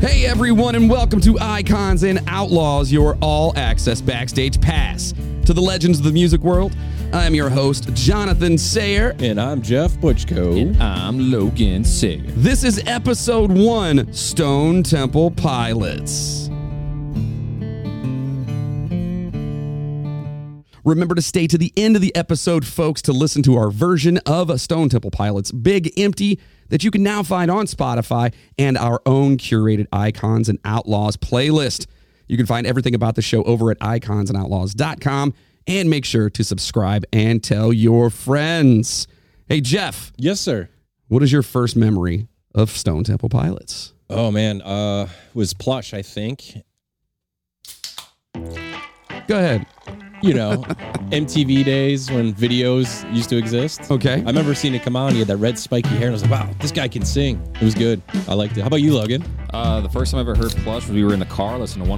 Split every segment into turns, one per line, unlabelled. Hey everyone, and welcome to Icons and Outlaws, your all access backstage pass to the legends of the music world. I'm your host, Jonathan Sayer.
And I'm Jeff Butchko.
I'm Logan Sayer.
This is episode one Stone Temple Pilots. Remember to stay to the end of the episode, folks, to listen to our version of Stone Temple Pilots Big Empty that you can now find on Spotify and our own curated Icons and Outlaws playlist. You can find everything about the show over at iconsandoutlaws.com and make sure to subscribe and tell your friends. Hey, Jeff.
Yes, sir.
What is your first memory of Stone Temple Pilots?
Oh man, uh, was plush. I think
Go ahead.
you know, MTV days when videos used to exist.
Okay.
I remember seeing it come on. He had that red spiky hair, and I was like, "Wow, this guy can sing." It was good. I liked it. How about you, Logan?
Uh, the first time I ever heard Plush was we were in the car listening to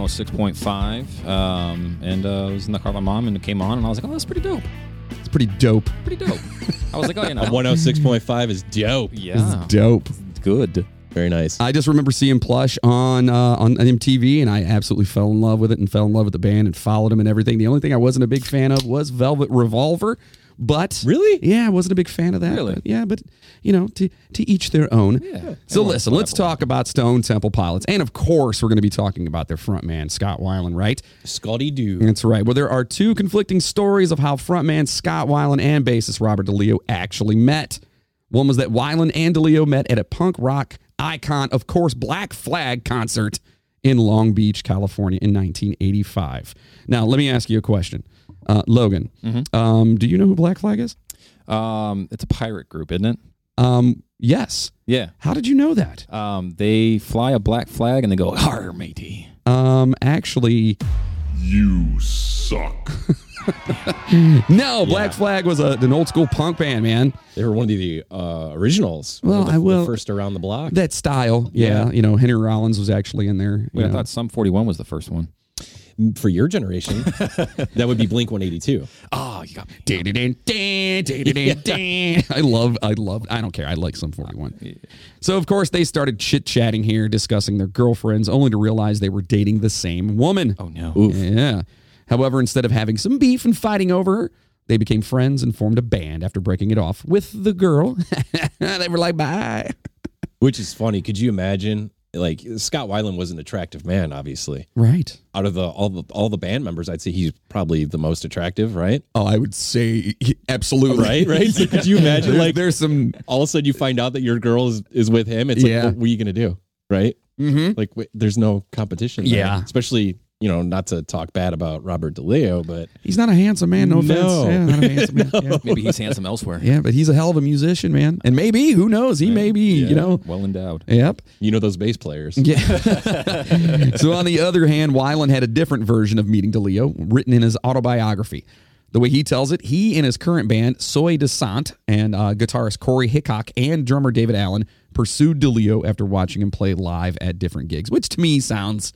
106.5. Um, and uh, I was in the car with my mom and it came on and I was like, oh, that's pretty dope.
It's pretty dope.
Pretty dope. I was like, oh, you know.
One hundred six point five is dope.
yeah.
Dope.
Good.
Very nice.
I just remember seeing Plush on uh, on MTV, and I absolutely fell in love with it, and fell in love with the band, and followed them and everything. The only thing I wasn't a big fan of was Velvet Revolver, but
Really?
yeah, I wasn't a big fan of that.
Really?
but yeah, but you know, to to each their own.
Yeah.
So listen, let's talk about Stone Temple Pilots, and of course, we're going to be talking about their frontman Scott Weiland, right?
Scotty Doo.
That's right. Well, there are two conflicting stories of how frontman Scott Weiland and bassist Robert DeLeo actually met. One was that Weiland and DeLeo met at a punk rock icon, of course, Black Flag concert in Long Beach, California in 1985. Now, let me ask you a question. Uh, Logan, um, do you know who Black Flag is?
Um, it's a pirate group, isn't it?
Um, yes.
Yeah.
How did you know that?
Um, they fly a black flag and they go, har matey.
Um, actually,
You suck.
no, Black Flag was a, an old school punk band, man.
They were one of the uh, originals. One
Well,
of the,
I will-
the first around the block.
That style. Yeah. You know, Henry Rollins was actually in there. you
Wait, I
know.
thought Sum 41 was the first one.
For your generation, that would be Blink one eighty two.
Ah,
Oh, you got me.
Dun, dun, dun, dun, dun, dun, dun, dun. I love, I love, I don't care. I like some 41. So, of course, they started chit chatting here, discussing their girlfriends, only to realize they were dating the same woman.
Oh, no.
Yeah. However, instead of having some beef and fighting over her, they became friends and formed a band after breaking it off with the girl. they were like, bye.
Which is funny. Could you imagine? Like Scott Weiland was an attractive man, obviously.
Right.
Out of the all the all the band members, I'd say he's probably the most attractive, right?
Oh, I would say absolutely.
Right, right. So could you imagine like
there's some
all of a sudden you find out that your girl is, is with him? It's
Yeah.
like what, what are you gonna do? Right? Mm-hmm. Like w- there's no competition. there.
Yeah.
Especially, you know, not to talk bad about Robert DeLeo, but
he's not a handsome man, no offense.
No.
Yeah, not a handsome man. Yeah.
Maybe he's handsome elsewhere.
Yeah, but he's a hell of a musician, man. And maybe, who knows? He may be, you know.
Well endowed.
Yep.
you know those bass players.
Yeah. so on the other hand, Weiland had a different version of meeting DeLeo written in his autobiography. The way he tells it, he and his current band, Soy Desant, and uh, guitarist Corey Hickok and drummer David Allen pursued DeLeo after watching him play live at different gigs, which to me sounds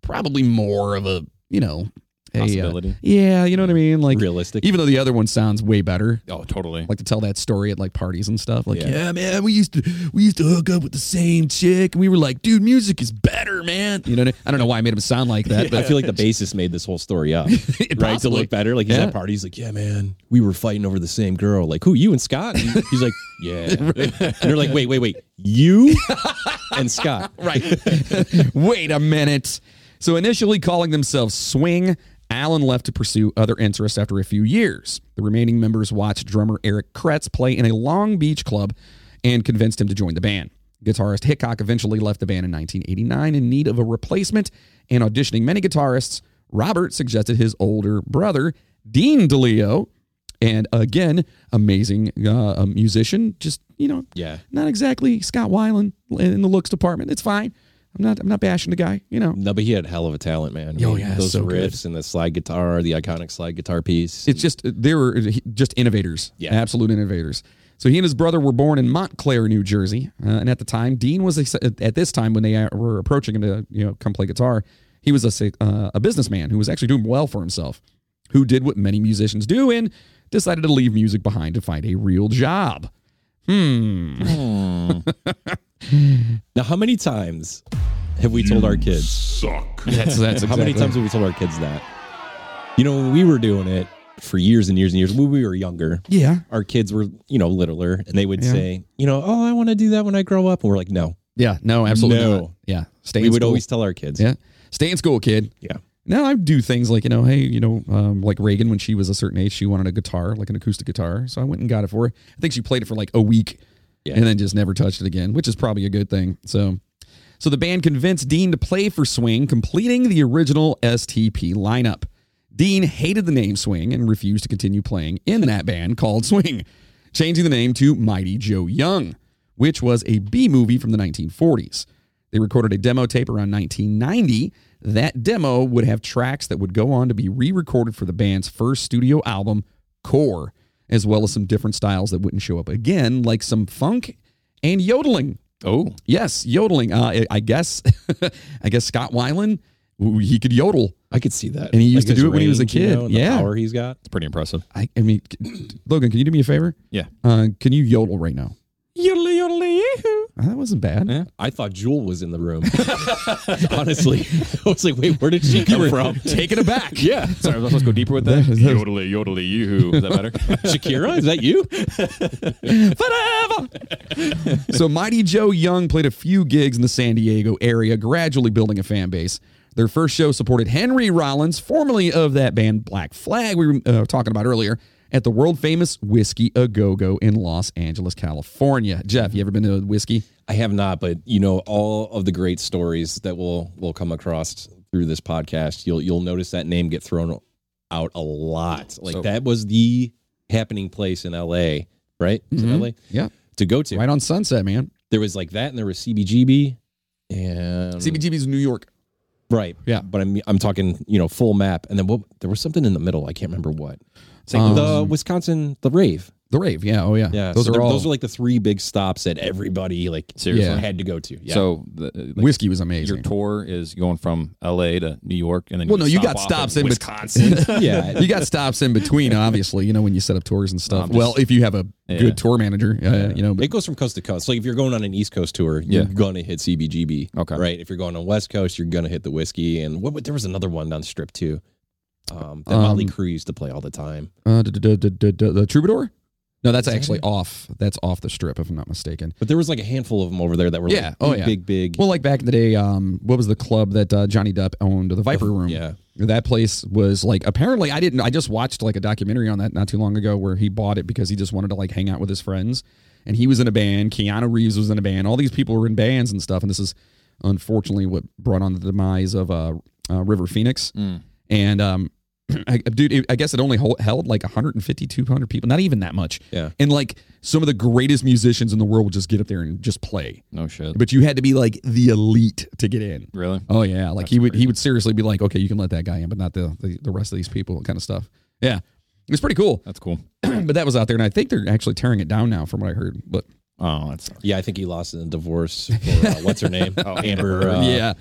probably more of a, you know, a, uh,
Possibility.
yeah, you know what I mean? Like,
Realistic.
even though the other one sounds way better.
Oh, totally.
like to tell that story at like parties and stuff. Like, yeah,
Yeah.
man, we used to we used to hook up with the same chick, and we were like, dude, music is better, man. You know, what I mean? I don't know why I made him sound like that,
I
but
feel like the bassist made this whole story up, right? To
Possibly.
look better. Like he's
Yeah.
at parties, like, yeah, man, we were fighting over the same girl. Like, who? You and Scott? And he's like, yeah. And they're like, wait, wait, wait, you and Scott.
right. Wait a minute. So initially calling themselves Swing, Allen left to pursue other interests after a few years. The remaining members watched drummer Eric Kretz play in a Long Beach club and convinced him to join the band. Guitarist Hickok eventually left the band in 1989 in need of a replacement and auditioning many guitarists. Robert suggested his older brother, Dean DeLeo, and again, amazing uh, a musician. Just you know,
Yeah.
not exactly Scott Weiland in the looks department. It's fine. I'm not. I'm not bashing the guy. You know,
No, but he had a hell of a talent, man. I
Oh,
mean,
yeah,
those
so good.
riffs and the slide guitar, the iconic slide guitar piece.
it's just they were just innovators.
Yeah.
absolute innovators. So he and his brother were born in Montclair, New Jersey, uh, and at the time, Dean was a, at this time when they uh, were approaching him to you know come play guitar. He was a sa- uh, a businessman who was actually doing well for himself, who did what many musicians do and decided to leave music behind to find a real job.
now, how many times have we told our kids?
Suck.
That's, that's
How many
exactly-
times have we told our kids that? You know, when we were doing it for years and years and years, when we were younger,
Yeah.
our kids were, you know, littler and they would
Yeah.
say, you know, oh, I want to do that when I grow up. And we're like, no.
Yeah. No, absolutely.
No.
Not. Yeah. Stay
we
in
would
school.
always tell our kids.
Yeah. Stay in school, kid.
Yeah.
Now I do things like, you know, hey, you know, um, like Reagan, when she was a certain age, she wanted a guitar, like an acoustic guitar. So I went and got it for her. I think she played it for like a week
Yeah.
and then just never touched it again, which is probably a good thing. So, so the band convinced Dean to play for Swing, completing the original STP lineup. Dean hated the name Swing and refused to continue playing in that band called Swing, changing the name to Mighty Joe Young, which was a B movie from the 1940s. They recorded a demo tape around 1990. That demo would have tracks that would go on to be re recorded for the band's first studio album, Core, as well as some different styles that wouldn't show up again, like some funk and yodeling.
Oh,
Yes, yodeling. Uh, I- I guess, I guess Scott Weiland, who- he could yodel.
I could see that.
And he used to
his
do it when he was a
range, you
kid.
know, and
Yeah.
The power he's got.
it's pretty impressive.
I, I mean, Logan, can you do me a favor?
Yeah.
Uh, can you yodel right now?
Yodelay, yodelay, yahoo.
Uh, that wasn't bad.
Yeah.
I thought Jewel was in the room. Honestly, I was like, wait, where did she come from?
Taking it back.
Yeah. Sorry, I was supposed to go deeper with that. yodelay, yodelay, yoo-hoo. Is that better?
Shakira, is that you?
forever. so Mighty Joe Young played a few gigs in the San Diego area, gradually building a fan base. Their first show supported Henry Rollins, formerly of that band Black Flag we were uh, talking about earlier, at the world famous Whiskey A Go Go in Los Angeles, California. Jeff, you ever been to Whiskey?
I have not, but you know, all of the great stories that we'll we'll come across through this podcast, you'll you'll notice that name get thrown out a lot. Like
So-
that was the happening place in LA, right? Is it
Mhm.
LA
Yeah,
to go to.
right on Sunset, man.
There was like that, and there was CBGB, and
CBGB's New York.
right,
Yeah.
But I'm I'm talking, you know, full map, and then what? There was something in the middle. I can't remember what. It's like
Um,
the Wisconsin, the rave.
The Rave, yeah, oh yeah.
Yeah,
those
so
are
they're-
all.
those are like the three big stops that everybody like
Seriously?
Yeah.
had to go to. Yeah.
So, the, like,
Whiskey was
your
amazing.
tour is going from L.A. to New York, and then
Well, no, you
stop
got
off
stops in
in
bet-
Wisconsin.
yeah,
you got stops in between, obviously. You know when you set up tours and stuff.
I'm just-
well, if you have a
Yeah.
good tour manager, uh, you know. But
It goes from coast to coast. Like if you're going on an East Coast tour, you're
Yeah.
gonna hit CBGB.
Okay.
Right. If you're going on West Coast, you're gonna hit the whiskey. And what, what there was another one down the strip too. Um, that Motley
Um,
Crue used to play all the time.
Uh, duh, duh, duh, duh, duh, duh, the Troubadour? No, that's
Is that
actually
it?
off. That's off the strip, if I'm not mistaken.
But there was like a handful of them over there that were
Yeah.
like
Oh,
big,
yeah.
big, big.
Well, like back in the day, um, what was the club that uh, Johnny Depp owned? The Viper Room.
yeah.
That place was like apparently I didn't. I just watched like a documentary on that not too long ago where he bought it because he just wanted to like hang out with his friends, and he was in a band. Keanu Reeves was in a band. All these people were in bands and stuff. And this is unfortunately what brought on the demise of uh, uh River Phoenix. And um, I, dude, it, I guess it only hol- held like 150, 200 people. Not even that much.
Yeah.
And like some of the greatest musicians in the world would just get up there and just play.
no shit.
But you had to be like the elite to get in.
Really?
Oh yeah, like he would he would seriously be like, okay, you can let that guy in, but not the the, the rest of these people, kind of stuff. Yeah, it was pretty cool.
That's cool.
but that was out there, and I think they're actually tearing it down now, from what I heard. But
Oh, that's
Yeah, I think he lost in a divorce. For, uh, what's her name? oh, Amber. Uh,
yeah,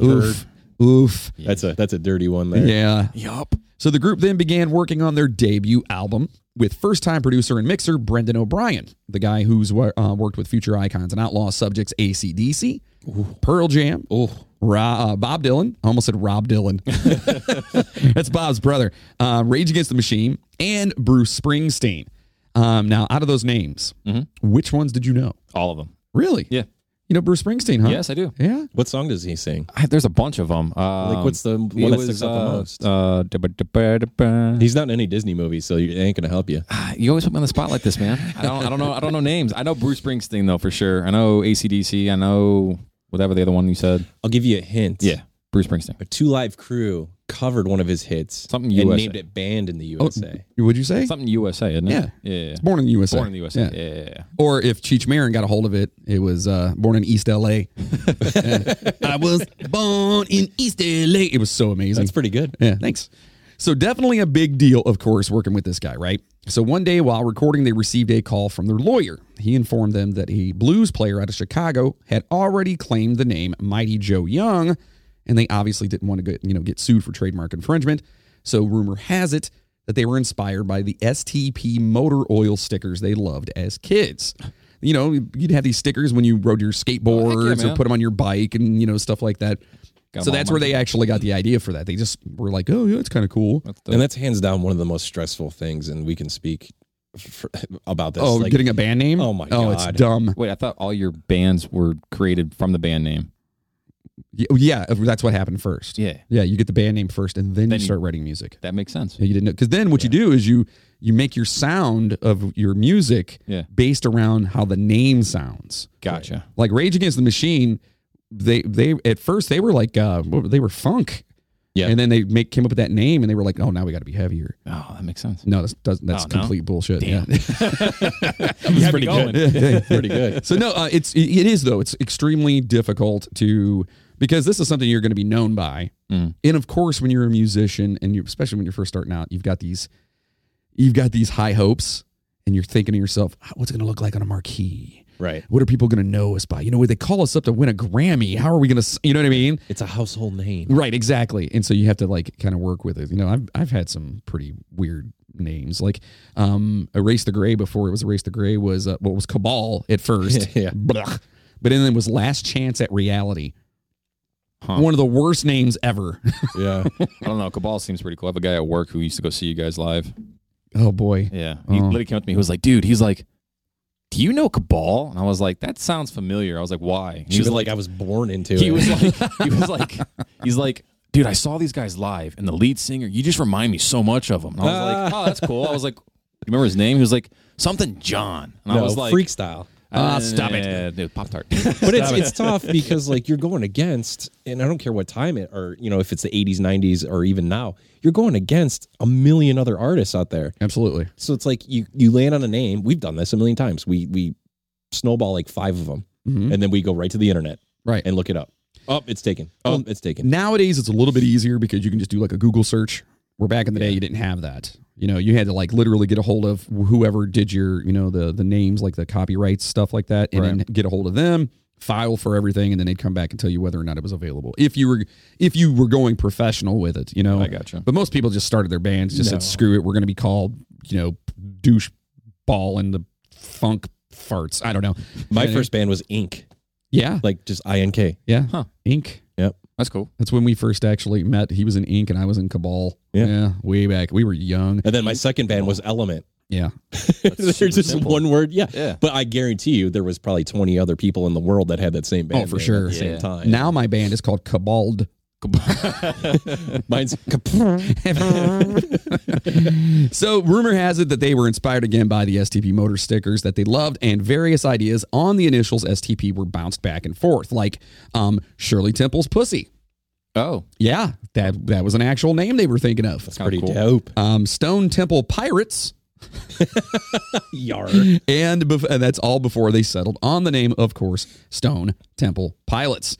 oof, oof,
That's a that's a dirty one there.
yeah.
yup.
So the group then began working on their debut album with first time producer and mixer Brendan O'Brien, the guy who's wor- uh, worked with future icons and outlaw subjects ACDC, Pearl Jam, Ra- uh, Bob Dylan. I almost said Rob Dylan. That's Bob's brother. Uh, Rage Against the Machine and Bruce Springsteen. Um, now, out of those names, which ones did you know?
All of them.
Really?
Mm-hmm. Yeah.
You know Bruce Springsteen, huh?
Yes, I do.
Yeah.
What song does he sing?
I, there's a bunch of them. Um,
Like, what's the one
it
that
was,
sticks out the
uh,
most?
Uh, da- ba- da- ba- da- ba.
He's not in any Disney movie, so you, it ain't gonna help you.
Ah, you always put me on the spot like this, man. I don't, I don't know. I don't know names. I know Bruce Springsteen though for sure. I know ACDC. I know whatever the other one you said.
I'll give you a hint.
Bruce Springsteen.
A Two Live Crew covered one of his hits.
Something
and
USA.
named it Band in the USA.
Would you say?
Something USA, isn't
Yeah.
it? Yeah. Yeah.
Born in the USA.
Born in the USA. Yeah. yeah, yeah.
Or if Cheech Marin got a hold of it, it was uh, born in East LA. And I was born in East LA. It was so amazing.
That's pretty good.
yeah, thanks. So definitely a big deal, of course, working with this guy, right? So one day while recording, they received a call from their lawyer. He informed them that a blues player out of Chicago had already claimed the name Mighty Joe Young, and they obviously didn't want to get you know get sued for trademark infringement. So rumor has it that they were inspired by the STP motor oil stickers they loved as kids. you know, you'd have these stickers when you rode your skateboards or
Oh, man.
put them on your bike and, you know, stuff like that.
Got
so
them all
that's
on
where
my-
they actually got the idea for that. They just were like, oh, yeah, it's kind of cool.
and that's hands down one of the most stressful things, and we can speak f about this.
Oh,
like,
getting a band name?
Oh my
Oh, it's
God.
dumb.
Wait, I thought all your bands were created from the band name.
Y- oh, Yeah, that's what happened first.
Yeah.
Yeah, you get the band name first, and then,
Then
you
you-
start writing music.
That makes sense.
Yeah, You didn't know because then what you do is you you make your sound of your music
Yeah.
based around how the name sounds.
Gotcha.
Like Rage Against the Machine, they they at first they were like uh what were- they were funk.
Yeah.
And then they make came up with that name and they were like, oh now we gotta be heavier.
Oh, that makes sense.
No, that's doesn't that's
Oh, no?
complete bullshit. Yeah.
That's pretty good.
pretty good.
so no, uh, it's it it is though. It's extremely difficult to because this is something you're going to be known by,
Mm.
and of course, when you're a musician and you especially when you're first starting out, you've got these you've got these high hopes, and you're thinking to yourself, "Ah, what's it going to look like on a marquee?
Right.
What are people going to know us by? You know, when they call us up to win a Grammy, how are we going to? You know what I mean?
It's a household name.
Right, exactly. And so you have to like kind of work with it. You know, I've I've had some pretty weird names. Like um Erase the Gray before it was Erase the Gray was uh, what was Cabal at first.
Yeah.
Blah. But then it was Last Chance at Reality.
Huh.
One of the worst names ever.
Yeah.
I don't know. Cabal seems pretty cool. I have a guy at work who used to go see you guys live.
oh boy.
Yeah. He literally came up to me. He was like, dude, he's like, do you know Cabal? And I was like, that sounds familiar. I was like, why? And
she
he was
was like, I was born into
he
it.
was like, he was like, he's like, dude, I saw these guys live, and the lead singer, you just remind me so much of him. And I was like, oh, that's cool. I was like, you remember his name? He was like something John, and I
no,
was like,
freak style.
Ah, stop it.
Pop tart.
But it's it's tough because like you're going against, and I don't care what time it or you know if it's the 80s, 90s, or even now, you're going against a million other artists out there.
Absolutely.
So it's like you you land on a name. We've done this a million times. We we snowball like five of them, and then we go right to the internet
Mm-hmm. Right.
and look it up. Oh, it's taken. Oh, it's taken.
Nowadays it's a little bit easier because you can just do like a Google search. Where back in the day you didn't have that. You know, you had to like literally get a hold of whoever did your, you know, the the names, like the copyrights, stuff like that, and then get a hold of them, file for everything, and then they'd come back and tell you whether or not it was available. If you were if you were going professional with it, you know.
I gotcha.
But most people just started their bands, just
No.
said, screw it, we're gonna be called, you know, douche ball and the funk farts. I don't know.
My
Yeah.
first band was Ink,
Yeah.
like just I N K.
Yeah.
Huh.
Ink.
Yep.
That's cool.
That's when we first actually met. He was in Ink and I was in Cabal.
Yeah.
way back. We were young.
And then my second band was Element.
Yeah.
There's
super
just
simple.
one word, yeah.
Yeah.
But I guarantee you, there was probably 20 other people in the world that had that same band.
Oh, for
name
sure.
At the same
Yeah.
time.
Now my band is called Cabald.
Mine's Kapr.
So rumor has it that they were inspired again by the STP motor stickers that they loved, and various ideas on the initials STP were bounced back and forth, like um, Shirley Temple's pussy.
Oh,
Yeah, that that was an actual name they were thinking of.
that's kind
pretty
of cool.
dope.
Um, Stone Temple Pirates,
Yar.
and, bef- and that's all before they settled on the name, of course, Stone Temple Pilots.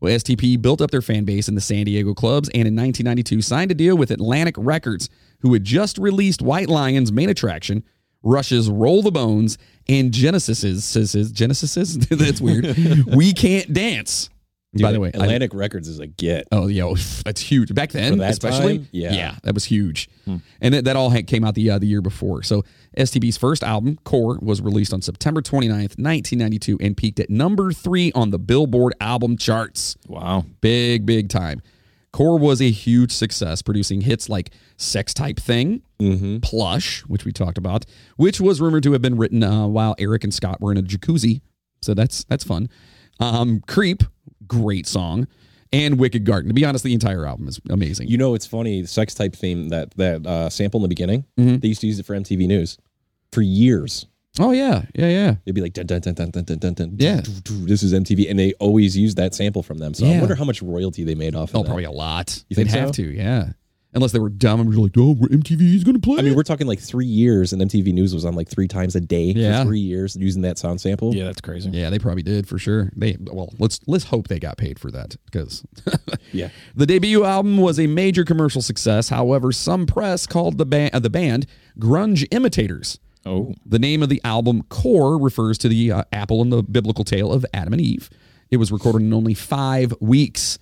Well, STP built up their fan base in the San Diego clubs and in 1992 signed a deal with Atlantic Records, who had just released White Lion's main attraction, Rush's Roll the Bones, and Genesis's, Sis's- Genesis's? that's weird, We Can't Dance. By the way, I-
Atlantic Records is a get.
Oh, yeah, oof, that's huge. Back then,
For that
especially,
time? Yeah. Hmm.
that was huge. And that, that all had, came out the uh, the year before. So STB's first album, Core, was released on September 29th, 1992, and peaked at number three on the Billboard album charts.
Wow.
Big, big time. Core was a huge success, producing hits like "Sex Type Thing,"
Mm-hmm.
"Plush," which we talked about, which was rumored to have been written uh, while Eric and Scott were in a jacuzzi. So that's that's fun. Um, "Creep," great song, and "Wicked Garden." To be honest, the entire album is amazing.
You know, it's funny. The sex type theme that that uh, sample in the beginning.
Mm-hmm.
They used to use it for MTV News for years.
oh yeah, yeah, yeah.
It'd be like dun dun dun dun dun dun dun dun.
Yeah.
doo, doo, This is MTV, and they always used that sample from them. So
Yeah.
I wonder how much royalty they made off. Of
Oh,
that.
probably a lot.
You
They'd
think
have
so?
to, yeah. Unless they were dumb and were like, "Oh, MTV is gonna play."
I mean, we're talking like three years, and MTV News was on like three times a day
Yeah.
for three years using that sound sample.
Yeah, that's crazy.
Yeah, they probably did for sure. They well, let's let's hope they got paid for that because
Yeah.
the debut album was a major commercial success. However, some press called the band uh, the band grunge imitators.
Oh,
The name of the album Core refers to the uh, apple in the biblical tale of Adam and Eve. It was recorded in only 5 weeks.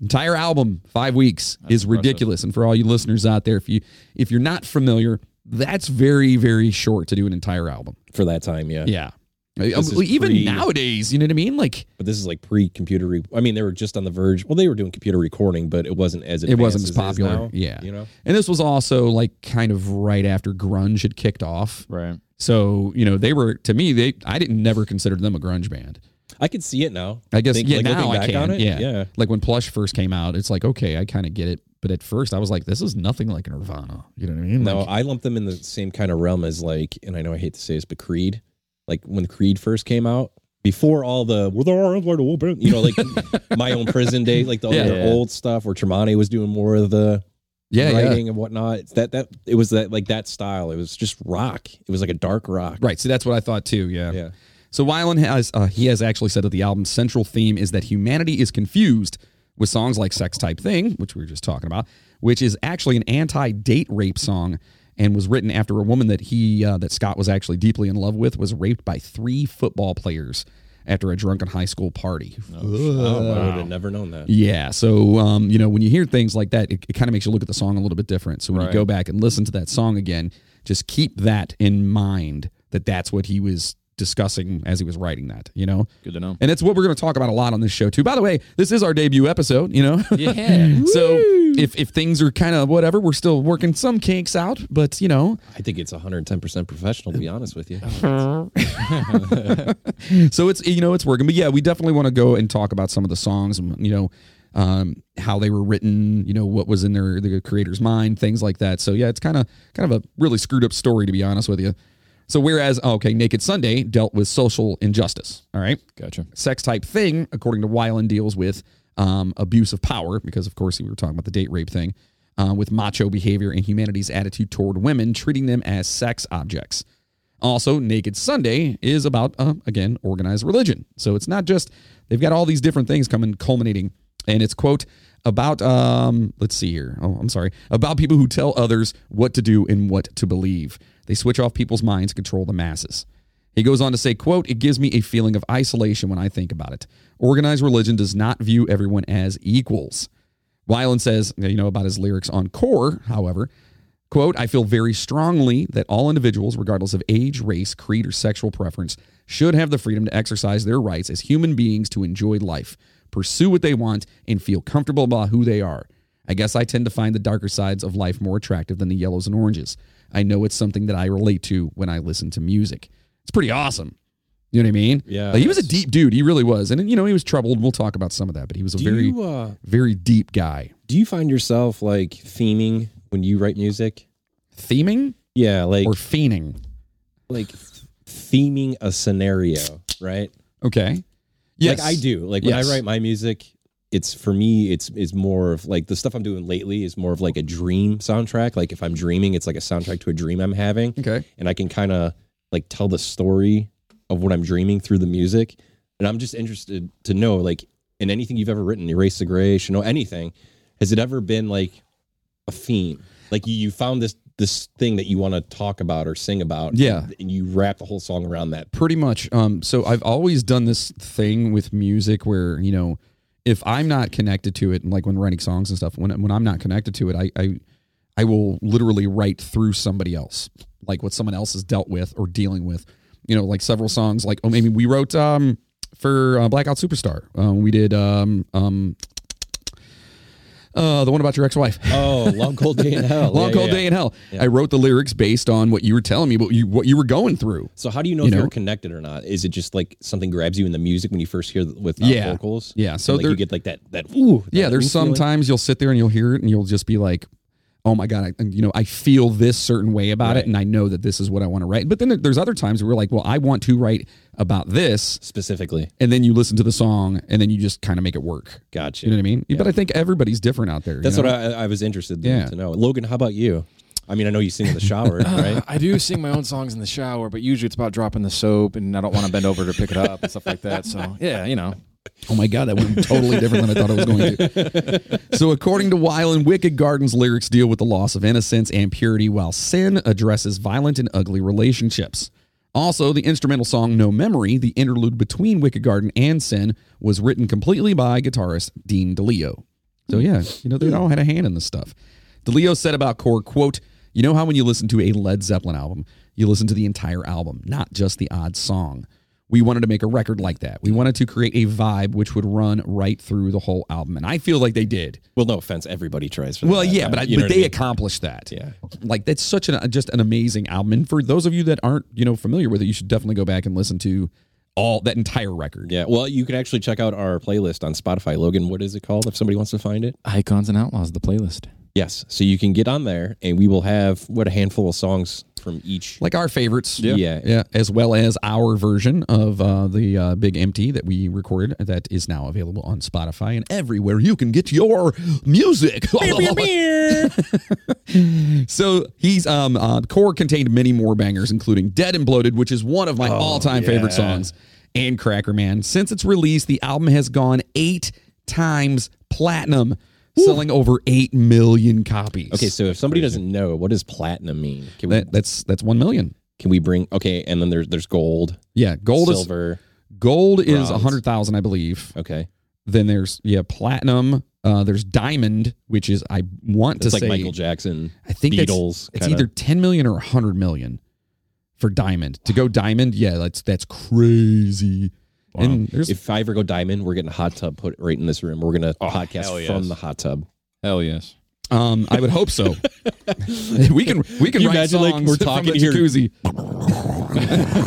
Entire album, 5 weeks is ridiculous. And for all you listeners out there if you if you're not familiar, that's very very short to do an entire album.
for that time. Yeah,
Yeah. Uh,
This is
Even
pre-
nowadays, you know what I mean? Like
But this is like pre-computer. Re- I mean, they were just on the verge. Well, they were doing computer recording, but it wasn't as
it
advanced
wasn't as
it is
popular.
now,
yeah.
you know.
And this was also like kind of right after grunge had kicked off.
Right.
So, you know, they were to me, they I didn't never considered them a grunge band.
I could see it now.
I guess
Think-
yeah,
like,
now
looking
I
back
can.
on it,
yeah.
yeah.
Like when Plush first came out, it's like, okay, I kind of get it. But at first I was like, this is nothing like Nirvana. You know what I mean?
No,
Like,
I lump them in the same kind of realm as like, and I know I hate to say this, but Creed. Like when Creed first came out, before all the well, there are wide open, you know, like my own prison day, like the
Yeah.
other old stuff where Tremonti was doing more of the
yeah, yeah.
writing and whatnot. It's That that it was that like that style. It was just rock. It was like a dark rock.
Right. So that's what I thought too. Yeah.
Yeah.
So Weiland has uh, he has actually said that the album's central theme is that humanity is confused with songs like "Sex Type Thing," which we were just talking about, which is actually an anti-date rape song and was written after a woman that he uh, that Scott was actually deeply in love with was raped by three football players after a drunken high school party.
Oh, I would have never known that.
Yeah. So, um, you know, when you hear things like that, it, it kind of makes you look at the song a little bit different. So when you go back and listen to that song again, just keep that in mind that that's what he was discussing as he was writing that, you know?
Good to know.
And it's what we're going to talk about a lot on this show, too. By the way, this is our debut episode, you know?
Yeah.
so if, if things are kind of whatever, we're still working some kinks out, but, you know,
I think it's 110% professional, to be honest with you.
so it's you know it's working but yeah we definitely want to go and talk about some of the songs and you know um, how they were written you know what was in their the creator's mind things like that so yeah it's kind of kind of a really screwed up story to be honest with you so whereas oh, okay naked sunday dealt with social injustice all right
Gotcha.
sex type thing, according to Weiland, deals with um, abuse of power because, of course, we were talking about the date rape thing, uh, with macho behavior and humanity's attitude toward women, treating them as sex objects. Also, Naked Sunday is about uh, again organized religion. So it's not just they've got all these different things coming, culminating, and it's quote about um let's see here oh i'm sorry about people who tell others what to do and what to believe they switch off people's minds control the masses he goes on to say, quote, it gives me a feeling of isolation when I think about it. Organized religion does not view everyone as equals. Weiland says, you know, about his lyrics on core, however, quote, I feel very strongly that all individuals, regardless of age, race, creed, or sexual preference, should have the freedom to exercise their rights as human beings to enjoy life, pursue what they want, and feel comfortable about who they are. I guess I tend to find the darker sides of life more attractive than the yellows and oranges. I know it's something that I relate to when I listen to music. It's pretty awesome. You know what I mean?
Yeah.
Like, he was a deep dude. He really was. And, you know, he was troubled. We'll talk about some of that, but he was a
Do
very,
you, uh,
very deep guy.
do you find yourself like theming when you write music?
Theming
Yeah, like
or fiending?
like theming a scenario, right?
Okay. Yes.
Like I do. Like when
Yes.
I write my music, it's for me, it's it's more of like the stuff I'm doing lately is more of like a dream soundtrack. Like if I'm dreaming, it's like a soundtrack to a dream I'm having.
Okay.
and I can kind of like tell the story of what I'm dreaming through the music. And I'm just interested to know, like, in anything you've ever written, Erase the Gray, Chanel, anything, has it ever been like a theme? Like you, you found this this thing that you want to talk about or sing about,
Yeah.
and, and you wrap the whole song around that.
Pretty much. Um, so I've always done this thing with music where, you know, if I'm not connected to it, and like when writing songs and stuff, when when I'm not connected to it, I I, I will literally write through somebody else, like what someone else has dealt with or dealing with. You know, like several songs, like oh, maybe we wrote um for uh, Blackout Superstar. Um, we did um um uh the one about your ex-wife.
Oh, long cold day in hell.
Long
Yeah,
Cold
yeah,
Day
yeah.
in Hell. I wrote the lyrics based on what you were telling me, what you what you were going through.
So how do you know
You
if
know?
you're connected or not? Is it just like something grabs you in the music when you first hear the, with uh,
Yeah.
vocals?
Yeah, so
And, like,
there-
you get like that that ooh.
Yeah,
that
there's
ooh feeling?
sometimes you'll sit there and you'll hear it and you'll just be like, "Oh my god, I, you know, I feel this certain way about it, and I know that this is what I want to write." But then there's other times where we're like, "Well, I want to write about this,"
specifically.
and then you listen to the song and then you just kind of make it work.
Gotcha.
You know what I mean? But I think everybody's different out there.
That's
you know?
what I, I was interested to-
Yeah.
to know. Logan, how about you? I mean, I know you sing in the shower, right?
I do sing my own songs in the shower, but usually it's about dropping the soap, and I don't want to bend over to pick it up and stuff like that. So yeah, you know,
Oh my God, that went totally different than I thought it was going to. So, according to Weiland, Wicked Garden's lyrics deal with the loss of innocence and purity, while Sin addresses violent and ugly relationships. Also, the instrumental song No Memory, the interlude between Wicked Garden and Sin, was written completely by guitarist Dean DeLeo. So, yeah, you know, they all had a hand in this stuff. DeLeo said about Core, quote, you know how when you listen to a Led Zeppelin album, you listen to the entire album, not just the odd song. we wanted to make a record like that. We wanted to create a vibe which would run right through the whole album, and I feel like they did.
Well, no offense, everybody tries for
Well,
that,
yeah, but, I,
you know
but
what I
they
mean?
accomplished that.
Yeah.
like that's such an just an amazing album. And for those of you that aren't you know familiar with it, you should definitely go back and listen to all that entire record.
Yeah, well, you can actually check out our playlist on Spotify. Logan, what is it called if somebody wants to find it?
Icons and Outlaws, the playlist.
Yes. So you can get on there and we will have, what, a handful of songs from each.
Like our favorites,
Yeah. Yeah.
as well as our version of uh, the uh, Big Empty that we recorded that is now available on Spotify and everywhere you can get your music. so he's um uh, core contained many more bangers including dead and bloated which is one of my
Oh,
all-time favorite songs and cracker man since its release the album has gone eight times platinum selling over 8 million copies
Okay, so if somebody doesn't know, what does platinum mean? Can we,
that, that's that's 1 million
can we bring, okay, and then there's, there's gold,
yeah gold is
silver.
gold is
bronze.
100000 i believe
okay.
then there's yeah platinum uh, there's diamond which is i want
It's
to
like
say
Michael Jackson,
I think that's-
Beatles.
It's
kinda-
either 10 million or 100 million for diamond. To go diamond, yeah, that's that's crazy. And there's
If I ever go diamond, we're getting a hot tub put right in this room. We're gonna
Oh, hell
podcast
yes.
from the hot tub.
Hell yes.
um I would hope so. we can we can
you
write
imagine,
songs
like, we're
from
talking
the
here-
jacuzzi.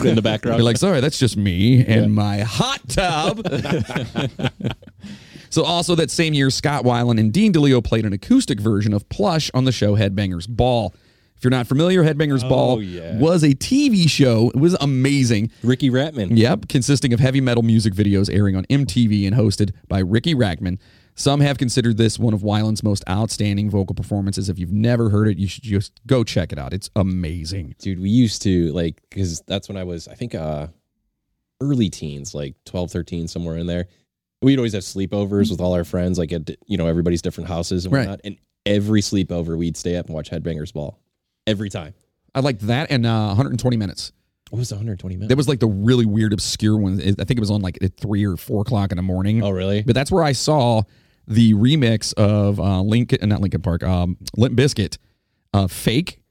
in the background.
Be like, sorry, that's just me and my hot tub. so also that same year, Scott Weiland and Dean DeLeo played an acoustic version of Plush on the show Headbangers Ball. If you're not familiar, Headbangers Ball
Oh, yeah.
was a TV show. It was amazing.
Ricky Ratman.
Yep, consisting of heavy metal music videos airing on MTV and hosted by Ricky Rackman. Some have considered this one of Weiland's most outstanding vocal performances. If you've never heard it, you should just go check it out. It's amazing.
dude we used to like because that's when i was i think uh early teens like 12 13 somewhere in there we'd always have sleepovers with all our friends like at you know everybody's different houses and
Right.
whatnot and every sleepover we'd stay up and watch headbangers ball every time
I like that and uh, 120 minutes.
what was the 120 minutes
That was like the really weird, obscure one. It- I think it was on like at three or four o'clock in the morning.
oh really
But that's where I saw the remix of uh, Lincoln, not Lincoln Park, um, Limp Biscuit, uh, Fake.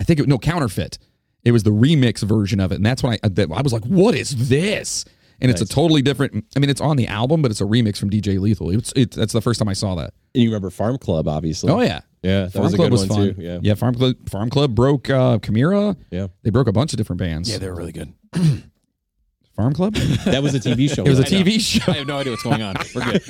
I think it no counterfeit. It was the remix version of it, and that's when I that, I was like, "What is this?" And it's a totally different. I mean, it's on the album, but it's a remix from DJ Lethal. It's it's that's the first time I saw that.
and you remember farm club obviously
Oh yeah,
yeah that
Farm
was a
Club
good
was
one
fun.
too yeah
yeah, Farm Club Farm Club broke uh, Chimera.
yeah
They broke a bunch of different bands.
Yeah, they're really good.
Farm Club. it
that was a tv show
was a
I know.
TV show.
I have no idea what's going on. We're good.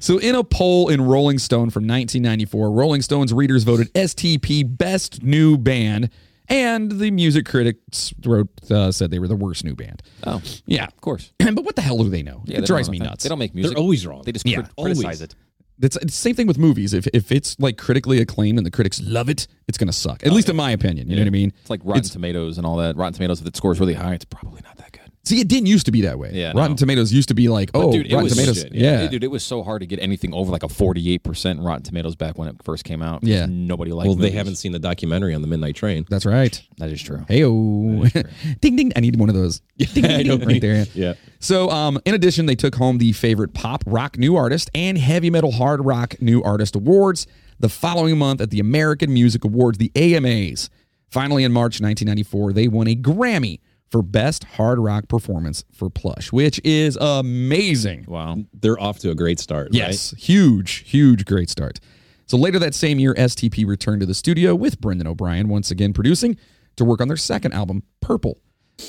So, in a poll in Rolling Stone from 1994, Rolling Stone's readers voted STP best new band, and the music critics wrote uh, said they were the worst new band.
Oh,
Yeah,
of course.
but what the hell do they know?
Yeah,
it
they
drives
don't
me
know nothing.
nuts.
They don't make music.
they're always wrong
they just
Yeah,
crit-
always.
criticize it.
That's it's the same thing with movies. If if it's like critically acclaimed and the critics love it, it's gonna suck.
Oh,
At least in my opinion. You know what I mean?
It's like Rotten Tomatoes and all that. Rotten Tomatoes, if it scores really high, it's probably not that good.
See, it didn't used to be that way.
Yeah,
Rotten
no.
Tomatoes used to be like, oh,
dude, it
Rotten
was
Tomatoes.
shit,
yeah,
dude, it was so hard to get anything over like a forty-eight percent Rotten Tomatoes back when it first came out. 'cause
Yeah.
nobody liked.
well they
movies.
haven't seen the documentary on the midnight train
that's right.
That is true.
Hey, oh, ding ding! I need one of those. Ding, ding, ding, right there.
yeah
So, um, in addition, they took home the favorite pop rock new artist and heavy metal hard rock new artist awards the following month at the American Music Awards, the AMAs. Finally, in March 1994, they won a Grammy for Best Hard Rock Performance for Plush, which is amazing.
Wow.
they're off to a great start right?
Yes, huge, huge, great start. So later that same year, STP returned to the studio with Brendan O'Brien once again producing to work on their second album, Purple.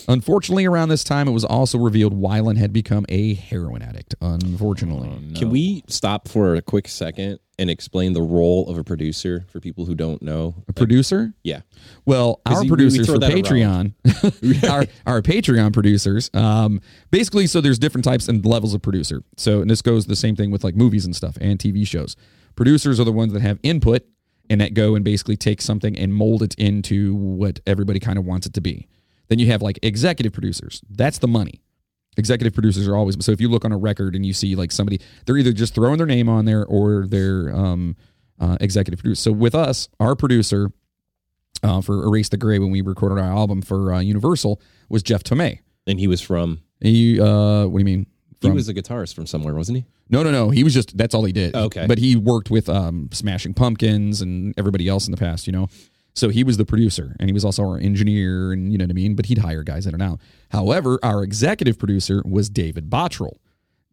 Unfortunately, around this time, it was also revealed Weiland had become a heroin addict. Unfortunately,
Can we stop for a quick second and explain the role of a producer for people who don't know?
a producer.
Yeah.
Well, our
he- we- we
producers
throw
for
that
Patreon,
around.
our, our Patreon producers, um, basically, so there's different types and levels of producer. So, and this goes the same thing with like movies and stuff and TV shows. Producers are the ones that have input and that go and basically take something and mold it into what everybody kind of wants it to be. Then you have like executive producers. That's the money. Executive producers are always so. If you look on a record and you see like somebody, they're either just throwing their name on there or they're um, uh, executive producer. So with us, our producer uh, for Erase the Gray when we recorded our album for uh, Universal was Jeff Tomei.
And he was from,
He, uh, what do you mean?
he
From-
was a guitarist from somewhere, wasn't he?
no, no, no. He was just that's all he did.
Okay.
but he worked with um, Smashing Pumpkins and everybody else in the past, you know. So he was the producer and he was also our engineer and you know what I mean, but he'd hire guys in and out. However, our executive producer was David Bottrell.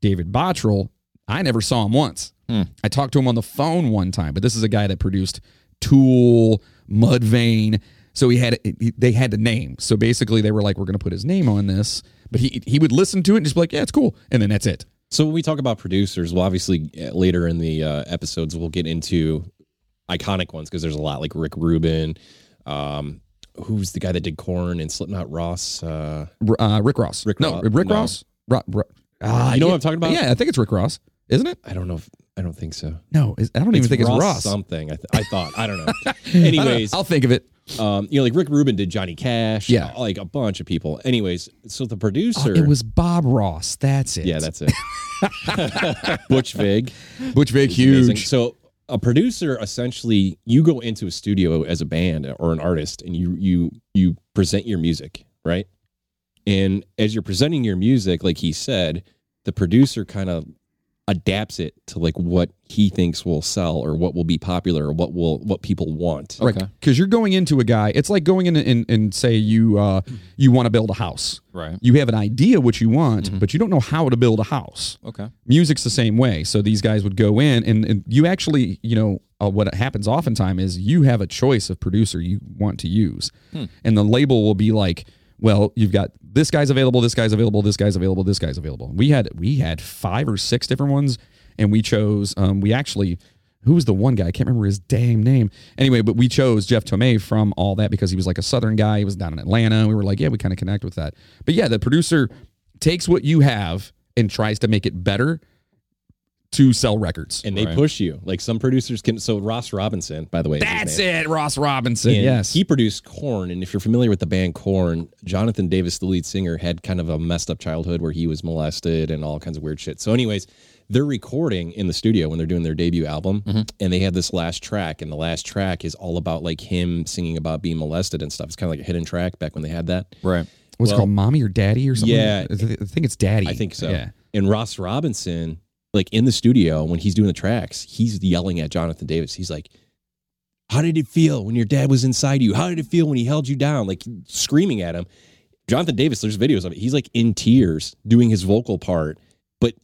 David Bottrell, I never saw him once. I talked to him on the phone one time, but this is a guy that produced Tool, Mudvayne. So he had he- they had the name. So basically, they were like, "We're going to put his name on this," but he he would listen to it and just be like, "Yeah, it's cool," and then that's it.
So when we talk about producers, we'll obviously uh, later in the uh, episodes we'll get into iconic ones because there's a lot like Rick Rubin, um, who's the guy that did Corn and Slipknot Ross. Uh,
R- Uh, Rick Ross.
Rick
no,
Ro-
Rick
no.
Ross. Ro- Ro- ah,
you know
yeah.
what I'm talking about?
Yeah, I think it's Rick Ross, isn't it?
I don't know. If, I don't think so.
No, it's- I don't even think it's Ross.
something. I, th- I thought. I don't know.
I don't know.
Anyways,
I'll think of it.
um, you know, like Rick Rubin did Johnny Cash. uh,
Yeah.
like a bunch of people. Anyways, so the
Oh,
producer.
it was Bob Ross. That's it.
yeah, that's it. Butch Vig.
Butch Vig,
amazing.
huge.
So a producer essentially you go into a studio as a band or an artist and you you you present your music, right? And as you're presenting your music, like he said, the producer kind of adapts it to like what he thinks will sell or what will be popular or what will what people want.
Right,
Okay.
because you're going into a guy. It's like going in and, and say you uh, you want to build a house.
Right.
You have an idea what you want,
Mm-hmm.
but you don't know how to build a house.
Okay.
music's the same way. So these guys would go in, and, and you actually, you know, uh, what happens oftentimes is you have a choice of producer you want to use, and the label will be like, well, you've got this guy's available, this guy's available, this guy's available, this guy's available. We had we had five or six different ones, and we chose. Um, we actually. Who was the one guy? I can't remember his damn name. Anyway, but we chose Jeff Tomei from all that because he was like a Southern guy. He was down in Atlanta. We were like, yeah, we kind of connect with that. But yeah, the producer takes what you have and tries to make it better to sell records.
And they
Right.
push you. Like some producers can so Ross Robinson, by the way. is his
That's
name.
it, Ross Robinson.
And
yes.
He produced Korn. And if you're familiar with the band Korn, Jonathan Davis, the lead singer, had kind of a messed up childhood where he was molested and all kinds of weird shit. So, anyways, they're recording in the studio when they're doing their debut album. And they had this last track. And the last track is all about like him singing about being molested and stuff. It's kind of like a hidden track back when they had that.
Right.
was it
well-
called Mommy or Daddy or something?
Yeah.
I th- I think it's Daddy.
I think so.
Yeah.
And Ross Robinson, like in the studio when he's doing the tracks, he's yelling at Jonathan Davis. He's like, "How did it feel when your dad was inside you? How did it feel when he held you down?" Like screaming at him. Jonathan Davis, there's videos of it. He's like in tears doing his vocal part, but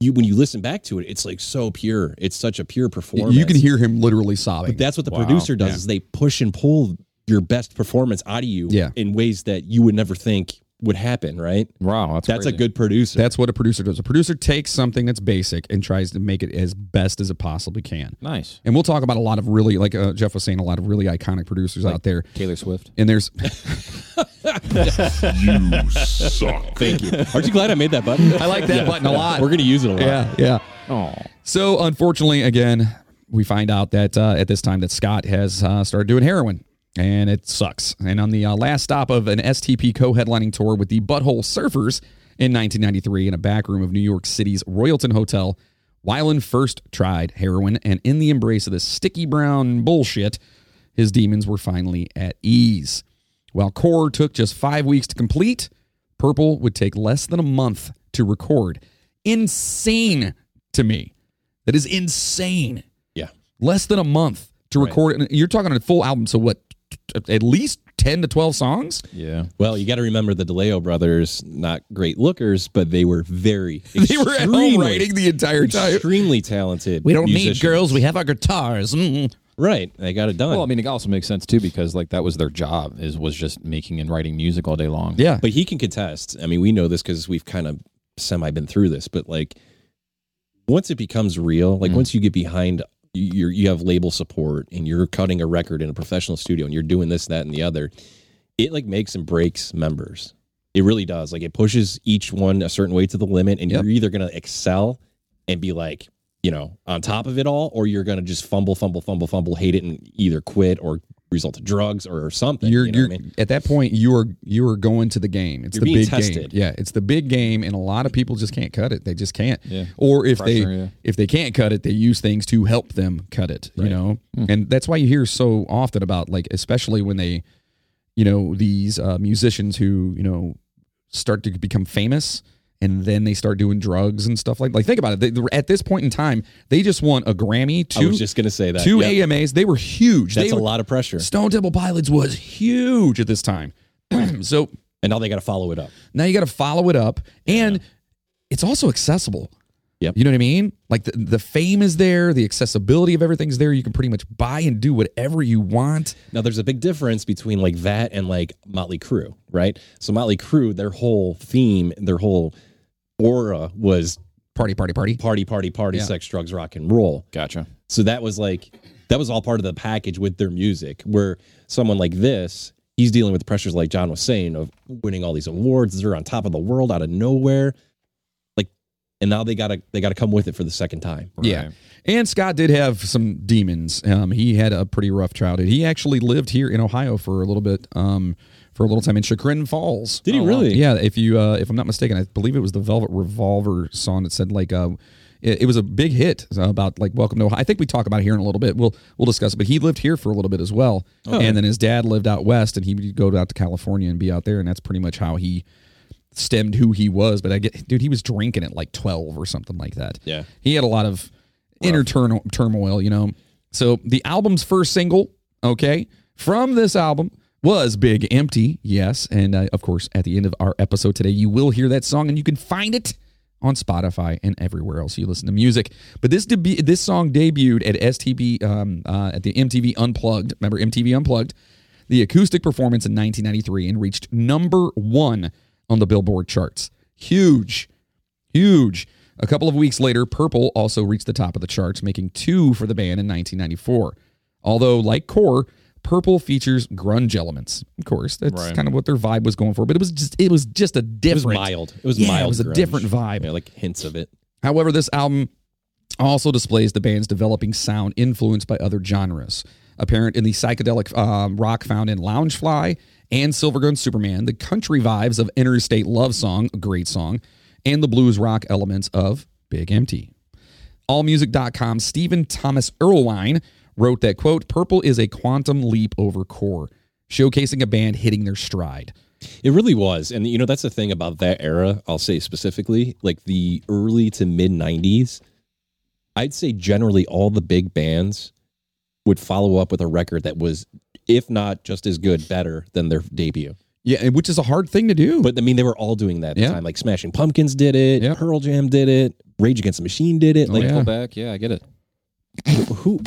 you when you listen back to it, it's like so pure. It's such a pure performance.
You can hear him literally sobbing.
But that's what the
Wow.
producer does
Yeah.
is they push and pull your best performance out of you
Yeah.
in ways that you would never think would happen, right?
Wow. That's
That's a
crazy.
good producer.
that's what a producer does. A producer takes something that's basic and tries to make it as best as it possibly can.
nice.
And we'll talk about a lot of really, like uh, Jeff was saying, a lot of really iconic producers out there.
Taylor Swift.
And there's
You suck.
Thank you. Aren't you glad I made that button? I
like that button a lot.
We're gonna use it a lot.
yeah, yeah.
Oh.
So unfortunately, again, we find out that uh, at this time that Scott has uh, started doing heroin, and it sucks. And on the uh, last stop of an STP co-headlining tour with the Butthole Surfers in 1993, in a back room of New York City's Royalton Hotel, Weiland first tried heroin, and in the embrace of this sticky brown bullshit, his demons were finally at ease. While Core took just five weeks to complete, Purple would take less than a month to record. Insane to me. That is insane.
Yeah.
Less than a month to record. And you're talking a full album. So what? t- t- At least ten to twelve songs.
Yeah.
Well, you got to remember the DeLeo brothers, not great lookers, but they were very
They were at home writing the entire time.
extremely talented. musicians.
We have our guitars. Mm.
Right. They got it done.
Well, I mean, it also makes sense too because like that was their job is was just making and writing music all day long.
Yeah.
but he can contest. I mean, we know this because we've kind of semi been through this, but like once it becomes real,
Mm-hmm.
like once you get behind you you have label support and you're cutting a record in a professional studio and you're doing this, that, and the other, it like makes and breaks members. It really does. Like it pushes each one a certain way to the limit, and
Yep.
you're either gonna excel and be like, you know, on top of it all, or you're gonna just fumble, fumble, fumble, fumble, hate it, and either quit or result to drugs or, something.
You're,
you
you
know
are
what I mean?
at that point. You are you are going to the game. It's
You're
the
being
big game.
tested.
Yeah, it's the big game, and a lot of people just can't cut it. They just can't.
Yeah.
Or if
Pressure,
they
yeah.
if they can't cut it, they use things to help them cut it. You know,
Hmm.
and that's why you hear so often about like, especially when they, you know, these uh, musicians who you know start to become famous and then they start doing drugs and stuff like like think about it. They, at this point in time, they just won a Grammy,
I
two
was just gonna say that.
two
Yep.
AMAs. They were huge.
That's
they
a
were-
lot of pressure.
Stone Temple Pilots was huge at this time. so
And now they got to follow it up.
now you got to follow it up, and it's also accessible.
Yep.
You know what I mean? Like the, the fame is there, the accessibility of everything's there. You can pretty much buy and do whatever you want.
Now there's a big difference between like that and like Motley Crue, right? So Motley Crue, their whole theme, their whole aura was
Party, party, party.
party, party, party,
Yeah.
sex, drugs, rock and roll.
Gotcha.
So that was like that was all part of the package with their music. Where someone like this, he's dealing with pressures like John was saying of winning all these awards. They're on top of the world out of nowhere, like, and now they gotta they gotta come with it for the second time.
Yeah. And Scott did have some demons. Um, he had a pretty rough childhood. He actually lived here in Ohio for a little bit, um, for a little time in Chagrin Falls.
Did he
Oh, wow.
really?
Yeah. If you, uh, if I'm not mistaken, I believe it was the Velvet Revolver song that said like, uh, it, it was a big hit uh, about like Welcome to Ohio. I think we talk about it here in a little bit. We'll we'll discuss it. But he lived here for a little bit as well,
Oh,
and then his dad lived out west, and he would go out to California and be out there, and that's pretty much how he stemmed who he was. But I get, dude, he was drinking at like 12 or something like that.
Yeah.
He had a lot of inner turno- turmoil, you know. So the album's first single, okay, from this album was Big Empty, yes. And uh, of course, at the end of our episode today, you will hear that song and you can find it on Spotify and everywhere else you listen to music. But this debu- this song debuted at STB um, uh, at the MTV Unplugged. Remember MTV Unplugged? The acoustic performance in 1993 and reached number 1 on the Billboard charts. Huge huge. A couple of weeks later, Purple also reached the top of the charts, making two for the band in 1994. Although, like Core, Purple features grunge elements. Of course, that's
Right.
kind of what their vibe was going for. But it was just it was just a
It was
different
mild. It was
Yeah,
mild.
It was a
grunge.
different vibe.
Yeah, like hints of it.
However, this album also displays the band's developing sound influenced by other genres, apparent in the psychedelic um, rock found in Loungefly and Silvergun Superman, the country vibes of Interstate Love Song, a great song, and the blues rock elements of Big Empty. AllMusic.com, Stephen Thomas Erlewine wrote that, quote, Purple is a quantum leap over core, showcasing a band hitting their stride.
It really was. And you know, that's the thing about that era, I'll say specifically, like the early to mid 90s. I'd say generally all the big bands would follow up with a record that was, if not just as good, better than their debut.
Yeah, and which is a hard thing to do.
But I mean, they were all doing that at
Yeah.
the time. Like Smashing Pumpkins did it,
Yeah.
Pearl Jam did it, Rage Against the Machine did it.
Oh,
like,
yeah.
Pull back. Yeah, I get it.
who?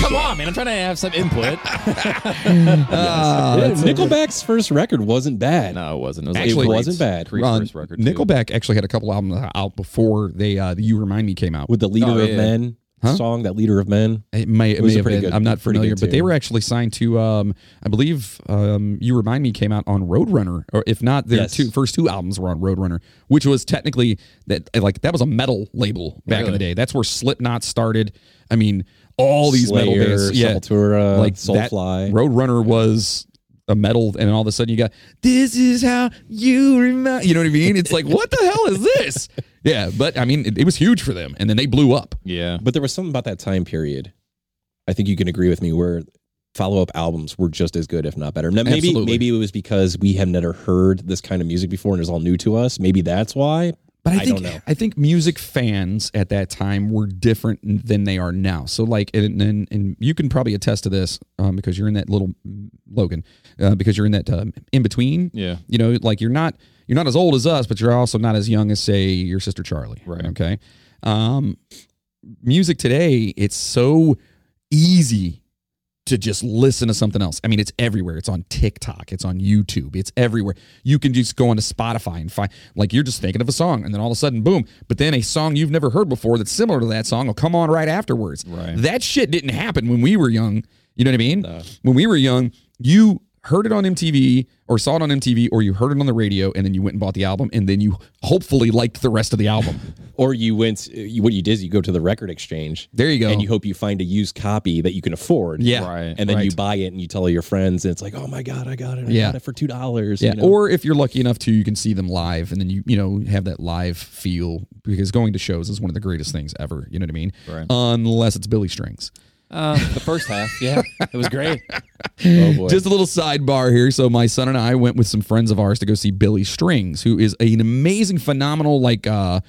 Come on, man. I'm trying to have some input.
Ah,
Yeah, Nickelback's first record wasn't bad.
no, it wasn't. It was
Actually-
it wasn't bad.
Creed's
Ron,
first record. too.
Nickelback actually had a couple albums out before they uh, the "You Remind Me" came out.
With the Leader
Oh,
of
yeah.
Men
Huh?
song, that Leader of Men.
It may, it
was
may
a
have
pretty
been.
good-
I'm not
pretty good
familiar, but they
tune.
were actually signed to, um, I believe, um, "You Remind Me" came out on Roadrunner, or if not, their
Yes.
two first two albums were on Roadrunner, which was technically that like that was a metal label back in the
Really?
day. That's where Slipknot started. I mean, all these metal
Slayer,
bands, yeah,
Sepultura,
like that-
Soulfly.
Roadrunner was a metal, and all of a sudden you got this is how you remind. You know what I mean? It's like what the hell is this? Yeah, but I mean, it, it was huge for them, and then they blew up.
Yeah.
But there was something about that time period. I think you can agree with me where follow up albums were just as good, if not better. Now, maybe
Absolutely.
maybe it was because we have never heard this kind of music before and it's all new to us. Maybe that's why.
But I
I
think I,
don't know.
think music fans at that time were different than they are now. So like, and and, and you can probably attest to this um, because you're in that little mm, Logan, uh, because you're in that um, in between.
Yeah.
You know, like you're not you're not as old as us, but you're also not as young as say your sister Charlie.
Right.
Okay. Um, music today, it's so easy to just listen to something else. I mean, it's everywhere. It's on TikTok, it's on YouTube, it's everywhere. You can just go onto Spotify and find, like, you're just thinking of a song, and then all of a sudden, boom. But then a song you've never heard before that's similar to that song will come on right afterwards.
Right.
That shit didn't happen when we were young. You know what I mean? When we were young, you heard it on MTV or saw it on MTV or you heard it on the radio and then you went and bought the album and then you hopefully liked the rest of the album.
Or you went, you, what you did is you go to the record exchange
There you go.
and you hope you find a used copy that you can afford.
yeah.
Right.
And then you
right.
buy it and you tell all your friends and it's like, oh my God, I got it. I
Yeah.
got it for $2.
Yeah,
you know?
or if you're lucky enough to, you can see them live, and then you you know have that live feel because going to shows is one of the greatest things ever. You know what I mean?
Right.
Unless it's Billy Strings,
Uh, the first half, yeah, it was great.
Oh boy.
Just a little sidebar here. So my son and I went with some friends of ours to go see Billy Strings, who is an amazing, phenomenal like. uh,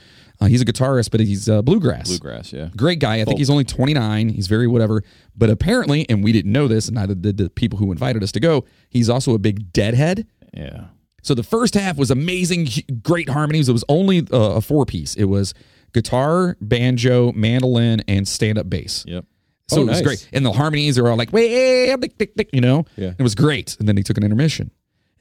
uh, he's a guitarist, but he's uh, bluegrass.
Bluegrass, yeah.
Great guy. I think he's only 29. He's very whatever. But apparently, and we didn't know this, and neither did the people who invited us to go, he's also a big deadhead.
Yeah.
So the first half was amazing, hu- great harmonies. It was only uh, a four piece. It was guitar, banjo, mandolin, and stand up bass.
Yep.
So
Oh,
it was
nice.
great. And the harmonies are all like, way, dick, dick, dick, you know?
Yeah.
It was great. And then they took an intermission. And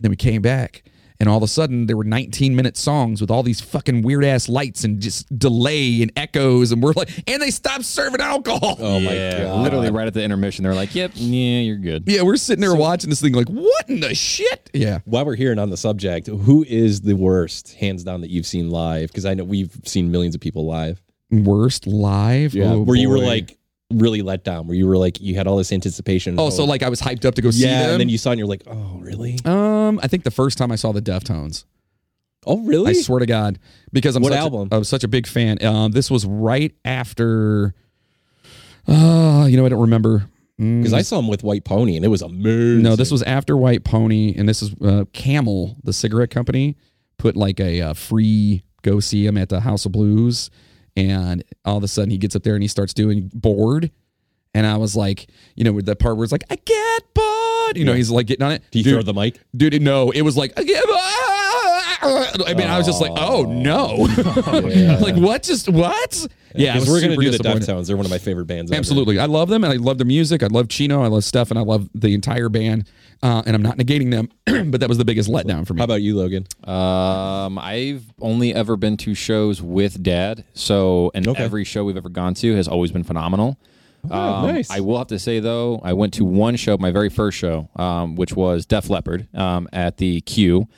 then we came back. And all of a sudden, there were 19 minute songs with all these fucking weird ass lights and just delay and echoes. And we're like, and they stopped serving alcohol.
oh my
yeah,
god.
Literally right at the intermission, they're like, "Yep, yeah, you're good."
Yeah, we're sitting there watching this thing like, what in the shit? Yeah.
While we're here and on the subject, who is the worst, hands down, that you've seen live? Because I know we've seen millions of people live.
Worst live. Oh,
where you were
boy.
like really let down, where you were like you had all this anticipation.
oh, so like I was hyped up to go see
yeah,
them.
and then you saw and you're like, oh really?
Um, I think the first time I saw the Deftones,
Oh really?
I swear to God, because I'm
What
such
album?
A, I'm such a big fan. Um, this was right after. Uh, you know I don't remember. Mm,
Because I saw him with White Pony and it was amazing.
No, this was after White Pony, and this is uh, Camel, the cigarette company, put like a uh, free go see him at the House of Blues, and all of a sudden he gets up there and he starts doing bored, and I was like, you know, with that part where it's like I get bored, you know, he's like getting on it.
Do you
Dude,
throw the mic?
dude no it was like i give up. I mean i was just like oh no like what just what yeah, I
Because
was
we're gonna
super
do the
disappointed.
Deftones. They're one of my favorite bands. ever.
absolutely i love them and i love their music i love chino i love stefan i love the entire band uh, and i'm not negating them but that was the biggest letdown for me
How about you, Logan?
Um, I've only ever been to shows with dad, so and
Okay.
every show we've ever gone to has always been phenomenal.
Oh,
Um,
nice.
I will have to say though, I went to one show, my very first show, um, which was Def Leppard um, at the Q,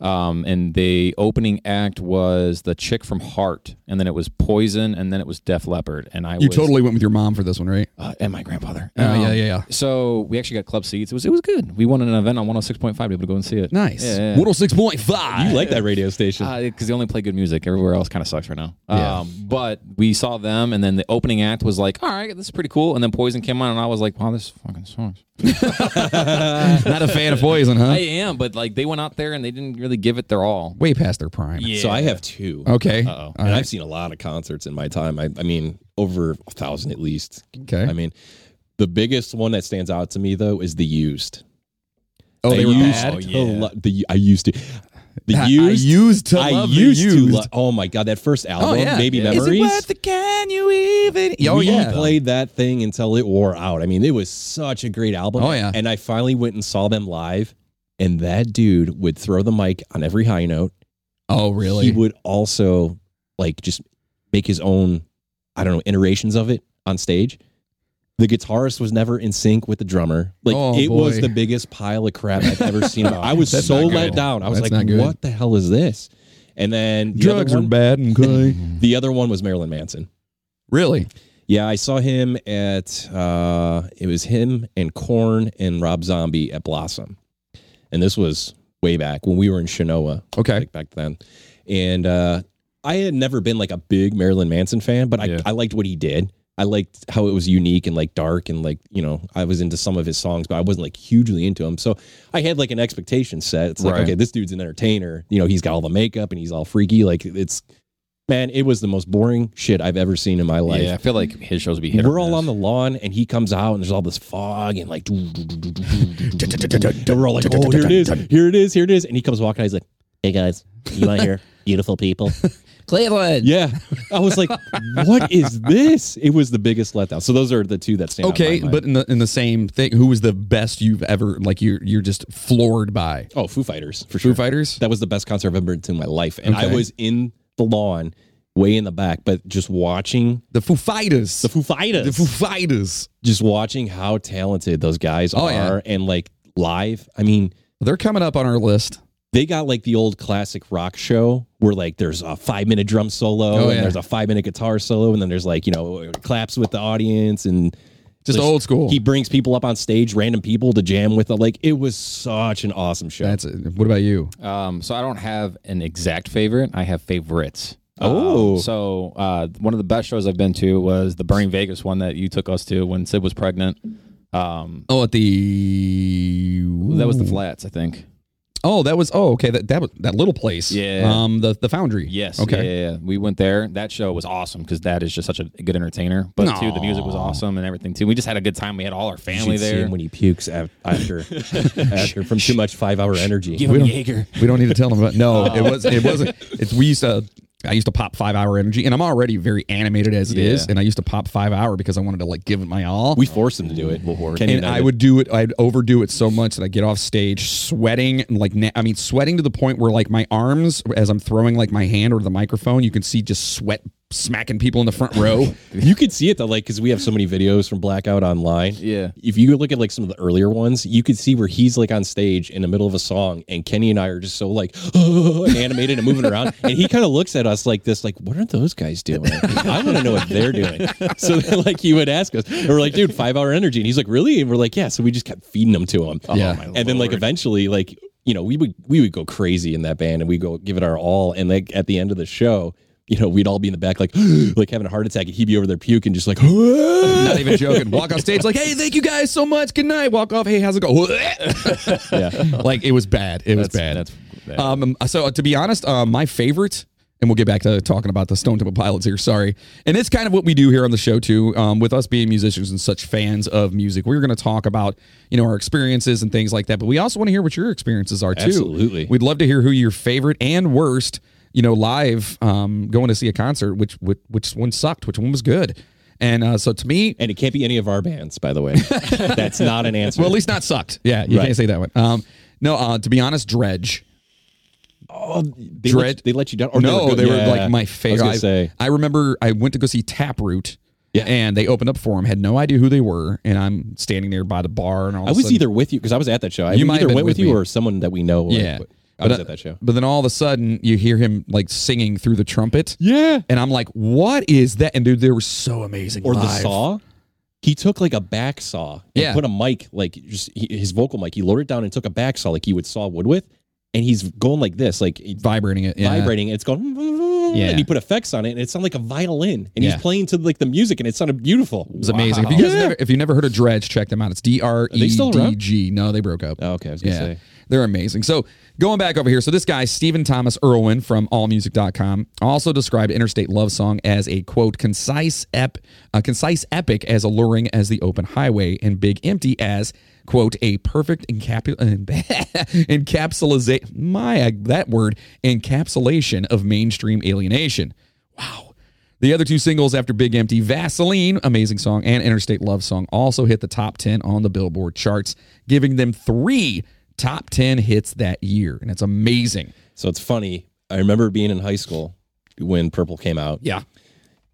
um, and the opening act was the chick from Heart, and then it was Poison, and then it was Def Leppard, and I
you
was,
totally went with your mom for this one right
uh, and my grandfather.
Oh, yeah, yeah, yeah.
So we actually got club seats. It was it was good. We won an event on 106.5 to be able to go and see it.
nice
Yeah, yeah, yeah.
106.5
You like that radio station?
Uh,
because Uh, they only play good music. Everywhere else kind of sucks right now.
Yeah.
Um, but we saw them, and then the opening act was like, "All right, this is pretty cool." And then Poison came on, and I was like, "Wow, this fucking sucks."
not a fan of poison huh
I am, but like they went out there and they didn't really give it their all.
way past their prime
So I have two.
okay
Uh-oh.
All
and
right.
I've seen a lot of concerts in my time. I, I mean, over a thousand at least.
okay
I mean, the biggest one that stands out to me though is the used.
oh
I
they were
used
bad
To lo- the I used to. The
I
used.
used to love the Used.
lo- oh my god, that first album, maybe
Is it
memories.
worth the can you even? Oh
we
yeah.
played that thing until it wore out. I mean, it was such a great album.
Oh, yeah.
And I finally went and saw them live, and that dude would throw the mic on every high note.
oh
He would also like just make his own, I don't know, iterations of it on stage. The guitarist was never in sync with the drummer. Like
Oh,
it was
boy.
the biggest pile of crap I've ever seen. I was
That's
so
not good.
let down. I was
That's not
like,
good.
what the hell is this? And then the other
Drugs are
one-
bad and good.
The other one was Marilyn Manson.
really?
Yeah, I saw him at uh it was him and Korn and Rob Zombie at Blossom. And this was way back when we were in Shenoa.
Okay.
Like back then. And uh I had never been like a big Marilyn Manson fan, but I,
Yeah.
I liked what he did. I liked how it was unique and like dark and like, you know, I was into some of his songs, but I wasn't like hugely into him. So I had like an expectation set. It's like,
Right.
okay, this dude's an entertainer. You know, he's got all the makeup and he's all freaky. Like it's man, it was the most boring shit I've ever seen in my life
Yeah, I feel like his shows would be hit.
we're all on the lawn and he comes out and there's all this fog and like and we're all like oh here it is here it is here it is and he comes walking out he's like
Hey guys, you want to hear beautiful people? Cleveland.
yeah i was like what is this it was the biggest letdown so those are the two that stand out in
Okay,
my mind.
but in the in the same thing, who was the best you've ever like you're you're just floored by?
oh foo fighters for
Foo
sure
Fighters?
that was the best concert i've ever been to in my life and i
Okay.
was in the lawn way in the back but just watching
The Foo Fighters.
the foo fighters
The Foo Fighters.
just watching how talented those guys
Oh,
are
yeah.
and like live i mean
They're coming up on our list.
they got like the old classic rock show where like there's a five minute drum solo
Oh, yeah.
and there's a five minute guitar solo and then there's like you know claps with the audience and
Just
there's-
old school.
He brings people up on stage, random people to jam with. Like it was such an awesome show.
That's it. What about you?
Um, so I don't have an exact favorite. I have favorites.
Oh.
Um, so uh, one of the best shows I've been to was the Burning Vegas one that you took us to when Sid was pregnant. Um,
Oh, at the
that was the flats, I think.
Oh, that was oh okay that that was that little place.
Yeah.
Um, the the foundry.
Yes.
Okay.
Yeah, yeah, yeah. We went there. That show was awesome because that is just such a good entertainer. But too, the music was
Aw.
awesome and everything too. We just had a good time. We had all our
You
family
should see
there.
him when he pukes af- after after from too much five hour energy.
Give him Jaeger. Oh.
We don't need to tell them about. No, it was it wasn't. It's we used to. I used to pop five hour energy, and I'm already very animated as it is.
Yeah.
and I used to pop five hour because I wanted to like give it my all.
We forced him to do it. Ken
and
United.
I would do it. I'd overdo it so much that I get off stage sweating, and like na- I mean, sweating to the point where like my arms, as I'm throwing like my hand or the microphone, you can see just sweat smacking people in the front row.
You could see it though, like because we have so many videos from Blackout online.
Yeah.
If you look at like some of the earlier ones, you could see where he's like on stage in the middle of a song, and Kenny and I are just so like and animated and moving around, and he kind of looks at us like this, like, "What are those guys doing? I want to know what they're doing." So then, like he would ask us, and we're like, "Dude, five hour energy," and he's like, "Really?" And we're like, "Yeah." So we just kept feeding them to him.
Yeah.
and then like eventually, like you know, we would we would go crazy in that band, and we go give it our all, and like at the end of the show. You know, we'd all be in the back, like, like having a heart attack, and he'd be over there puking, just like,
Not even joking. Walk off stage like, hey, thank you guys so much. Good night. Walk off. Hey, how's it go?
yeah,
like it was bad. It was bad.
That's bad.
Um, so to be honest, uh, my favorite, and we'll get back to talking about the Stone Temple Pilots here. Sorry, and it's kind of what we do here on the show too. Um, with us being musicians and such fans of music, we're going to talk about you know our experiences and things like that. But we also want to hear what your experiences are too.
Absolutely.
we'd love to hear who your favorite and worst, you know, live um, going to see a concert. Which which which one sucked? Which one was good? And uh, so to me,
and it can't be any of our bands, by the way. That's not an answer.
well, at least not sucked. Yeah, you
Right.
can't say that one. Um, no, uh, to be honest, Dredge.
they
Dread-
let, they let you down. Or
no,
good.
they were
Yeah.
like my favorite.
I was gonna say,
I remember I went to go see Taproot.
Yeah.
And they opened up for him, had no idea who they were, and I'm standing there by the bar and all.
I
of a
was
sudden-
either with you because I was at that show. I
You might have
either
been
went
with
with you
me.
or someone that we know. like,
yeah.
I was
uh,
at that show.
But then all of a sudden you hear him like singing through the trumpet,
Yeah,
and I'm like, "What is that?" And dude, they were so amazing.
or the
live.
saw. He took like a back saw. And
Yeah.
put a mic like just he, his vocal mic. He lowered it down and took a back saw like he would saw wood with, and he's going like this, like
vibrating it. Yeah.
vibrating. It's going.
Yeah.
and he put effects on it, and it sounded like a violin. And
Yeah.
he's playing to like the music, and it sounded beautiful.
It was amazing. If you guys never, if you never heard of Dredge, check them out. It's D R E
they still
D
around?
G. No, they broke up.
Oh, okay, I was gonna say.
They're amazing. So going back over here, so this guy, Stephen Thomas Irwin from allmusic.com, also described Interstate Love Song as a quote, concise ep a concise epic as alluring as the open highway, and Big Empty as quote a perfect encapu- encapsulation my that word encapsulation of mainstream alienation. Wow. The other two singles after Big Empty, Vaseline, amazing song, and Interstate Love Song also hit the top 10 on the Billboard charts, giving them three top 10 hits that year. And it's amazing.
So it's funny. I remember being in high school when Purple came out.
Yeah.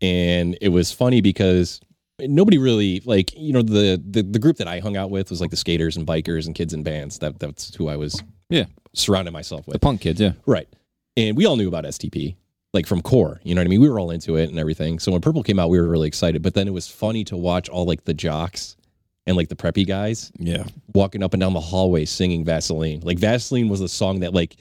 and it was funny because nobody really like you know the, the the group that I hung out with was like the skaters and bikers and kids in bands. That that's who I was
yeah.
surrounding myself
The
with.
punk kids. Yeah.
Right, and we all knew about STP like from core. You know what I mean? We were all into it and everything. So when Purple came out, we were really excited. But then it was funny to watch all like the jocks and like the preppy guys
Yeah.
walking up and down the hallway singing Vaseline. Like Vaseline was the song that like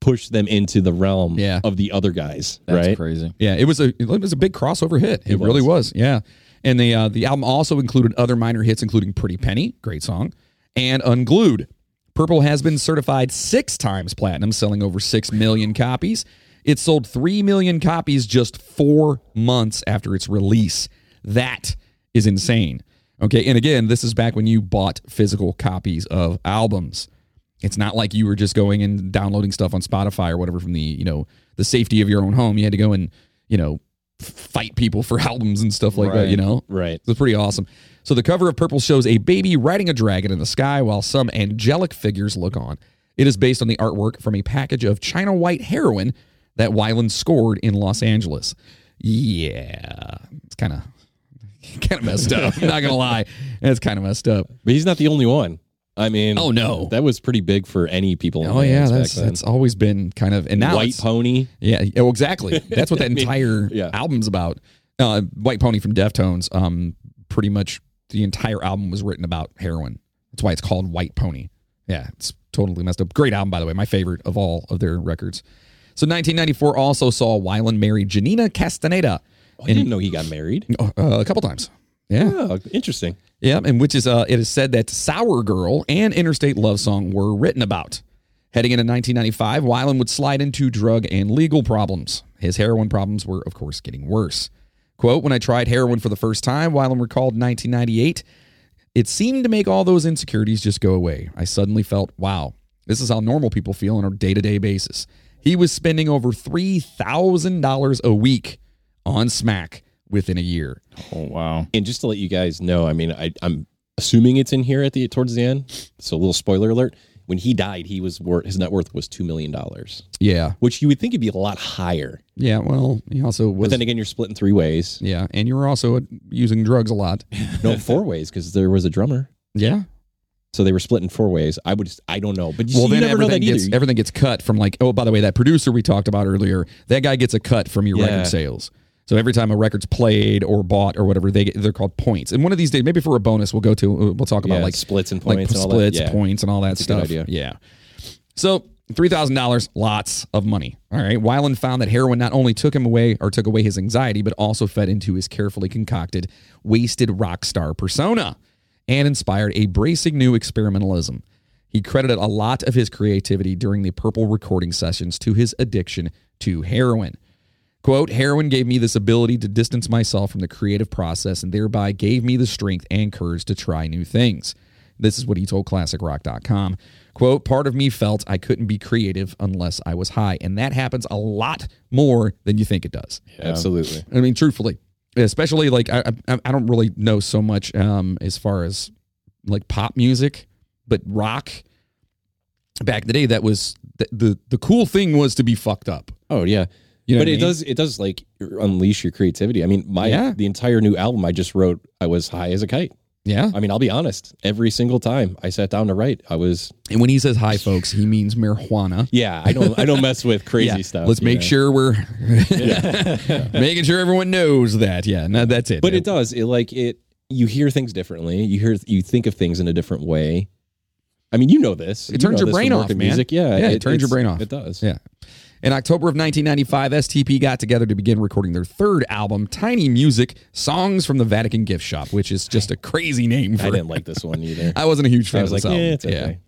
pushed them into the realm
Yeah.
of the other guys.
That's
right.
crazy.
Yeah, it was a it was a big crossover hit. It,
It was.
really was. Yeah. And the uh, the album also included other minor hits including Pretty Penny, great song, and Unglued. Purple has been certified 6 times platinum, selling over 6 million copies. It sold 3 million copies just 4 months after its release. That is insane. Okay, and again, this is back when you bought physical copies of albums. It's not like you were just going and downloading stuff on Spotify or whatever from the you know the safety of your own home. You had to go and you know f- fight people for albums and stuff like that. You know,
Right.
so it's pretty awesome. So the cover of Purple shows a baby riding a dragon in the sky while some angelic figures look on. It is based on the artwork from a package of China White heroin that Weiland scored in Los Angeles. Yeah, it's kind of kind of messed up. I'm not gonna lie, it's kind of messed up.
But he's not the only one. I mean,
Oh, no.
that was pretty big for any people. In
Oh yeah,
bands back
that's
then.
that's always been kind of and now
White
it's-
Pony.
Yeah, yeah, well, exactly. That's what that entire
yeah.
album's about. Uh, White Pony from Deftones. Um, pretty much the entire album was written about heroin. That's why it's called White Pony. Yeah, it's totally messed up. Great album, by the way. My favorite of all of their records. So 1994 also saw Weiland marry Janina Castaneda
Oh, I didn't know he got married.
uh, a couple times. Yeah.
Oh, interesting.
Yeah, and which is uh, it is said that "Sour Girl" and "Interstate Love Song" were written about. Heading into 1995, Weiland would slide into drug and legal problems. His heroin problems were, of course, getting worse. "Quote: When I tried heroin for the first time," Weiland recalled 1998, "it seemed to make all those insecurities just go away. I suddenly felt, wow, this is how normal people feel on a day-to-day basis." He was spending over three thousand dollars a week on smack within a year.
Oh wow.
And just to let you guys know, I mean, I, I'm assuming it's in here at the towards the end. So a little spoiler alert. When he died, he was worth his net worth was two million dollars,
Yeah,
which you would think would be a lot higher.
yeah. Well, he also was
But then again, you're split in three ways.
Yeah, and you were also using drugs a lot.
No, four ways because there was a drummer.
Yeah.
So they were split in four ways. I would, I don't know, but you,
Well,
see, you
then
never know
everything
that
gets
either.
everything gets cut from like oh by the way that producer we talked about earlier that guy gets a cut from your
Yeah.
record sales. So every time a record's played or bought or whatever they get, they're called points. And one of these days maybe for a bonus we'll go to we'll talk about
Yeah,
like
splits and
like
points and all that.
splits
Yeah.
points and all that
a good
stuff.
idea.
Yeah. So three thousand dollars, lots of money. All right. Weiland found that heroin not only took him away or took away his anxiety, but also fed into his carefully concocted, wasted rock star persona, and inspired a bracing new experimentalism. He credited a lot of his creativity during the Purple recording sessions to his addiction to heroin. Quote, heroin gave me this ability to distance myself from the creative process and thereby gave me the strength and courage to try new things. This is what he told classicrock.com. Quote, part of me felt I couldn't be creative unless I was high. And that happens a lot more than you think it does.
Absolutely.
I mean, truthfully, especially like I, I, I don't really know so much um, as far as like pop music, but rock back in the day, that was the, the, the cool thing was to be fucked up.
Oh yeah.
You know
but
what I
it
mean?
does it does like unleash your creativity. I mean, my
Yeah.
the entire new album I just wrote, I was high as a kite.
Yeah.
I mean, I'll be honest. Every single time I sat down to write, I was
And when he says hi, folks, he means marijuana.
yeah. I don't I don't mess with crazy
Yeah,
stuff.
Let's
you
make
know?
sure we're making sure everyone knows that. Yeah, no, that's it.
But it does. It like it. You hear things differently. You hear you think of things in a different way. I mean, you know this.
It
You
turns your
know this from
brain off,
working
man.
Music. Yeah,
Yeah, it turns your
it's-
brain off.
It does.
Yeah. In October of 1995, STP got together to begin recording their third album, Tiny Music Songs from the Vatican Gift Shop, which is just a crazy name for
I didn't like this one either.
I wasn't a huge fan
I was
of this
like,
album.
yeah, it's okay.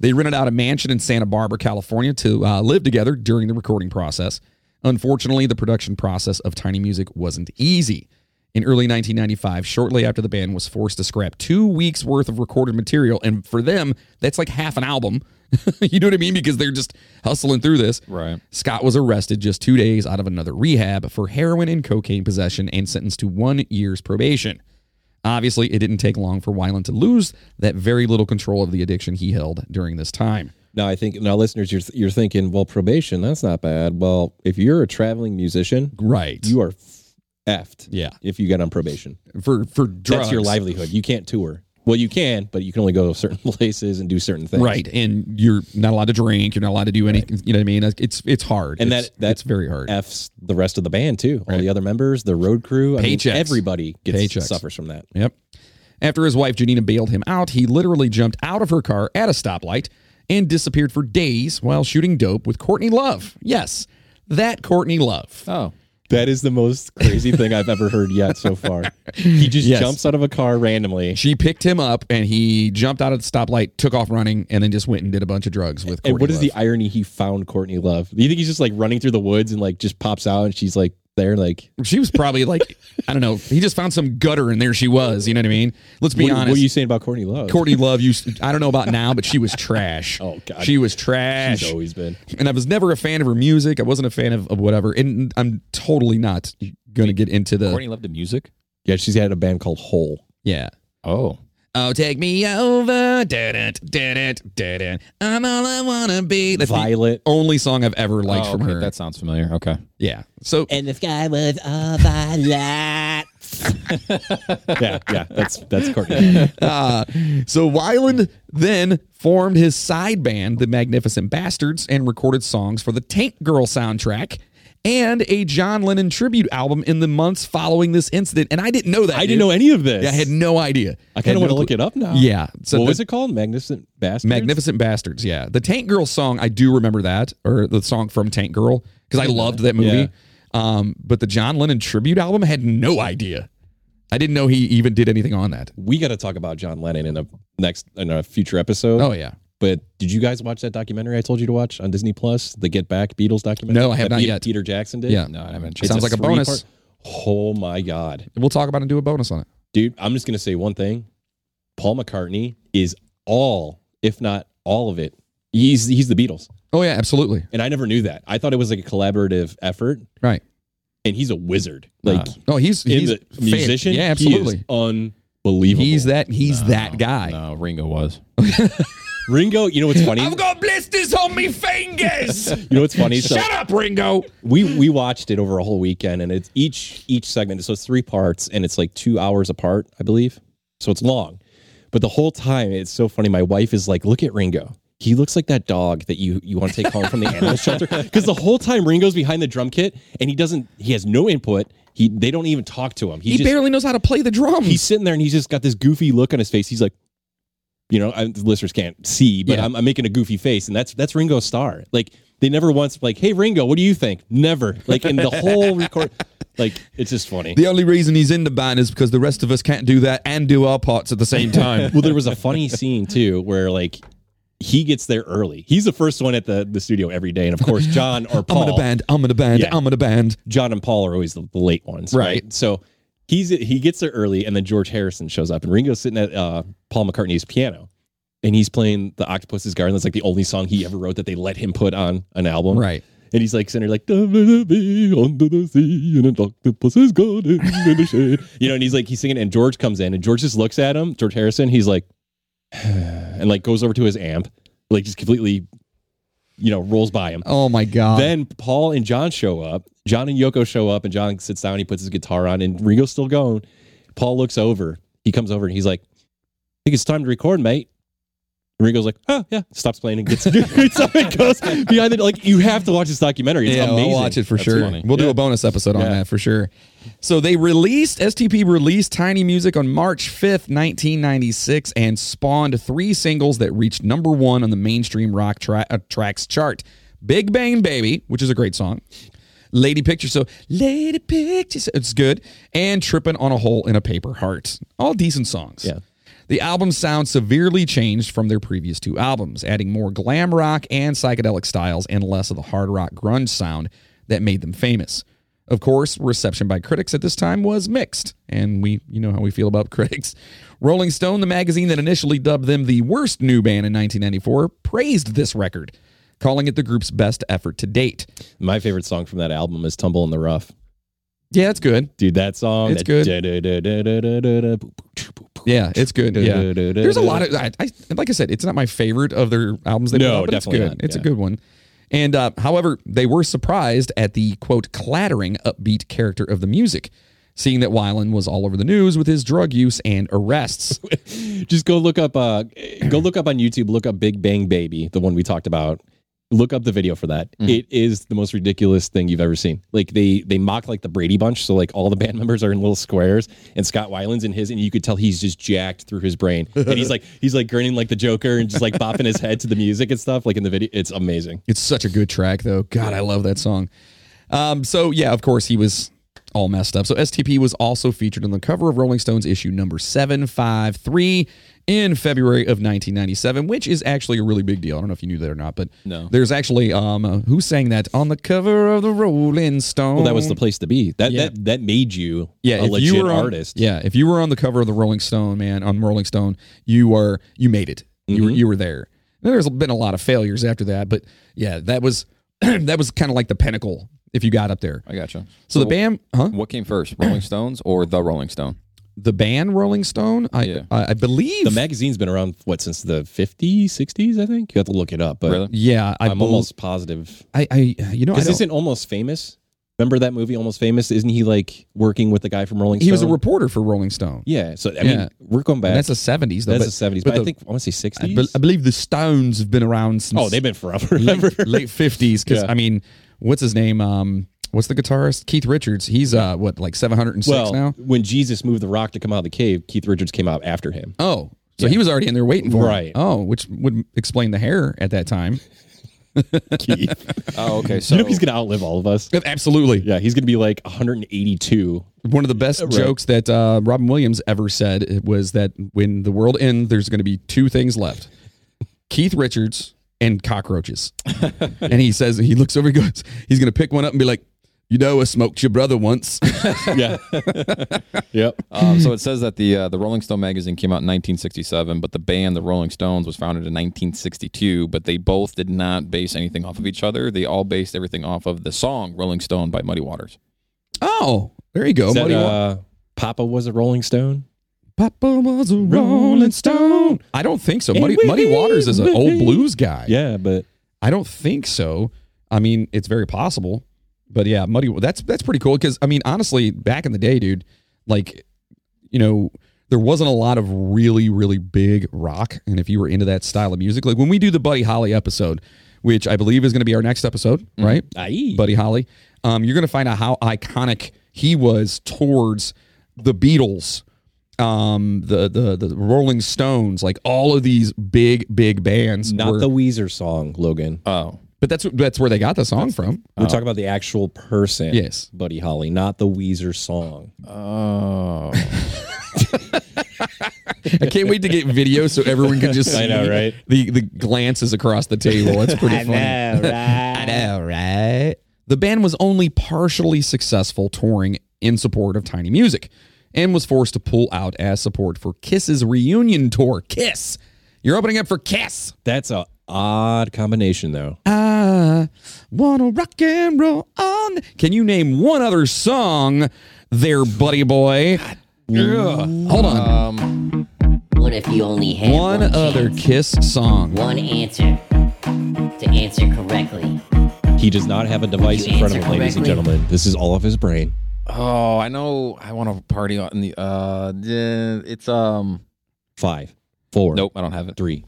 They rented out a mansion in Santa Barbara, California to uh, live together during the recording process. Unfortunately, the production process of Tiny Music wasn't easy. In early 1995, shortly after the band was forced to scrap two weeks worth of recorded material, and for them, that's like half an album. you know what I mean? Because they're just hustling through this.
Right.
Scott was arrested just two days out of another rehab for heroin and cocaine possession and sentenced to one year's probation. Obviously, it didn't take long for Weiland to lose that very little control of the addiction he held during this time.
Now I think now listeners, you're you're thinking, well, probation, that's not bad. Well, if you're a traveling musician,
Right.
you are f- effed.
Yeah.
If you get on probation,
for for drugs.
that's your livelihood. You can't tour. Well, you can, but you can only go to certain places and do certain things.
Right. And you're not allowed to drink, you're not allowed to do anything, you know what I mean? It's it's hard.
And
it's,
that- that-
it's very hard.
F's the rest of the band too. All the other members, the road crew, I mean,
Paychecks.
everybody gets
Paychecks.
suffers from that.
Yep. After his wife Janina bailed him out, he literally jumped out of her car at a stoplight and disappeared for days while shooting dope with Courtney Love. Yes, that Courtney Love.
Oh.
That is the most crazy thing I've ever heard yet so far. He just
Yes.
jumps out of a car randomly.
She picked him up and he jumped out of the stoplight, took off running, and then just went and did a bunch of drugs with Courtney
and what is
Love.
the irony? He found Courtney Love. Do you think he's just like running through the woods and like just pops out and she's like there, like
She was probably like, I don't know. He just found some gutter and there she was. You know what I mean? Let's be
what,
honest.
what are you saying about Courtney Love?
Courtney Love used, I don't know about now, but she was trash.
Oh, God.
She was trash.
She's always been.
and I was never a fan of her music. I wasn't a fan of, of whatever. And I'm totally not going to get into the.
Courtney loved the music.
Yeah, she's had a band called Hole.
Yeah.
Oh.
Oh, take me over. Dun-dun, dun-dun, dun-dun. I'm all I want to be. That's the
Violet.
only song I've ever liked
Oh,
from
okay,
her.
That sounds familiar. Okay.
yeah. So
And the sky was all by lights.
yeah, yeah, that's that's Courtney.
Uh, so Weiland then formed his side band, the Magnificent Bastards, and recorded songs for the Tank Girl soundtrack and a John Lennon tribute album in the months following this incident. And I didn't know that.
I didn't know any of this.
I had no idea.
I kind
Had
of want to
no
look
clue.
it up now.
Yeah. So
what
the-
was it called? Magnificent Bastard.
Magnificent Bastards. Yeah. The Tank Girl song, I do remember that, or the song from Tank Girl, because I loved that movie.
Yeah.
Um, but the John Lennon tribute album I had no idea. I didn't know he even did anything on that.
We got to talk about John Lennon in a next in a future episode.
Oh yeah.
But did you guys watch that documentary I told you to watch on Disney Plus, the Get Back Beatles documentary?
No, I have
that
not
Peter,
yet.
Peter Jackson did.
Yeah.
No, I haven't.
Sounds like a bonus.
three-part- oh my god,
We'll talk about it and do a bonus on it.
dude! I'm just gonna say one thing. Paul McCartney is all, if not all of it. He's he's the Beatles,
Oh yeah, absolutely.
and I never knew that. I thought it was like a collaborative effort,
Right.
and he's a wizard. Like
No, he's
in
he's
the
fan-
musician,
Yeah, absolutely.
he is unbelievable.
He's that he's that guy.
No, Ringo was.
Ringo. You know what's funny?
I've got blisters on me fingers.
you know what's funny? So
Shut up, Ringo.
we we watched it over a whole weekend and it's each each segment so it's three parts and it's like two hours apart i believe so it's long but the whole time it's so funny my wife is like look at ringo he looks like that dog that you you want to take home from the animal shelter because the whole time ringo's behind the drum kit and he doesn't he has no input he they don't even talk to him
He,
he, just
barely knows how to play the drums.
he's sitting there and he's just got this goofy look on his face he's like you know I, the listeners can't see but
Yeah.
I'm, I'm making a goofy face and that's that's ringo Starr. like they never once like hey ringo what do you think never like in the whole record like it's just funny
the only reason he's in the band is because the rest of us can't do that and do our parts at the same time.
well there was a funny scene too where like he gets there early he's the first one at the the studio every day and of course john or
I'm
paul
in a band. I'm in a band.
Yeah.
I'm in a band.
John and Paul are always the, the late ones,
Right.
right? So he's he gets there early, and then George Harrison shows up, and Ringo's sitting at uh, Paul McCartney's piano, and he's playing the Octopus's Garden. That's like the only song he ever wrote that they let him put on an album,
Right.
And he's like sitting there like "Da, da, da, be under the sea and an octopus's garden in the shade, you know. And he's like he's singing, and George comes in, and George just looks at him, George Harrison. He's like, and like goes over to his amp, like just completely, you know, rolls by him
Oh my god.
then Paul and John show up. John and Yoko show up, and John sits down. He puts his guitar on, and Ringo's still going. Paul looks over. He comes over and he's like, "I think it's time to record, mate." And Ringo's like, "Oh yeah," stops playing and gets gets up and goes behind it. Like you have to watch this documentary. It's
yeah,
amazing.
I'll watch it for
That's
sure.
funny.
We'll do a bonus episode on
Yeah.
that for sure. So they released STP released Tiny Music on March 5th, 1996 and spawned three singles that reached number 1 on the mainstream rock tra- uh, tracks chart. Big Bang Baby, which is a great song. Lady Picture so Lady Picture so it's good and Trippin' on a Hole in a Paper Heart. All decent songs.
Yeah.
The album's sound severely changed from their previous two albums, adding more glam rock and psychedelic styles and less of the hard rock grunge sound that made them famous. Of course, reception by critics at this time was mixed, and we you know how we feel about critics. Rolling Stone, the magazine that initially dubbed them the worst new band in 1994, praised this record, calling it the group's best effort to date.
My favorite song from that album is "Tumble in the Rough."
Yeah, it's good.
Dude, that song.
It's
that-
good. Yeah, it's good. Yeah. There's
There's
a lot of I, I like I said, it's not my favorite of their albums. They put
No,
out, but
definitely
it's good.
not,
It's a
yeah.
good one. And uh, however, they were surprised at the quote clattering upbeat character of the music, seeing that Weiland was all over the news with his drug use and arrests.
just go look up uh go look up on YouTube, look up Big Bang Baby, the one we talked about. Look up the video for that.
Mm-hmm.
It is the most ridiculous thing you've ever seen. Like they they mock like the Brady Bunch, so like all the band members are in little squares, and Scott Weiland's in his, and you could tell he's just jacked through his brain, and he's like he's like grinning like the Joker and just like bopping his head to the music and stuff. Like in the video, it's amazing.
It's such a good track, though. God, I love that song. Um, so yeah, of course he was all messed up. So STP was also featured on the cover of Rolling Stones issue number seven five three in February of 1997, which is actually a really big deal. I don't know if you knew that or not, but
No.
there's actually um, uh, who sang that on the cover of the Rolling Stone.
Well, that was the place to be. That
Mm. Yeah.
that that made you
yeah,
a
if
legit
you were on-
artist.
Yeah, if you were on the cover of the Rolling Stone, man, on Rolling Stone, you were you made it. You
Mm-hmm.
were you were there. And there's been a lot of failures after that, but yeah, that was that was kind of like the pinnacle if you got up there.
I gotcha.
So the band, huh?
What came first, Rolling Stones or the Rolling Stone?
The band Rolling Stone, I
Yeah.
I, I believe.
The magazine's been around what since the 50s, 60s, I think. You have to look it up, but
Really?
yeah, I
I'm
bel-
almost positive
I, I you know I
Because
don't,
isn't Almost Famous? Remember that movie, Almost Famous? Isn't he like working with the guy from Rolling Stone?
he was a reporter for Rolling Stone.
yeah. So I
Yeah.
mean, we're going back.
And that's the '70s, though.
that's
but-
the seventies,
but
but,
the-
I think I want to say
I,
sixties.
bel- I believe the Stones have been around since.
oh, they've been forever. Ever.
late, late 50s because
Yeah.
i mean what's his name um what's the guitarist? Keith Richards. He's uh what like 706
Well,
now.
when Jesus moved the rock to come out of the cave, Keith Richards came out after him.
Oh, so he was already in there waiting for him.
Right.
Oh, which would explain the hair at that time.
Keith.
Oh, okay. So
you know he's gonna outlive all of us.
Absolutely.
Yeah, he's gonna be like 182.
One of the best jokes that uh, Robin Williams ever said was that when the world ends, there's going to be two things left Keith Richards and cockroaches. and he says, he looks over, he goes, he's going to pick one up and be like, you know, I smoked your brother once.
Yeah. yep.
Um, so it says that the uh, the Rolling Stone magazine came out in 1967, but the band, the Rolling Stones, was founded in 1962. But they both did not base anything off of each other. They all based everything off of the song "Rolling Stone" by Muddy Waters.
oh, there you go.
Is that,
Muddy Wa-
uh, Papa was a Rolling Stone.
Papa was a Rolling Stone. I don't think so. Muddy, Muddy Waters is an old blues guy.
Yeah, but
I don't think so. I mean, it's very possible, but yeah, Muddy. That's that's pretty cool because I mean, honestly, back in the day, dude, like you know, there wasn't a lot of really really big rock, and if you were into that style of music, like when we do the Buddy Holly episode, which I believe is going to be our next episode, right?
Aye.
Buddy Holly. Um, you're going to find out how iconic he was towards the Beatles, um, the the the Rolling Stones, like all of these big big bands.
not
were-
the Weezer song, Logan.
Oh,
but that's that's where they got the song from.
We're talking about the actual person.
Yes.
Buddy Holly, not the Weezer song.
oh,
I can't wait to get video so everyone can just see
I know, right?
the the glances across the table. That's pretty funny. I know, right? The band was only partially successful touring in support of Tiny Music and was forced to pull out as support for Kiss's reunion tour. Kiss. You're opening up for Kiss.
That's a odd combination though.
I wanna rock and roll on. Can you name one other song there, buddy boy? Hold on.
What if you only had
one
one,
other
chance,
Kiss song.
one answer to answer correctly?
He does not have a device
You
in front of him,
answer
ladies and
correctly.
gentlemen. This is all of his brain.
oh, I know. I want to party on the. Uh, yeah, it's um.
Five, four,
Nope, I don't have it.
three.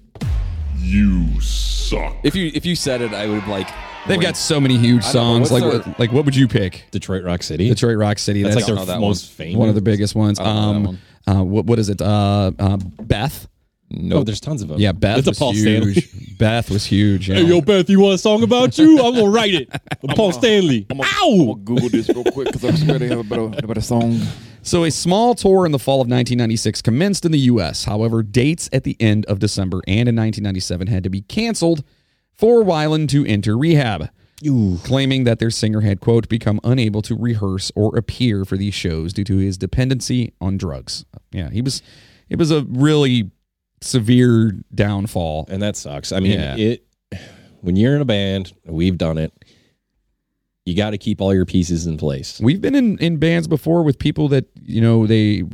You suck.
If you if you said it, I would like.
They've got so many huge
I don't know,
songs. Like,
what's
what- like what would you pick?
Detroit Rock City.
Detroit Rock City.
That's,
That's,
like
know
their
that
most famous.
one of the biggest ones.
don't know that
Um,
one.
uh, what, what is it? Uh, uh, Beth.
No, Oh, there's tons of them.
Yeah, Beth
That's a
was
Paul Stanley.
huge. Beth was huge. yeah.
Hey, yo, Beth, you want a song about you? I'm gonna write it. I'm Paul Stanley. Ow!
Google this real quick because I swear they have a better, a better song.
So a small tour in the fall of 1996 commenced in the U.S. However, dates at the end of December and in 1997 had to be canceled for Weiland to enter rehab, claiming that their singer had quote become unable to rehearse or appear for these shows due to his dependency on drugs. Yeah, he was. It was a really severe downfall.
And that sucks. I mean,
Yeah.
it. When you're in a band, we've done it. You got to keep all your pieces in place.
We've been in, in bands before with people that you know they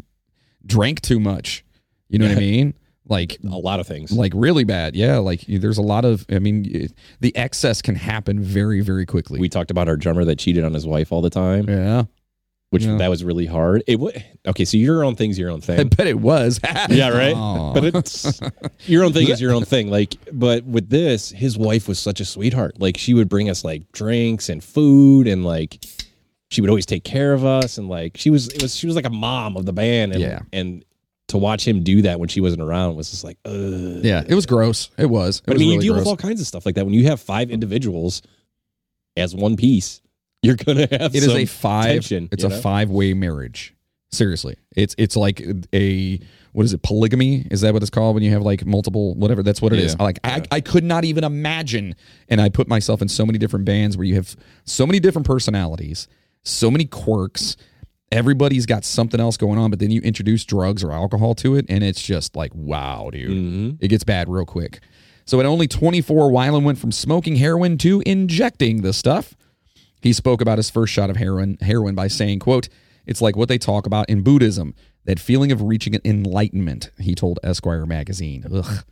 drank too much. You know what I mean? Like
A lot of things.
like really bad yeah like you- there's a lot of i mean it- the excess can happen very very quickly
we talked about our drummer that cheated on his wife all the time,
yeah
which
Yeah.
that was really hard. It wa okay. So your own thing's your own
i
thing.
bet it was
yeah, right.
Aw.
But it's your own thing is your own thing. Like, but with this, his wife was such a sweetheart. Like, she would bring us like drinks and food, and like she would always take care of us, and like she was it was she was like a mom of the band. And,
Yeah.
and to watch him do that when she wasn't around was just like, ugh.
yeah it was gross it was it
But I
was
mean, you
really
deal
gross.
with all kinds of stuff like that when you have five individuals as one piece. You're gonna
it
have
is
some
a five
tension,
it's
you
a
know?
five way marriage seriously it's it's like a what is it polygamy is that what it's called when you have like multiple whatever that's what it is.
Yeah.
like I, I could not even imagine and i put myself in so many different bands where you have so many different personalities so many quirks everybody's got something else going on but then you introduce drugs or alcohol to it and it's just like wow dude it gets bad real quick so at only 24 wyland went from smoking heroin to injecting the stuff he spoke about his first shot of heroin, heroin by saying, quote, it's like what they talk about in Buddhism, that feeling of reaching enlightenment, he told Esquire magazine. Ugh.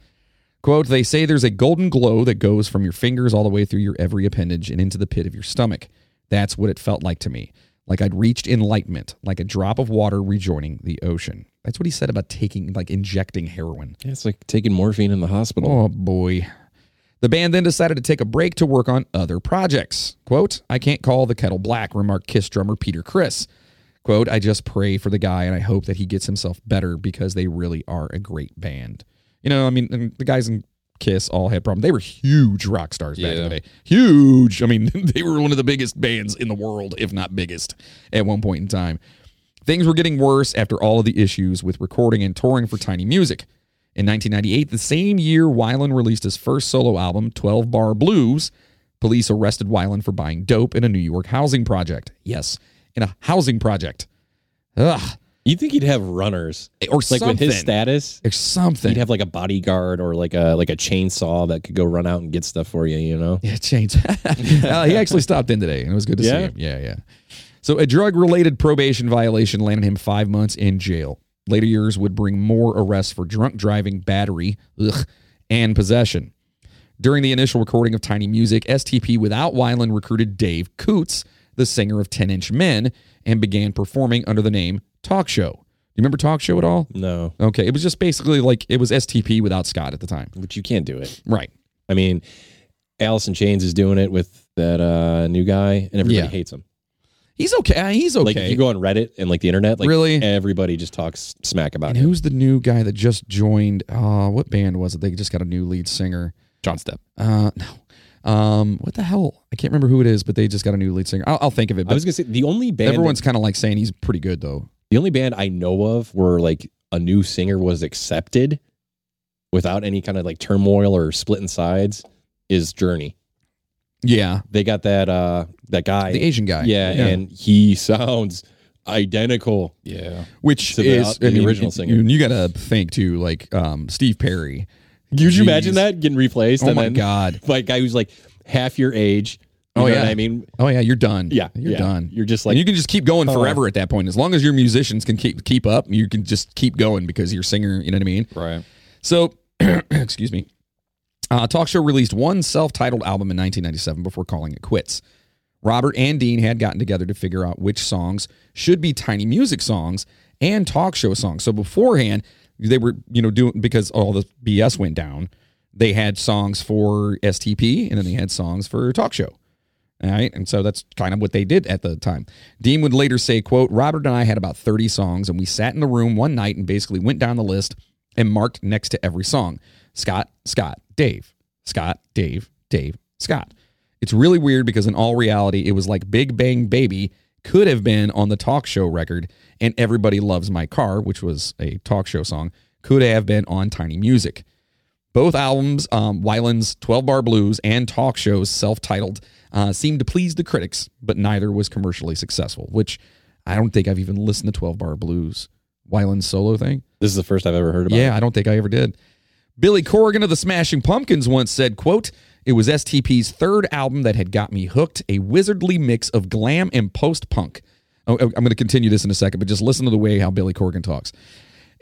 Quote, they say there's a golden glow that goes from your fingers all the way through your every appendage and into the pit of your stomach. That's what it felt like to me. Like I'd reached enlightenment, like a drop of water rejoining the ocean. That's what he said about taking, like injecting heroin.
Yeah, it's like taking morphine in the hospital.
Oh boy. The band then decided to take a break to work on other projects. Quote, I can't call the kettle black, remarked Kiss drummer Peter Chris. Quote, I just pray for the guy and I hope that he gets himself better because they really are a great band. You know, I mean, and the guys in Kiss all had problems. They were huge rock stars back in
Yeah.
the day. Huge. I mean, they were one of the biggest bands in the world, if not biggest, at one point in time. Things were getting worse after all of the issues with recording and touring for Tiny Music. In 1998, the same year Weiland released his first solo album, 12 Bar Blues, police arrested Weiland for buying dope in a New York housing project. Yes, in a housing project. Ugh.
You'd think he'd have runners,
Or
like
something.
with his status.
or something.
He'd have like a bodyguard or like a like a chainsaw that could go run out and get stuff for you. You know.
Yeah, change. uh, he actually stopped in today, and it was good to see
Yeah?
him. Yeah, yeah. So a drug-related probation violation landed him five months in jail. Later years would bring more arrests for drunk driving, battery, ugh, and possession. During the initial recording of Tiny Music, STP without Weiland recruited Dave Coots, the singer of Ten Inch Men, and began performing under the name Talk Show. You remember Talk Show at all?
No,
Okay, it was just basically like it was STP without Scott at the time.
but you can't do it.
Right.
I mean, Allison Chains is doing it with that uh new guy, and everybody
Yeah.
hates him.
He's okay. He's okay.
Like if you go on Reddit and like the internet, like
Really?
everybody just talks smack about
And
him.
who's the new guy that just joined? Uh, what band was it? They just got a new lead singer.
John Step.
Uh, no. Um, what the hell? I can't remember who it is, but they just got a new lead singer. I'll, I'll think of it.
I
But
was gonna say the only band
everyone's kind of like saying he's pretty good though.
the only band I know of where like a new singer was accepted without any kind of like turmoil or splitting sides is Journey.
Yeah,
They got that uh that guy.
the Asian guy.
yeah, and he sounds identical.
Yeah.
which
to the-
is
the
I mean,
original
you-
singer.
You, you gotta think too, like um, Steve Perry.
Could you
Jeez.
imagine that getting replaced?
Oh
and
my
then,
god.
By a guy who's like half your age. You
Oh,
know
yeah.
what I mean,
Oh yeah, you're done.
yeah,
you're
yeah.
done.
You're just
and
like
you can just keep going forever at that point. As long as your musicians can keep keep up, you can just keep going because your singer. You know what I mean?
Right.
So, excuse me. Uh, Talk Show released one self titled album in 1997 before calling it quits. Robert and Dean had gotten together to figure out which songs should be tiny music songs and talk show songs. So beforehand, they were, you know, doing because all the BS went down, they had songs for STP and then they had songs for talk show. All right. And so that's kind of what they did at the time. Dean would later say, quote, Robert and I had about 30 songs and we sat in the room one night and basically went down the list and marked next to every song. Scott, Scott, Dave, Scott, Dave, Dave, Scott. It's really weird because in all reality, it was like Big Bang Baby could have been on the talk show record and Everybody Loves My Car, which was a talk show song, could have been on Tiny Music. Both albums, um, Weiland's 12 Bar Blues and Talk Show's self titled, uh, seemed to please the critics, but neither was commercially successful, which I don't think I've even listened to 12 Bar Blues, Weiland's solo thing.
this is the first I've ever heard about.
Yeah, I don't think I ever did. Billy Corrigan of the Smashing Pumpkins once said, quote, it was STP's third album that had got me hooked, a wizardly mix of glam and post-punk. Oh, I'm going to continue this in a second, but just listen to the way how Billy Corrigan talks.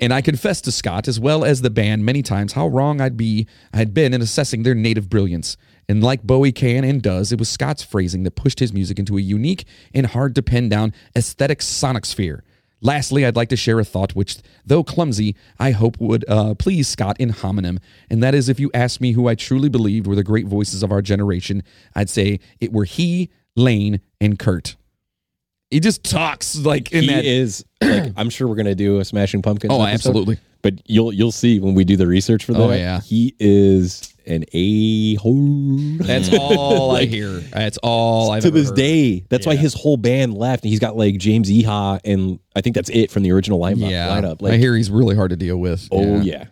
And I confessed to Scott, as well as the band, many times how wrong I'd be I'd been in assessing their native brilliance. And like Bowie can and does, it was Scott's phrasing that pushed his music into a unique and hard to pin down aesthetic sonic sphere. Lastly, I'd like to share a thought which, though clumsy, I hope would uh, please Scott in hominem, and that is if you asked me who I truly believed were the great voices of our generation, I'd say it were he, Lane, and Kurt. He just talks like in
he
that.
is like I'm sure we're gonna do a Smashing Pumpkins.
oh,
episode,
absolutely.
But you'll you'll see when we do the research for that.
Oh, yeah.
he is an a hole.
That's all I hear. That's all I've
to
ever
this
heard.
day. That's why his whole band left, and he's got like James Eha, and I think that's it from the original lineup.
Yeah,
lineup. Like,
I hear he's really hard to deal with.
oh yeah.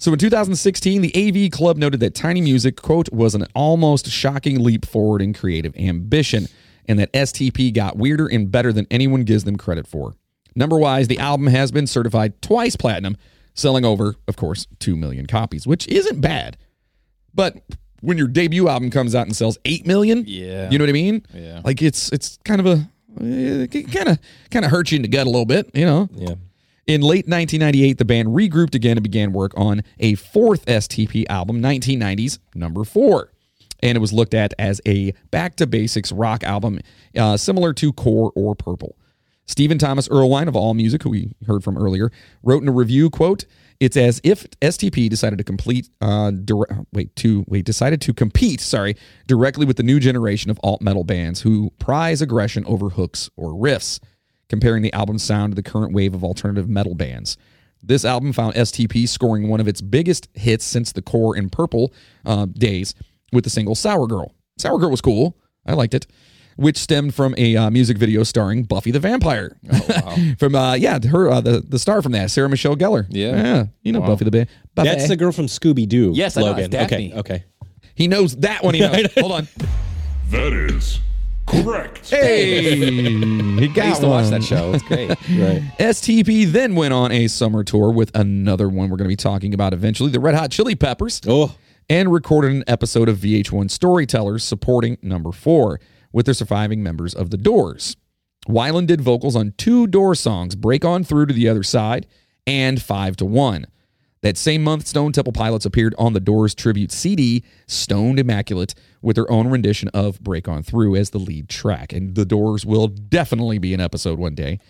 So in 2016, the AV Club noted that Tiny Music, quote, was an almost shocking leap forward in creative ambition, and that STP got weirder and better than anyone gives them credit for. Number wise, the album has been certified twice platinum, selling over, of course, 2 million copies, which isn't bad. But when your debut album comes out and sells 8 million,
Yeah.
you know what I mean?
Yeah.
Like it's it's kind of a eh, kind of kind of hurts you in the gut a little bit, you know.
Yeah.
In late 1998, the band regrouped again and began work on a fourth STP album, 1990s number four. And it was looked at as a back to basics rock album, uh, similar to Core or Purple. Stephen Thomas Erlewine of AllMusic, who we heard from earlier, wrote in a review, quote, It's as if STP decided to complete, uh, dire- oh, wait, to wait, decided to compete. Sorry, directly with the new generation of alt metal bands who prize aggression over hooks or riffs. Comparing the album's sound to the current wave of alternative metal bands. This album found STP scoring one of its biggest hits since the Core in Purple uh, days with the single Sour Girl. Sour Girl was cool. I liked it, which stemmed from a uh, music video starring Buffy the Vampire.
Oh,
from, uh, yeah, her uh, the, the star from that, Sarah Michelle Gellar.
Yeah.
you know Buffy the Ba- Buffy.
That's the girl from Scooby Doo.
Yes, I know,
Logan.
it's Daphne.
okay, okay.
he knows that one. He knows. Hold on.
That is correct.
Hey, he got
I used to watch
one.
that show. It's great.
Right.
STP then went on a summer tour with another one we're going to be talking about eventually, the Red Hot Chili Peppers.
Oh,
and recorded an episode of VH1 Storytellers supporting number four with their surviving members of The Doors. Weiland did vocals on two Door songs, Break On Through to the Other Side and Five to One. That same month, Stone Temple Pilots appeared on The Doors tribute CD, Stoned Immaculate, with their own rendition of Break On Through as the lead track. And The Doors will definitely be an episode one day.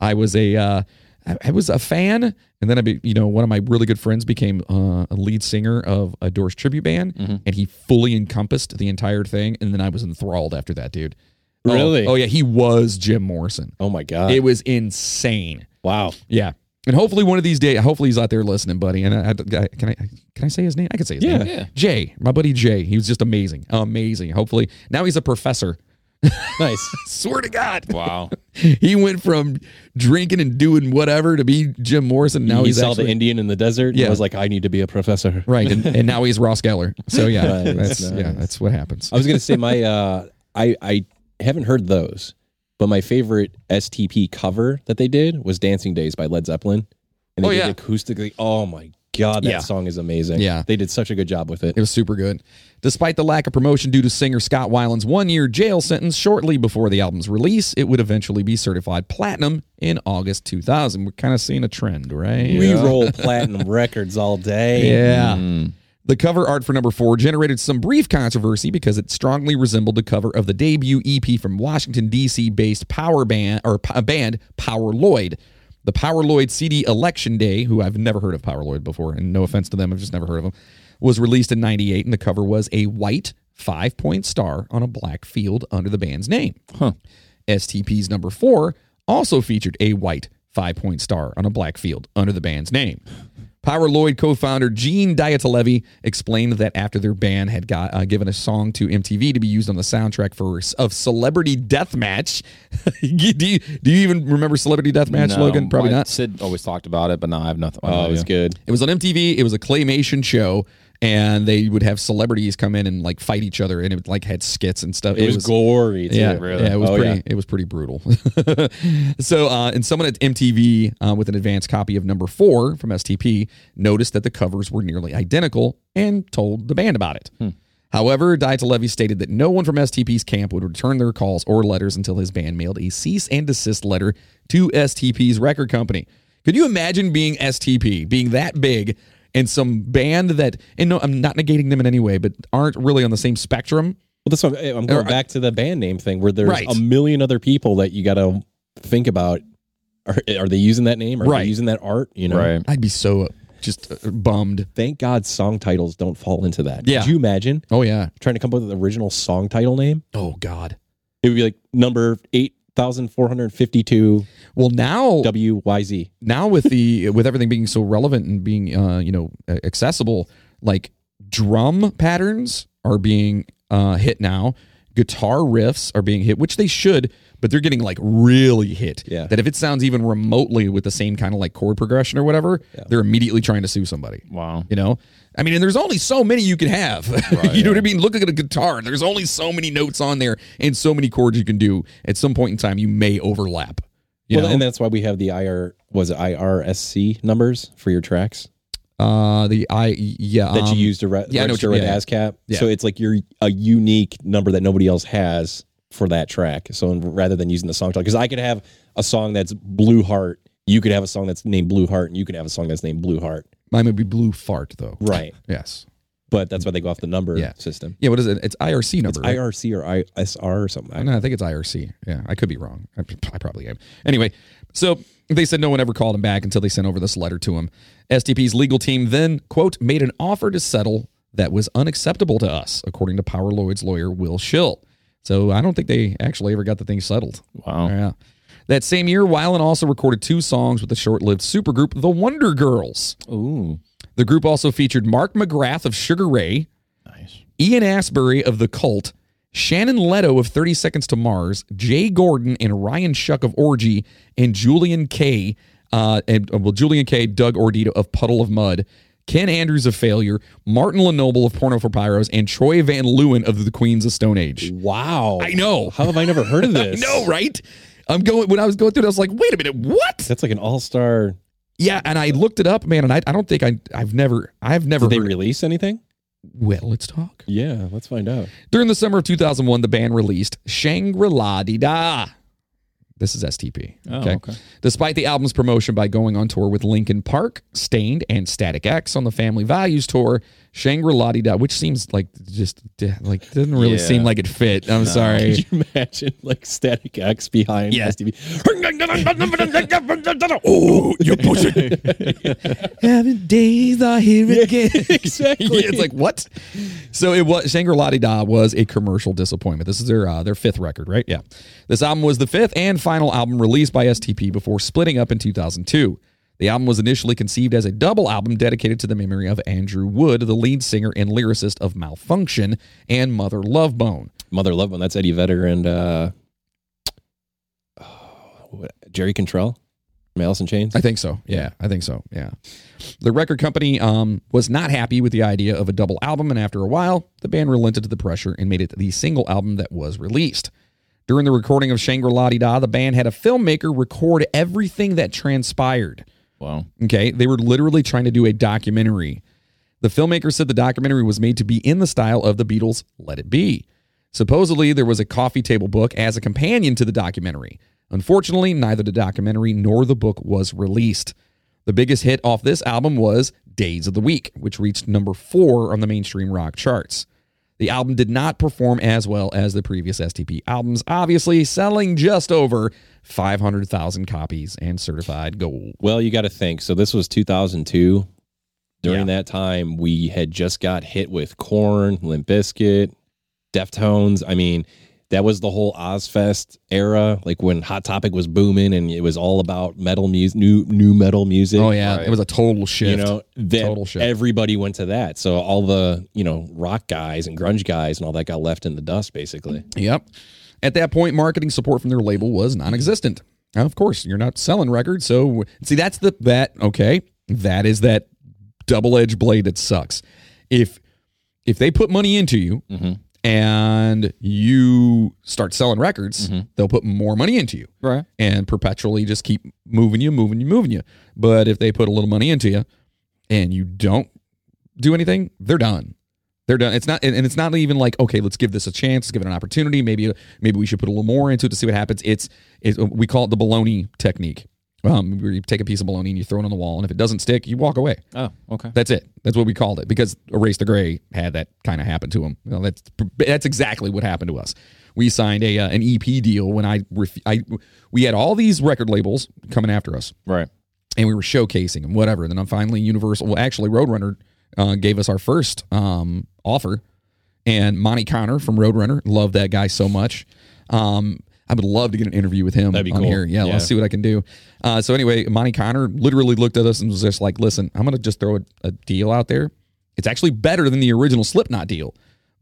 I was a uh, I- I was a fan, and then I be, you know one of my really good friends became uh, a lead singer of a Doors tribute band,
Mm-hmm.
and he fully encompassed the entire thing, and then I was enthralled after that dude. Oh,
Really?
Oh, yeah, he was Jim Morrison.
oh my God.
It was insane.
wow.
Yeah. And hopefully one of these days, hopefully he's out there listening, buddy. And I, I- can I can I say his name? I can say his
Yeah.
name. Jay, my buddy Jay. He was just amazing, amazing. Hopefully now he's a professor.
Nice.
Swear to God,
Wow.
he went from drinking and doing whatever to be Jim Morrison. Now
he
he's
saw
actually,
the Indian in the desert. Yeah.
Yeah.
And was like, I need to be a professor.
right, and, and now he's Ross Geller. So yeah,
Nice,
that's yeah,
nice.
that's what happens.
I was gonna say my uh, I I haven't heard those, but my favorite STP cover that they did was "Dancing Days" by Led Zeppelin, and they
Oh,
did
yeah.
it acoustically. Oh my god, that
Yeah.
song is amazing.
Yeah.
they did such a good job with it.
It was super good. Despite the lack of promotion due to singer Scott Weiland's one year jail sentence shortly before the album's release, it would eventually be certified platinum in August 2000. We're kind of seeing a trend, right?
We roll platinum records all day.
Yeah. Mm-hmm. The cover art for number four generated some brief controversy because it strongly resembled the cover of the debut EP from Washington D.C. based power band or p- uh, band Power Lloyd. The Power Lloyd CD Election Day, who I've never heard of Power Lloyd before, and no offense to them, I've just never heard of them, was released in '98, and the cover was a white five point star on a black field under the band's name. STP's number four also featured a white five point star on a black field under the band's name. Power Lloyd co founder Gene Diatalevi explained that after their band had got, uh, given a song to MTV to be used on the soundtrack for of Celebrity Deathmatch. You- do, you, do you even remember Celebrity Deathmatch,
No,
Logan? Probably
my-
not.
Sid always talked about it, but no, I have nothing.
Oh, it was good.
It was on MTV. It was a claymation show, and they would have celebrities come in and like fight each other, and it like had skits and stuff.
It, was, gory. too.
Yeah, yeah, it was
Oh,
pretty. It was pretty brutal. so, uh, and someone at MTV uh, with an advanced copy of Number Four from STP noticed that the covers were nearly identical and told the band about it.
Hmm.
However, Dietalevi stated that no one from STP's camp would return their calls or letters until his band mailed a cease and desist letter to STP's record company. Could you imagine being STP, being that big, and some band that, and no, I'm not negating them in any way, but aren't really on the same spectrum?
Well, that's what I'm going back to the band name thing, where there's
uh, Right.
a million other people that you got to think about. Are, eh, are they using that name? Are
Right.
they using that art? You know.
Right.
I'd be so uh, just uh, bummed.
Thank God song titles don't fall into that.
Yeah.
Could you imagine
Oh yeah.
trying to come up with an original song title name?
Oh God.
It would be like number 8,452
Well, now
WYZ.
now with the with everything being so relevant and being uh, you know uh, accessible, like drum patterns are being uh, hit now. Guitar riffs are being hit, which they should, but they're getting like really hit.
Yeah.
That if it sounds even remotely with the same kind of like chord progression or whatever, they're immediately trying to sue somebody.
Wow.
You know, I mean, and there's only so many you can have. you know what I mean? Look at a guitar. There's only so many notes on there and so many chords you can do. At some point in time, you may overlap. You
Well,
know?
and that's why we have the IR, was it IRSC numbers for your tracks
Uh, the I yeah
that
um,
you use to re-
yeah, I know
register
what
with
you- yeah,
ASCAP.
yeah.
So it's like you're a unique number that nobody else has for that track. So in- rather than using the song title, because I could have a song that's Blue Heart, you could have a song that's named Blue Heart, and you could have a song that's named Blue Heart.
Mine would be blue fart though.
Right.
Yes.
but that's why they go off the number
Yeah.
system.
Yeah, what is it? It's IRC number. right?
IRC or ISR or something. I
No, I think it's IRC. Yeah, I could be wrong. I, I probably am. Anyway, so they said no one ever called him back until they sent over this letter to him. STP's legal team then, quote, made an offer to settle that was unacceptable to us, according to Power Lloyd's lawyer, Will Schill. So I don't think they actually ever got the thing settled.
Wow.
Yeah. That same year, Weiland also recorded two songs with the short lived supergroup, The Wonder Girls.
Ooh.
The group also featured Mark McGrath of Sugar Ray,
Nice.
Ian Asbury of The Cult, Shannon Leto of 30 Seconds to Mars, Jay Gordon and Ryan Shuck of Orgy, and Julian K. Uh, and uh, well, Julian K. Doug Ordito of Puddle of Mud, Ken Andrews of Failure, Martin Lenoble of Porno for Pyros, and Troy Van Leeuwen of The Queens of Stone Age.
Wow.
I know.
How have I never heard of this?
No, right? I'm going. When I was going through it, I was like, "Wait a minute, what?"
That's like an all star.
Yeah, and I looked it up, man, and I, I don't think I, I've never, I've never.
Did they
heard it.
release anything?
Well, let's talk.
Yeah, let's find out.
During the summer of 2001, the band released Shangri La Di Da. This is STP.
Oh, okay.
Despite the album's promotion by going on tour with Linkin Park, Stained, and Static X on the Family Values tour, Shangri La Di Da, which seems like just like doesn't really
Yeah.
seem like it fit.
Uh,
I'm sorry.
Could you imagine like Static X behind
Yeah.
STV?
oh, you're pushing. Having days are here again.
exactly.
Yeah, it's like what? So it was Shangri La Di Da was a commercial disappointment. This is their uh, their fifth record, right? Yeah, this album was the fifth and final album released by STP before splitting up in 2002. The album was initially conceived as a double album dedicated to the memory of Andrew Wood, the lead singer and lyricist of Malfunction and Mother Love Bone.
Mother Love One. That's Eddie Vedder and uh, oh, what- Jerry Cantrell from Alice in Chains.
I think so. Yeah, I think so. Yeah. The record company um, was not happy with the idea of a double album, and after a while, the band relented to the pressure and made it the single album that was released. During the recording of Shangri La Di Da, the band had a filmmaker record everything that transpired.
Wow.
Okay. They were literally trying to do a documentary. The filmmaker said the documentary was made to be in the style of the Beatles' Let It Be. Supposedly, there was a coffee table book as a companion to the documentary. Unfortunately, neither the documentary nor the book was released. The biggest hit off this album was Days of the Week, which reached number four on the mainstream rock charts. The album did not perform as well as the previous STP albums, obviously selling just over 500,000 copies and certified gold.
Well, you got to think. So this was 2002. During that time, we had just got hit with Corn, Limp Bizkit, Deftones. I mean, that was the whole Ozfest era, like when Hot Topic was booming and it was all about metal music, new new metal music.
Oh yeah, it was a total shift.
You know, that
Total shift.
everybody went to that. So all the, you know, rock guys and grunge guys and all that got left in the dust basically.
Yep. At that point, marketing support from their label was non-existent. Now, of course, you're not selling records, so see that's the that okay. That is that double-edged blade that sucks. If if they put money into you and you start selling records, they'll put more money into you
Right.
and perpetually just keep moving you, moving you, moving you. But if they put a little money into you and you don't do anything, they're done. They're done. It's not, and and it's not even like okay, let's give this a chance, let's give it an opportunity. Maybe, maybe we should put a little more into it to see what happens. It's, it's we call it the baloney technique. Um, where you take a piece of baloney and you throw it on the wall, and if it doesn't stick, you walk away.
Oh, okay.
That's it. That's what we called it because Erase the Gray had that kind of happen to him. You know, that's that's exactly what happened to us. We signed a uh, an EP deal when I, ref- I we had all these record labels coming after us
Right.
and we were showcasing and whatever. And then I'm finally Universal. Well, actually, Roadrunner uh, gave us our first um, offer, and Monty Connor from Roadrunner, love that guy so much. Um, I would love to get an interview with him
That'd be
on
cool.
here. Yeah,
Yeah.
let's see what I can do. Uh, so anyway, Monty Connor literally looked at us and was just like, "Listen, I'm gonna just throw a, a deal out there. It's actually better than the original Slipknot deal."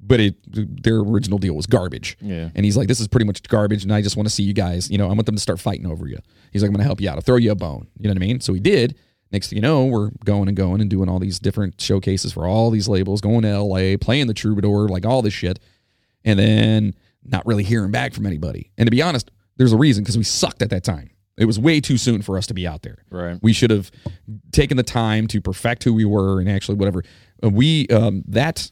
But it, their original deal was garbage.
Yeah.
And he's like, this is pretty much garbage. And I just want to see you guys, you know, I want them to start fighting over you. He's like, I'm going to help you out. I'll throw you a bone. You know what I mean? So he did. Next thing you know, we're going and going and doing all these different showcases for all these labels, going to LA, playing the troubadour, like all this shit. And then not really hearing back from anybody. And to be honest, there's a reason because we sucked at that time. It was way too soon for us to be out there.
Right.
We should have taken the time to perfect who we were and actually whatever. Uh, We, um, that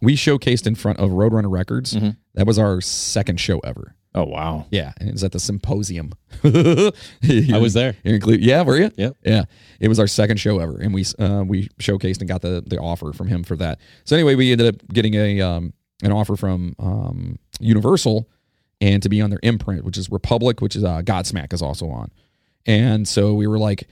we showcased in front of Roadrunner Records. That was our second show ever.
Oh wow.
Yeah, and it was at the symposium. I
was there.
yeah, were you?
Yep.
Yeah, it was our second show ever, and we uh, we showcased and got the the offer from him for that. So anyway, we ended up getting a um, an offer from um, Universal, and to be on their imprint, which is Republic, which is uh, Godsmack is also on, and so we were like.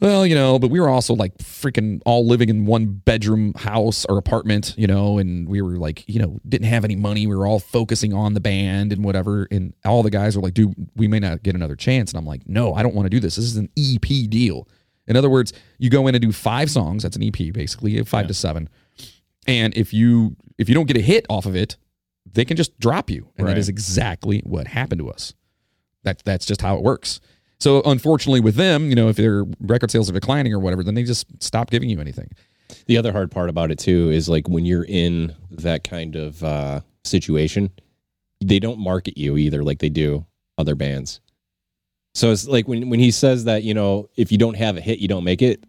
Well, you know, but we were also like freaking all living in one bedroom house or apartment, you know, and we were like, you know, didn't have any money. We were all focusing on the band and whatever. And all the guys were like, dude, we may not get another chance. And I'm like, no, I don't want to do this. This is an EP deal. In other words, you go in and do five songs. That's an EP, basically, five to seven. And if you if you don't get a hit off of it, they can just drop you. And that is exactly what happened to us. That that's just how it works. So unfortunately, with them, you know, if their record sales are declining or whatever, then they just stop giving you anything.
The other hard part about it too is like when you're in that kind of uh, situation, they don't market you either, like they do other bands. So it's like when when he says that you know if you don't have a hit, you don't make it.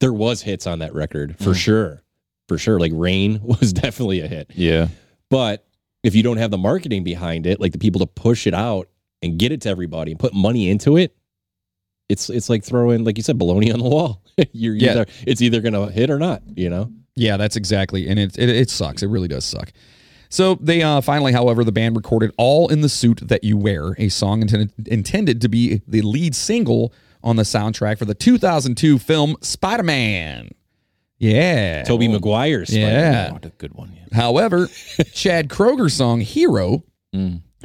There was hits on that record for sure, for sure. Like Rain was definitely a hit,
Yeah.
but if you don't have the marketing behind it, like the people to push it out and get it to everybody and put money into it. It's, it's like throwing like you said baloney on the wall. You're
Yeah.
either it's either gonna hit or not, you know.
Yeah, that's exactly, and it it, it sucks. It really does suck. So they uh, finally, however, the band recorded "All in the Suit That You Wear," a song intended intended to be the lead single on the soundtrack for the 2002 film Spider Man. Yeah,
Toby Maguire's
Yeah.
a good one. Yeah.
However, Chad Kroger's song "Hero"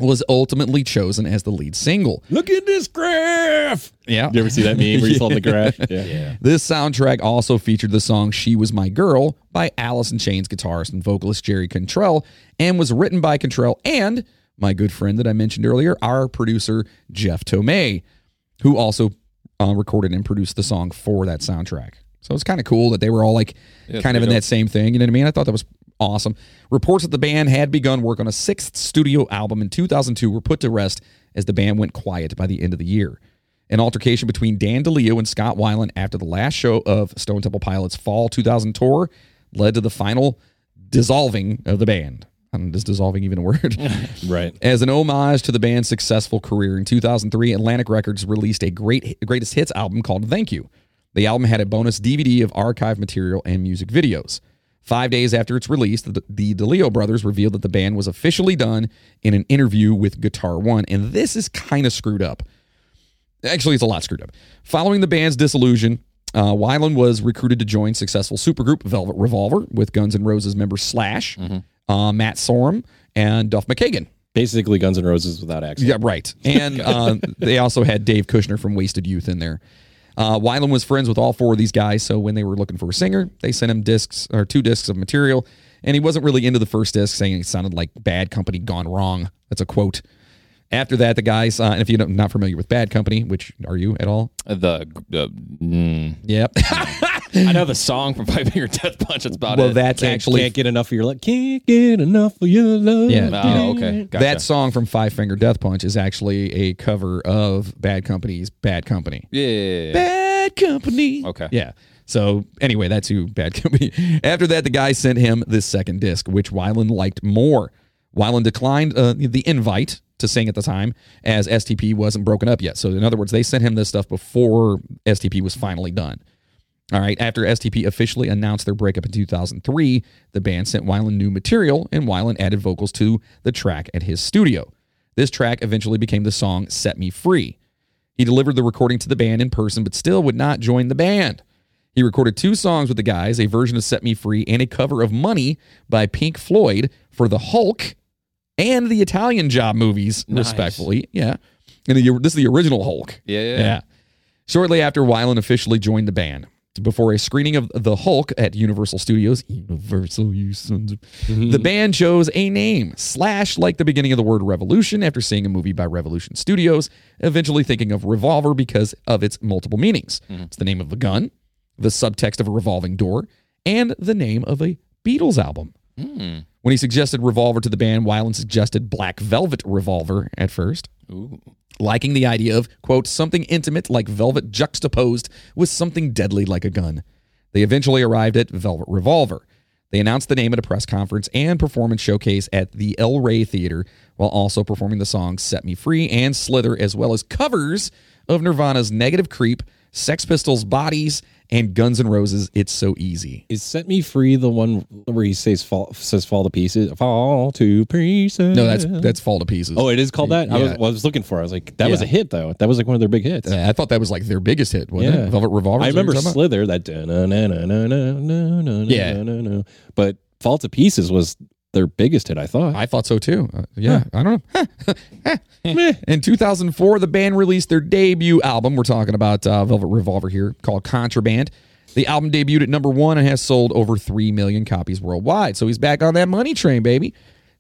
was ultimately chosen as the lead single.
Look at this graph.
Yeah,
You ever see that meme where you saw the graph? Yeah.
This soundtrack also featured the song She Was My Girl by Alice in Chains guitarist and vocalist Jerry Cantrell and was written by Cantrell and my good friend that I mentioned earlier, our producer Jeff Tomei, who also uh, recorded and produced the song for that soundtrack. So it's kind of cool that they were all like kind of in that same thing. You know what I mean? I thought that was awesome. Reports that the band had begun work on a sixth studio album in 2002 were put to rest as the band went quiet by the end of the year. An altercation between Dan DeLeo and Scott Weiland after the last show of Stone Temple Pilots' Fall 2000 tour led to the final dissolving of the band. I'm just dissolving even a word.
Right.
As an homage to the band's successful career, in 2003, Atlantic Records released a great greatest hits album called Thank You. The album had a bonus DVD of archive material and music videos. Five days after its release, the, the DeLeo brothers revealed that the band was officially done in an interview with Guitar One, and this is kind of screwed up. Actually, it's a lot screwed up. Following the band's dissolution, uh, Weiland was recruited to join successful supergroup Velvet Revolver with Guns N' Roses member Slash, uh, Matt Sorum, and Duff McKagan.
Basically, Guns N' Roses without accent.
Yeah, right. And uh, they also had Dave Kushner from Wasted Youth in there. Uh, Weiland was friends with all four of these guys, so when they were looking for a singer, they sent him discs or two discs of material, and he wasn't really into the first disc, saying it sounded like Bad Company gone wrong. That's a quote. After that, the guys, uh, and if you're not familiar with Bad Company, which are you at all?
The uh, mm.
Yep.
I know the song from Five Finger Death Punch. That's about
well,
it.
that's
Can't,
actually
can't get enough of your love. Can't get enough of your love.
Yeah.
Oh, okay. Gotcha.
that song from Five Finger Death Punch is actually a cover of Bad Company's Bad Company.
yeah. yeah, yeah.
Bad Company.
Okay.
Yeah. So anyway, that's who Bad Company. After that, the guy sent him this second disc, which Weiland liked more. Weiland declined uh, the invite to sing at the time, as STP wasn't broken up yet. So in other words, they sent him this stuff before STP was finally done. All right. After STP officially announced their breakup in 2003, the band sent Weiland new material, and Weiland added vocals to the track at his studio. This track eventually became the song "Set Me Free." He delivered the recording to the band in person, but still would not join the band. He recorded two songs with the guys a version of Set Me Free and a cover of Money by Pink Floyd for the Hulk and the Italian Job movies, respectfully. Yeah. And the, this is the original Hulk.
Yeah, yeah,
Yeah. Shortly after, Weiland officially joined the band. Before a screening of The Hulk at Universal Studios, Universal, you sons of- the band chose a name, slash, like the beginning of the word revolution, after seeing a movie by Revolution Studios, eventually thinking of revolver because of its multiple meanings. It's the name of a gun, the subtext of a revolving door, and the name of a Beatles album. When he suggested revolver to the band, Weiland suggested Black Velvet Revolver at first liking the idea of, quote, something intimate like velvet juxtaposed with something deadly like a gun. They eventually arrived at Velvet Revolver. They announced the name at a press conference and performance showcase at the El Rey Theater while also performing the songs Set Me Free and Slither, as well as covers of Nirvana's Negative Creep, Sex Pistols' Bodies, and Guns N' Roses' It's So Easy.
Is Set Me Free the one where he says fall says fall to pieces? Fall to pieces.
No, that's that's Fall to Pieces.
Oh, it is called that? I, was,
Yeah.
well, I was looking for it. I was like, that was
Yeah.
a hit though. That was like one of their big hits.
Yeah, I thought that was like their biggest hit, wasn't
Yeah.
it? Velvet Revolver.
I
is that what
remember
you're talking about?
Slither, that na na na na na na na
Yeah.
na na na. But Fall to Pieces was their biggest hit, I thought.
I thought so too. Uh, yeah, I don't know. Huh. Meh. In 2004, the band released their debut album. We're talking about uh, Velvet Revolver here, called Contraband. The album debuted at number one and has sold over 3 million copies worldwide. So he's back on that money train, baby.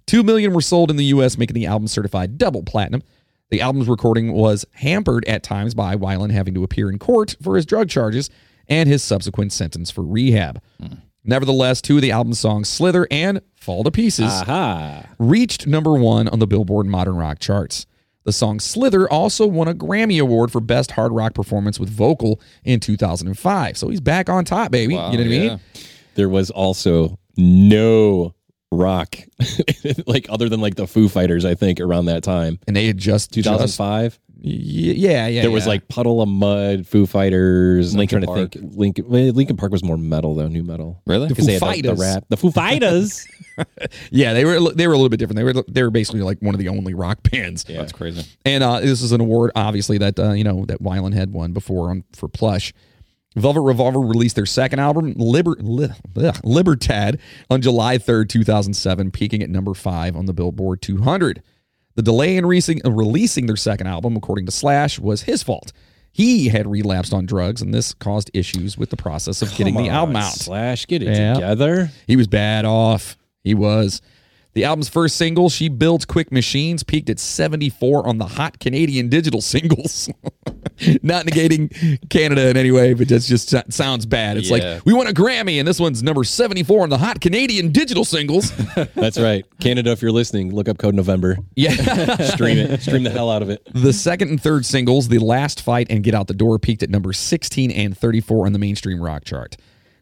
2 million were sold in the US, making the album certified double platinum. The album's recording was hampered at times by Weiland having to appear in court for his drug charges and his subsequent sentence for rehab. Nevertheless, two of the album's songs, Slither and Fall to Pieces,
Aha.
reached number one on the Billboard Modern Rock charts. The song Slither also won a Grammy Award for Best Hard Rock Performance with Vocal in 2005. So he's back on top, baby. you know what I mean?
There was also no rock, like other than like the Foo Fighters, I think, around that time.
And they had just, just
2005.
y- yeah, yeah.
there was
yeah.
like Puddle of Mud, Foo Fighters.
Linkin
I'm trying to think. Lincoln, Lincoln Park was more metal though, new metal.
Really?
The Foo
'Cause they had, like,
Fighters.
the rap, the Foo Fighters.
yeah, they were they were a little bit different. They were they were basically like one of the only rock bands. Yeah.
That's crazy.
And uh, this is an award, obviously, that uh, you know that Weiland had won before on for Plush. Velvet Revolver released their second album, Liber, Li- ugh, Libertad, on July 3rd, 2007, peaking at number five on the Billboard 200. The delay in releasing, uh, releasing their second album, according to Slash, was his fault. He had relapsed on drugs, and this caused issues with the process of getting
Come
the album
on,
out.
Slash, get it
Yeah.
together.
He was bad off. He was. The album's first single, She Builds Quick Machines, peaked at 74 on the Hot Canadian Digital Singles. Not negating Canada in any way, but that's just so- sounds bad. It's
Yeah.
like, we won a Grammy, and this one's number 74 on the Hot Canadian Digital Singles.
That's right, Canada. If you're listening, look up Code November.
yeah.
Stream it. Stream the hell out of it.
The second and third singles, The Last Fight and Get Out the Door, peaked at number 16 and 34 on the mainstream rock chart.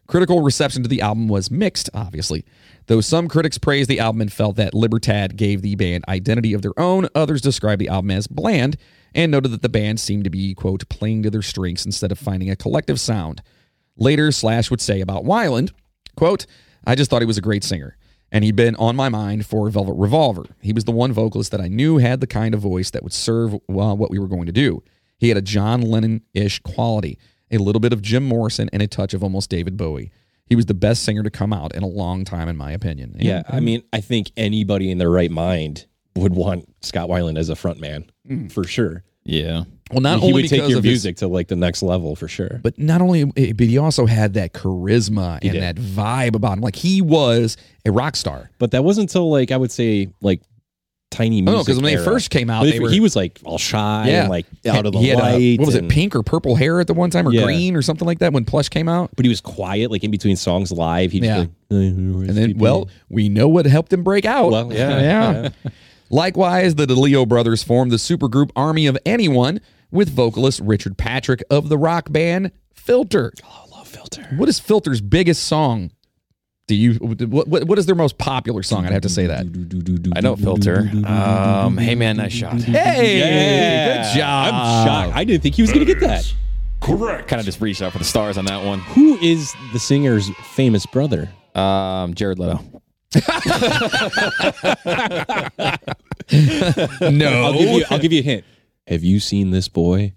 Critical reception to the album was mixed, obviously, though some critics praised the album and felt that Libertad gave the band identity of their own. Others described the album as bland and noted that the band seemed to be, quote, playing to their strengths instead of finding a collective sound. Later, Slash would say about Wyland, quote, I just thought he was a great singer. And he'd been on my mind for Velvet Revolver. He was the one vocalist that I knew had the kind of voice that would serve uh, what we were going to do. He had a John Lennon ish quality, a little bit of Jim Morrison, and a touch of almost David Bowie. He was the best singer to come out in a long time, in my opinion. And-
Yeah, I mean, I think anybody in their right mind would want Scott Weiland as a front man
Mm.
for sure.
Yeah.
Well, not
he
only
would take
because
your
of his-
music to like the next level for sure.
but not only, eh, but he also had that charisma and that vibe about him. Like he was a rock star.
But that wasn't until like I would say like
Oh,
tiny music.
no, because when they
era.
first came out,
But
they,
if-
were,
he was like all shy
Yeah.
and like out of the
he had, uh,
light.
what was it,
and-
pink or purple hair at the one time, or
Yeah.
green or something like that when Plush came out?
But he was quiet, like in between songs live. He
Yeah.
just like,
And then, well, we know what helped him break out.
Well, yeah,
yeah. Likewise, the DeLeo brothers formed the supergroup Army of Anyone with vocalist Richard Patrick of the rock band Filter.
I love filter.
What is Filter's biggest song? Do you what, what, what is their most popular song? I'd have to say that.
I know filter. Um, hey man, nice shot.
Hey,
Yeah.
good job.
I'm shocked. I didn't think he was going to get that.
is Correct.
Kind of just reached out for the stars on that one.
Who is the singer's famous brother?
Um, Jared Leto.
I'll
No.
give, you, I'll give you a hint. Have you seen this boy?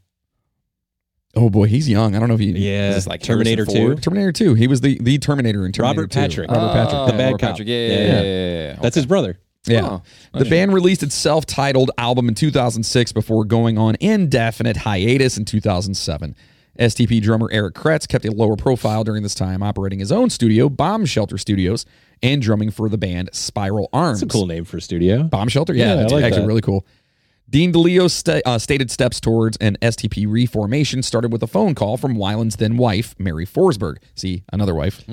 Oh boy, he's young. I don't know if he.
Yeah,
this like
Terminator
Harrison
Two.
Ford?
Terminator 2. He was the, the Terminator in Terminator
Robert
2.
Patrick.
Robert Patrick.
Oh,
the bad
Robert
cop.
Patrick. Yeah, yeah,
Yeah,
yeah.
yeah.
yeah, yeah.
That's his brother.
Yeah.
Oh,
The band released its self titled album in 2006 before going on indefinite hiatus in 2007. STP drummer Eric Kretz kept a lower profile during this time, operating his own studio, Bomb Shelter Studios, and drumming for the band Spiral Arms.
That's a cool name for a studio.
Bomb Shelter? Yeah,
Yeah, I
that's
like
actually
that.
really cool. Dean DeLeo sta- uh, stated steps towards an STP reformation started with a phone call from Weiland's then wife, Mary Forsberg. See, another wife.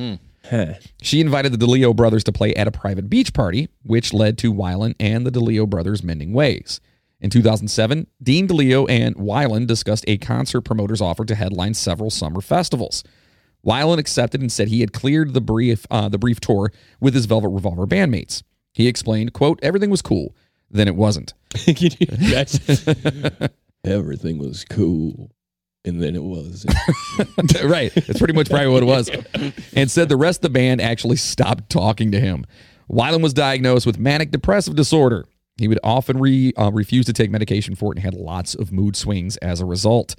She invited the DeLeo brothers to play at a private beach party, which led to Weiland and the DeLeo brothers mending ways. In 2007, Dean DeLeo and Weiland discussed a concert promoter's offer to headline several summer festivals. Weiland accepted and said he had cleared the brief uh, the brief tour with his Velvet Revolver bandmates. He explained, "quote Everything was cool, then it wasn't."
Can you imagine? Everything was cool, and then it was.
right. That's pretty much probably what it was. And said the rest of the band actually stopped talking to him. Weiland was diagnosed with manic depressive disorder. He would often re, uh, refuse to take medication for it and had lots of mood swings as a result.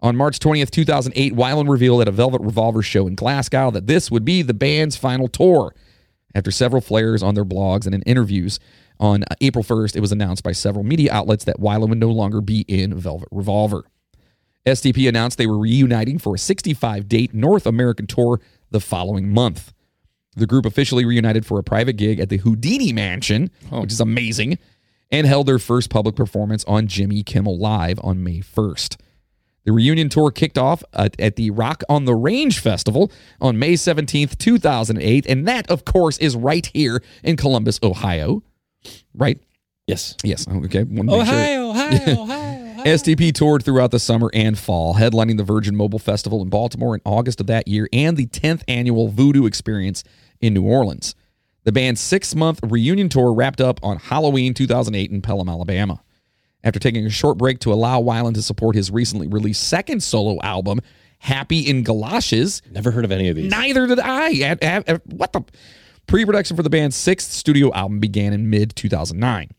On March 20th, 2008, Weiland revealed at a Velvet Revolver show in Glasgow that this would be the band's final tour. After several flares on their blogs and in interviews, on uh, April 1st, it was announced by several media outlets that Weiland would no longer be in Velvet Revolver. SDP announced they were reuniting for a 65 date North American tour the following month. The group officially reunited for a private gig at the Houdini Mansion,
Oh.
which is amazing, and held their first public performance on Jimmy Kimmel Live on May 1st. The reunion tour kicked off at, at the Rock on the Range Festival on May 17th, 2008. And that, of course, is right here in Columbus, Ohio. Right?
yes.
Yes. Oh, Okay. Wanted to make sure.
Oh,
Ohio, Ohio.
SDP toured throughout the summer and fall, headlining the Virgin Mobile Festival in Baltimore in August of that year and the 10th annual Voodoo Experience in New Orleans. The band's six month reunion tour wrapped up on Halloween 2008 in Pelham, Alabama. After taking a short break to allow Weiland to support his recently released second solo album, Happy in Galoshes,
Never heard of any of these.
Neither did I. At- at- at- what the? Pre production for the band's sixth studio album began in mid 2009.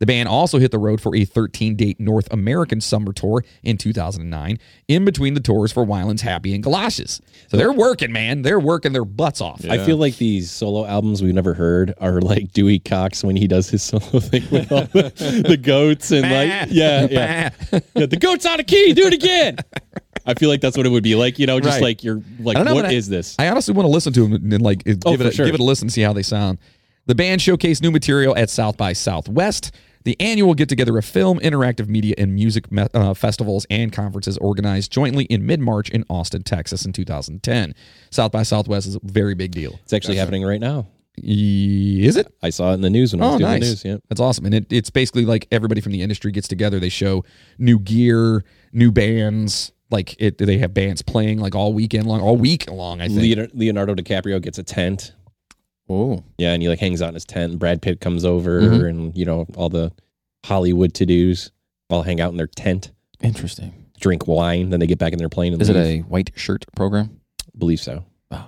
The band also hit the road for a 13 date North American summer tour in 2009, in between the tours for Wyland's Happy and Galoshes. So they're working, man. They're working their butts off.
I feel like these solo albums we've never heard are like Dewey Cox when he does his solo thing with all the, the goats and like yeah, yeah, Yeah, The goat's on a key. Do it again. I feel like that's what it would be like. You know, just
Right.
like you're like,
I don't
what is
know, but I-
this?
I honestly want to listen to them and then, like it-
Oh,
give it
for
a,
sure.
give it a listen, see how they sound. The band showcased new material at South by Southwest, the annual get together of film, interactive media, and music me- uh, festivals and conferences organized jointly in mid March in Austin, Texas, in 2010. South by Southwest is a very big deal.
it's actually happening right now.
E- Is it?
I saw it in the news when I was
Oh,
doing
nice.
the news. Yeah.
That's awesome. And it, it's basically like everybody from the industry gets together. They show new gear, new bands. Like it, they have bands playing like all weekend long, all week long. I think.
Leonardo, Leonardo DiCaprio gets a tent.
Oh,
Yeah, and he like hangs out in his tent. And Brad Pitt comes over,
Mm-hmm.
and you know all the Hollywood to dos all hang out in their tent,
interesting.
drink wine, then they get back in their plane. And
Is it
leave.
a white shirt program?
believe so?
Oh,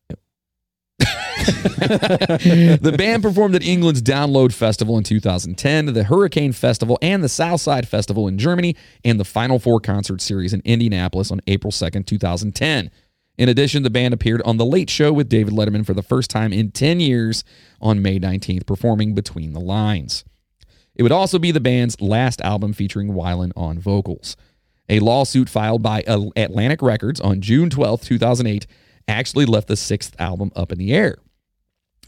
the band performed at England's Download Festival in 2010, the Hurricane Festival, and the Southside Festival in Germany, and the Final Four concert series in Indianapolis on April 2nd, 2010. In addition, the band appeared on The Late Show with David Letterman for the first time in 10 years on May 19th, performing Between the Lines. It would also be the band's last album featuring Weiland on vocals. A lawsuit filed by Al- Atlantic Records on June 12, 2008, actually left the sixth album up in the air.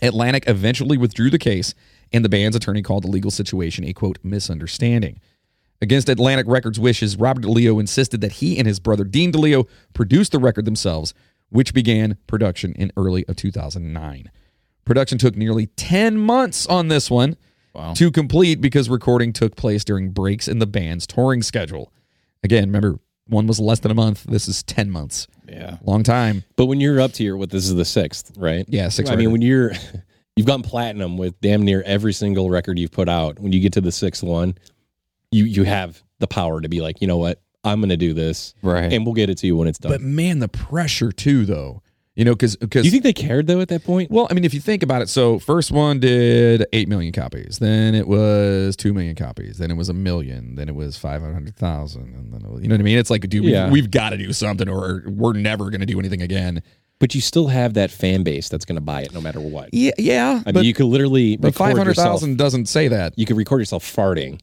Atlantic eventually withdrew the case, and the band's attorney called the legal situation a quote misunderstanding. Against Atlantic Records' wishes, Robert DeLeo insisted that he and his brother Dean DeLeo produce the record themselves, which began production in early of 2009. Production took nearly 10 months on this one to complete because recording took place during breaks in the band's touring schedule. Again, remember, one was less than a month. This is 10 months.
yeah.
Long time.
But when you're up to your what this is the sixth, right?
Yeah, six
I mean,
records.
when you're you've gone platinum with damn near every single record you've put out. When you get to the sixth one, you you have the power to be like, you know what, I'm going to do this,
Right.
and we'll get it to you when it's done.
But man, the pressure too, though. You know, because
do you think they cared though at that point?
Well, I mean, if you think about it, so first one did eight million copies, then it was two million copies, then it was a million, then it was five hundred thousand, and then it was, you know what I mean? It's like, dude,
Yeah.
we've, we've got to do something, or we're never going to do anything again.
But you still have that fan base that's going to buy it no matter what.
Yeah, yeah,
I mean, you could literally
but
record
five hundred thousand
yourself-
doesn't say that.
You could record yourself farting,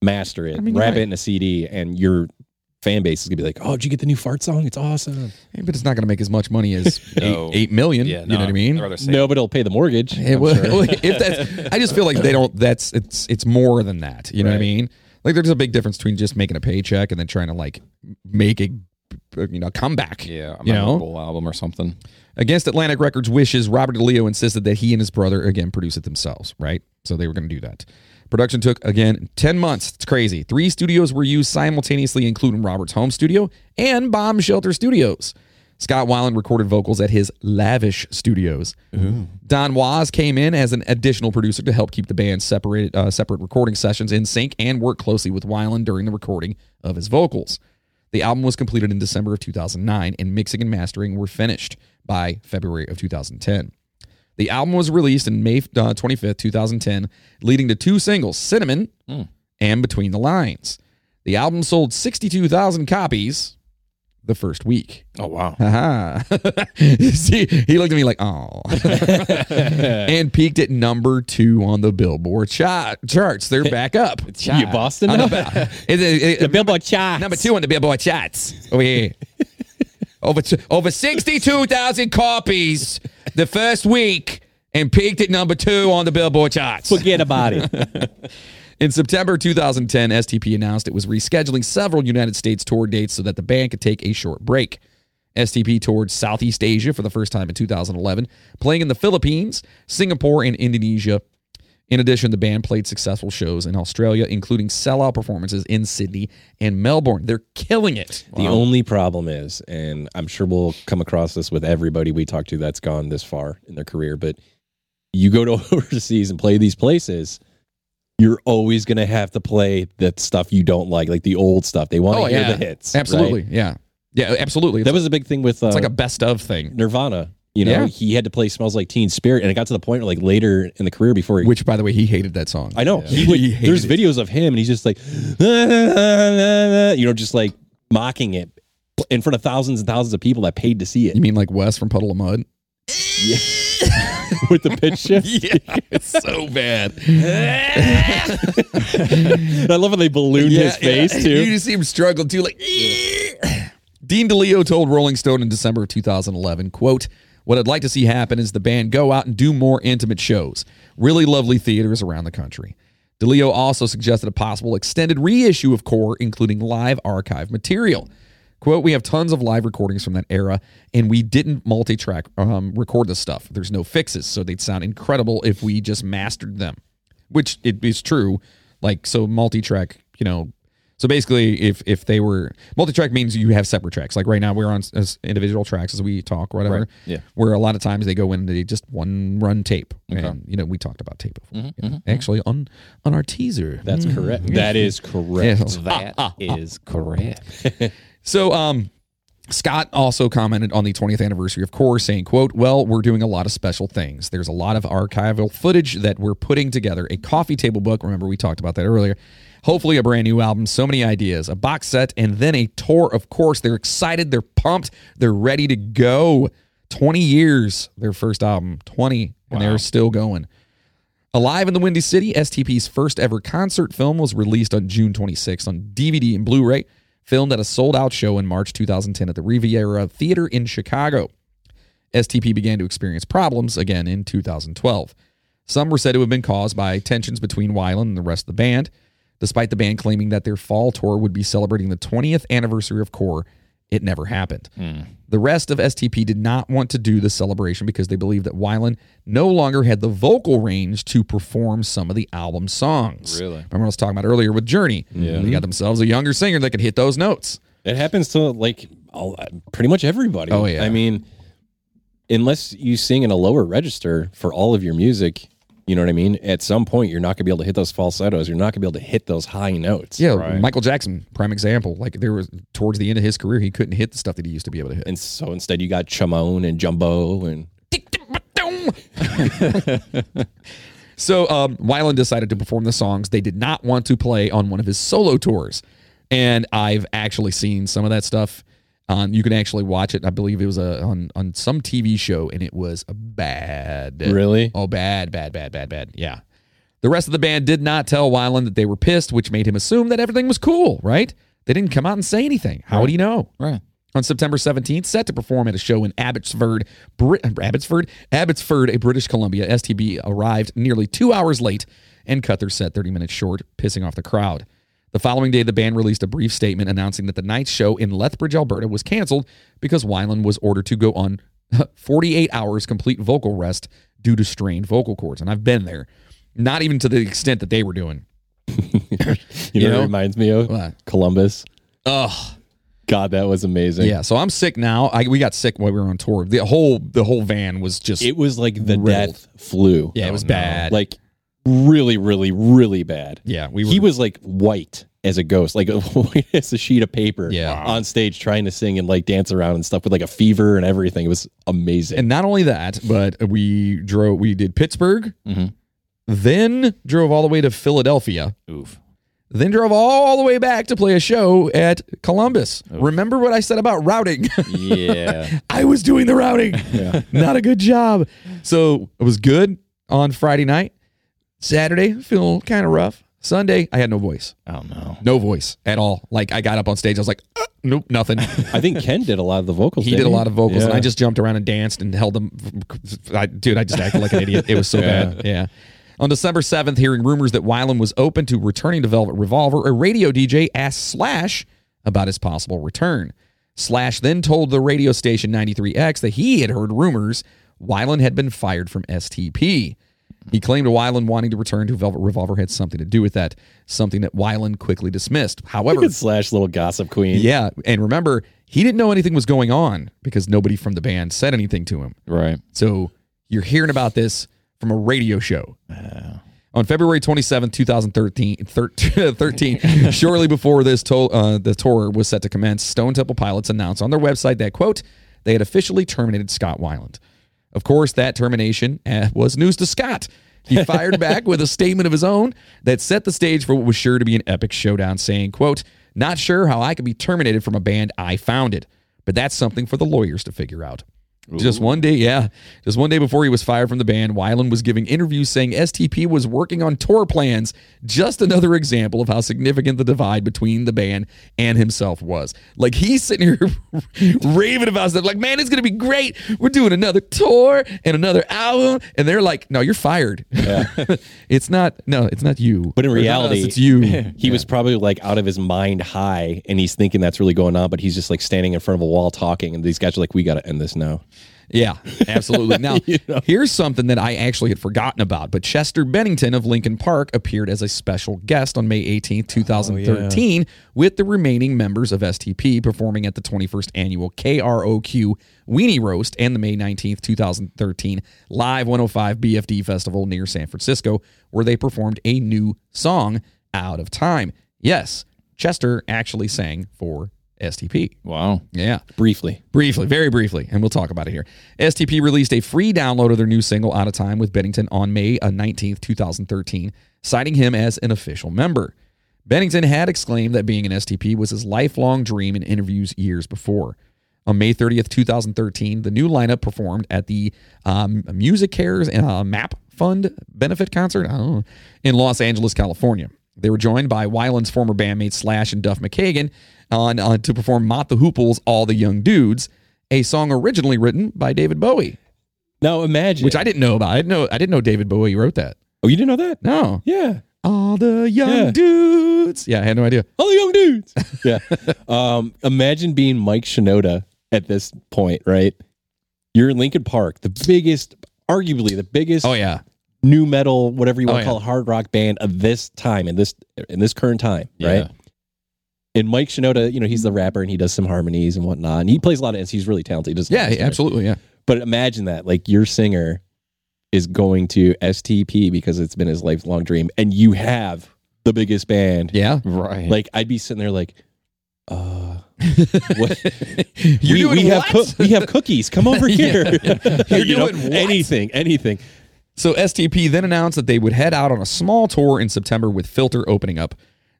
master it,
I mean, you're
wrap
right.
it in a CD, and your fan base is going to be like, "Oh, did you get the new fart song? It's awesome."
Hey, But it's not going to make as much money as
No.
eight, eight million.
Yeah,
you know what I mean?
No, but it'll pay the mortgage.
It
I'm
was,
sure.
if that's, I just feel like they don't. That's it's it's more than that. You know what I
Right.
mean? Like there's a big difference between just making a paycheck and then trying to like make a you know comeback.
Yeah, a
you know.
memorable album or something.
Against Atlantic Records' wishes, Robert DeLeo insisted that he and his brother again produce it themselves. Right, so they were going to do that. Production took again ten months. It's crazy. Three studios were used simultaneously, including Robert's home studio and Bomb Shelter Studios. Scott Weiland recorded vocals at his lavish studios. Don Waz came in as an additional producer to help keep the band separate, uh, separate recording sessions in sync and work closely with Weiland during the recording of his vocals. The album was completed in December of 2009, and mixing and mastering were finished by February of 2010. The album was released in May uh, 25th, 2010, leading to two singles, Cinnamon and Between the Lines. The album sold 62,000 copies the first week.
Oh wow.
Haha. See, he looked at me like, oh. and peaked at number two on the Billboard cha- charts. They're back up.
You Boston?
I'm about- It- it- it-
The Billboard charts.
number two on the Billboard charts. Over here. over over 62,000 copies the first week and peaked at number two on the Billboard charts.
Forget about it.
In September 2010, STP announced it was rescheduling several United States tour dates so that the band could take a short break. STP toured Southeast Asia for the first time in 2011, playing in the Philippines, Singapore, and Indonesia. In addition, the band played successful shows in Australia, including sellout performances in Sydney and Melbourne. They're killing it.
The only problem is, and I'm sure we'll come across this with everybody we talk to that's gone this far in their career, but you go to overseas and play these places, you're always going to have to play that stuff you don't like, like the old stuff. They want to
Oh,
hear
yeah.
the hits. right?
Absolutely. Yeah. Yeah, absolutely.
That was a big thing with uh,
it's like a best of thing,
Nirvana. You know,
Yeah.
he had to play Smells Like Teen Spirit, and it got to the point where, like, later in the career before he.
which, by the way, he hated that song.
I know. He
He
would,
hated
there's
it.
videos of him, and he's just like, you know, just like mocking it in front of thousands and thousands of people that paid to see it.
You mean like Wes from Puddle of Mud?
with the pitch shift.
Yeah, it's so bad.
I love how they ballooned his face
You
too.
just see him struggle too, like. Dean DeLeo told Rolling Stone in December of 2011, "quote What I'd like to see happen is the band go out and do more intimate shows, really lovely theaters around the country." DeLeo also suggested a possible extended reissue of Core, including live archive material. Quote, we have tons of live recordings from that era, and we didn't multi track um, record the stuff. There's no fixes, so they'd sound incredible if we just mastered them which it is true. Like so, multi-track. You know, so basically, if if they were multi-track means you have separate tracks. Like right now, we're on s- as individual tracks as we talk, or whatever.
yeah.
Where a lot of times they go in they just one run tape, and you know we talked about tape before. Yeah. Actually, on on our teaser.
That's correct. That is correct.
Yeah.
That is correct.
So, um, Scott also commented on the 20th anniversary of Core, saying, "quote Well, we're doing a lot of special things. There's a lot of archival footage that we're putting together. A coffee table book. Remember, we talked about that earlier. Hopefully, a brand new album. So many ideas. A box set, and then a tour. Of course, they're excited. They're pumped. They're ready to go. 20 years, their first album. 20, and they're still going." Alive in the Windy City, STP's first ever concert film was released on June 26th on DVD and Blu ray, filmed at a sold out show in March 2010 at the Riviera Theater in Chicago. STP began to experience problems again in 2012. Some were said to have been caused by tensions between Weiland and the rest of the band. Despite the band claiming that their fall tour would be celebrating the 20th anniversary of Core, it never happened.
Hmm.
The rest of STP did not want to do the celebration because they believed that Weiland no longer had the vocal range to perform some of the album's songs.
Really? Mm-hmm.
Remember what I was talking about earlier with Journey? Yeah. They got themselves a younger singer that could hit those notes.
It happens to like all, pretty much everybody.
Oh, yeah.
I mean, unless you sing in a lower register for all of your music, you know what I mean. At some point, you're not gonna be able to hit those falsettos. You're not gonna be able to hit those high notes.
Yeah,
Right.
Michael Jackson, prime example. Like there was towards the end of his career, he couldn't hit the stuff that he used to be able to hit.
And so instead, you got Chamon and Jumbo and
So um, Weiland decided to perform the songs they did not want to play on one of his solo tours, and I've actually seen some of that stuff. On you can actually watch it. I believe it was uh on on some TV show, and it was bad.
really.
Oh, bad, bad, bad, bad, bad. Yeah. The rest of the band did not tell Weiland that they were pissed, which made him assume that everything was cool. Right? They didn't come out and say anything. How would he know?
Right.
on September 17th, set to perform at a show in Abbotsford, Brit- Abbotsford, Abbotsford, a British Columbia. STB arrived nearly two hours late and cut their set 30 minutes short, pissing off the crowd. The following day, the band released a brief statement announcing that the night's show in Lethbridge, Alberta, was canceled because Weiland was ordered to go on 48 hours complete vocal rest due to strained vocal cords. And I've been there, not even to the extent that they were doing.
You
You
know, what
know?
it reminds me of
What?
Columbus.
Ugh.
God, that was amazing.
Yeah, so I'm sick now. I, we got sick while we were on tour. The whole the whole van was just
It was like the
Riddled.
death flu.
yeah, it was bad.
Like really, really, really bad.
yeah, we were
he was like white as a ghost, like white as a sheet of paper
Yeah.
on stage trying to sing and like dance around and stuff with like a fever and everything. It was amazing.
and not only that, but we drove. We did Pittsburgh,
Mhm.
then drove all the way to Philadelphia,
Oof.
then drove all the way back to play a show at Columbus. Remember what I said about routing?
Yeah.
I was doing the routing. Not a good job. So it was good on Friday night. Saturday, feeling kind of rough. Sunday, I had no voice.
oh no.
No voice at all. Like I got up on stage, I was like, "Uh, nope, nothing.
I think Ken did a lot of the vocals.
He did
didn't
a lot of vocals, and
Yeah.
I just jumped around and danced and held them. I, dude, I just acted like an idiot. It was so bad. Yeah. On December 7th, hearing rumors that Wyland was open to returning to Velvet Revolver, a radio DJ asked Slash about his possible return. Slash then told the radio station 93X that he had heard rumors Wyland had been fired from STP. He claimed Wyland wanting to return to Velvet Revolver had something to do with that, something that Wyland quickly dismissed. However,
Good slash little gossip queen.
yeah, and remember, he didn't know anything was going on because nobody from the band said anything to him.
Right.
So you're hearing about this from a radio show. On February 27th, 2013, thir- 13, shortly before this to- uh, the tour was set to commence, Stone Temple Pilots announced on their website that, quote, they had officially terminated Scott Weiland. Of course, that termination eh, was news to Scott. He fired back with a statement of his own that set the stage for what was sure to be an epic showdown, saying, quote, not sure how I could be terminated from a band I founded, but that's something for the lawyers to figure out. Just one day, yeah. Just one day before he was fired from the band, Weiland was giving interviews saying STP was working on tour plans. Just another example of how significant the divide between the band and himself was. Like he's sitting here raving about stuff. Like, man, it's gonna be great. We're doing another tour and another album, and they're like, "No, you're fired. it's not. No, it's not you.
But in
Or not us,
reality,
it's you.
He was probably like out of his mind high and he's thinking that's really going on, but he's just like standing in front of a wall talking. And these guys are like, we got to end this now.
Yeah, absolutely. Now, here's something that I actually had forgotten about, but Chester Bennington of Lincoln Park appeared as a special guest on May 18th, 2013, with the remaining members of STP performing at the 21st annual KROQ Weenie Roast and the May 19th, 2013 Live 105 BFD Festival near San Francisco, where they performed a new song, Out of Time. Yes, Chester actually sang for STP.
Wow.
Yeah.
Briefly.
Briefly, very briefly, and we'll talk about it here. STP released a free download of their new single Out of Time with Bennington on May uh, 19th, 2013, citing him as an official member. Bennington had exclaimed that being an STP was his lifelong dream in interviews years before. On May 30th, 2013, the new lineup performed at the um, Music Cares uh, MAP Fund benefit concert I don't know, in Los Angeles, California. They were joined by Wyland's former bandmates Slash and Duff McKagan on, uh, to perform Mott the Hoople's All the Young Dudes, a song originally written by David Bowie,
Now imagine.
which I didn't know about. I didn't know I didn't know David Bowie wrote that.
oh, you didn't know that?
No.
Yeah.
All the young
Yeah.
dudes. Yeah, I had no idea.
All the young dudes. yeah. Um, imagine being Mike Shinoda at this point, right? You're in Lincoln Park, the biggest, arguably the biggest
Oh yeah.
new metal, whatever you
Oh,
want to call it, hard rock band of this time in this in this current time,
Yeah.
right? And Mike Shinoda, you know, he's the rapper and he does some harmonies and whatnot. And he plays a lot of instruments. He's really talented. He does a lot
Yeah,
of instruments.
absolutely. Yeah.
But imagine that, like your singer is going to STP because it's been his lifelong dream, and you have the biggest band.
Yeah.
Right.
Like I'd be sitting there like, uh, what?
You're
we,
doing
we have
what?
coo- we have cookies. Come over here.
You're
You know,
doing what?
anything, anything.
So STP then announced that they would head out on a small tour in September with Filter opening up.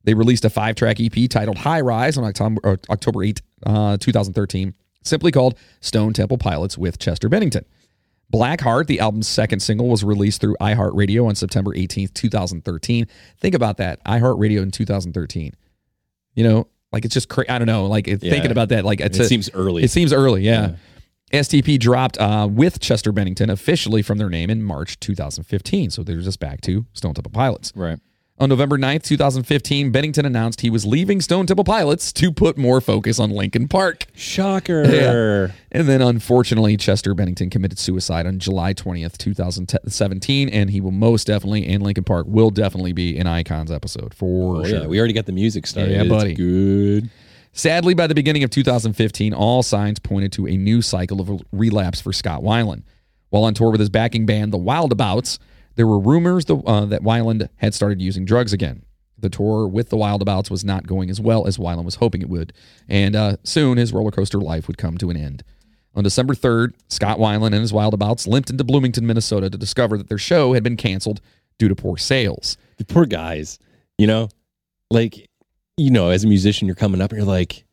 They released a five track EP titled High Rise on October, or October 8, uh, 2013, simply called Stone Temple Pilots with Chester Bennington. Black Heart, the album's second single, was released through iHeartRadio on September 18th, 2013. Think about that. iHeartRadio in 2013. You know, like it's just, cra- I don't know, like it, thinking about that, like it's
It
a-
seems early.
it seems early, yeah. STP dropped uh, with Chester Bennington officially from their name in March 2015. So there's us back to Stone Temple Pilots.
right.
On November 9th, 2015, Bennington announced he was leaving Stone Temple Pilots to put more focus on Lincoln Park.
Shocker.
And then, unfortunately, Chester Bennington committed suicide on July 20th, 2017. And he will most definitely, and Lincoln Park will definitely be an Icons episode for
Oh,
sure.
yeah, we already got the music started.
Yeah,
It's
buddy.
good.
Sadly, by the beginning of 2015, all signs pointed to a new cycle of relapse for Scott Weiland. While on tour with his backing band, the Wildabouts, there were rumors the, uh, that Weiland had started using drugs again. The tour with the Wildabouts was not going as well as Weiland was hoping it would, and uh, soon his roller coaster life would come to an end. On December 3rd, Scott Weiland and his Wildabouts limped into Bloomington, Minnesota to discover that their show had been canceled due to poor sales.
The poor guys, you know, like, you know, as a musician, you're coming up and you're like,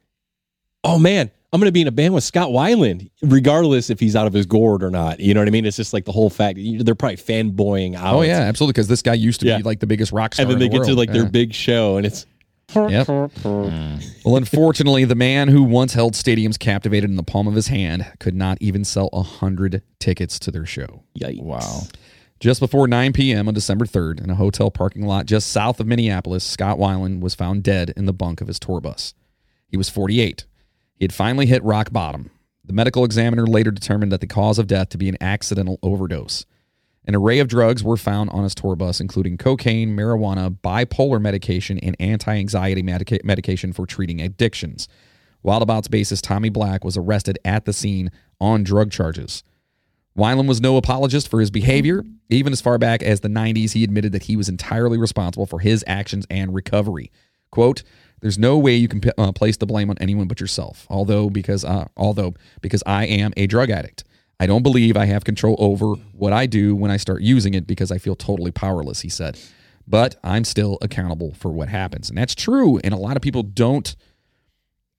oh man, I'm going to be in a band with Scott Weiland, regardless if he's out of his gourd or not. You know what I mean? It's just like the whole fact you- they're probably fanboying out.
Oh, yeah, absolutely, because this guy used to
Yeah.
be like the biggest rock star.
And then
in
they
the
get to
world.
like
Yeah.
their big show and it's,
Yep. well, unfortunately, the man who once held stadiums captivated in the palm of his hand could not even sell 100 tickets to their show.
yikes. Wow.
Just before 9 p.m. on December 3rd, in a hotel parking lot just south of Minneapolis, Scott Weiland was found dead in the bunk of his tour bus. He was 48. He had finally hit rock bottom. The medical examiner later determined that the cause of death to be an accidental overdose. An array of drugs were found on his tour bus, including cocaine, marijuana, bipolar medication, and anti anxiety medica- medication for treating addictions. Wildabouts bassist Tommy Black was arrested at the scene on drug charges. Weiland was no apologist for his behavior. Even as far back as the 90s, he admitted that he was entirely responsible for his actions and recovery. Quote, there's no way you can p- uh, place the blame on anyone but yourself. Although because uh, although because I am a drug addict, I don't believe I have control over what I do when I start using it because I feel totally powerless, he said. But I'm still accountable for what happens. And that's true, and a lot of people don't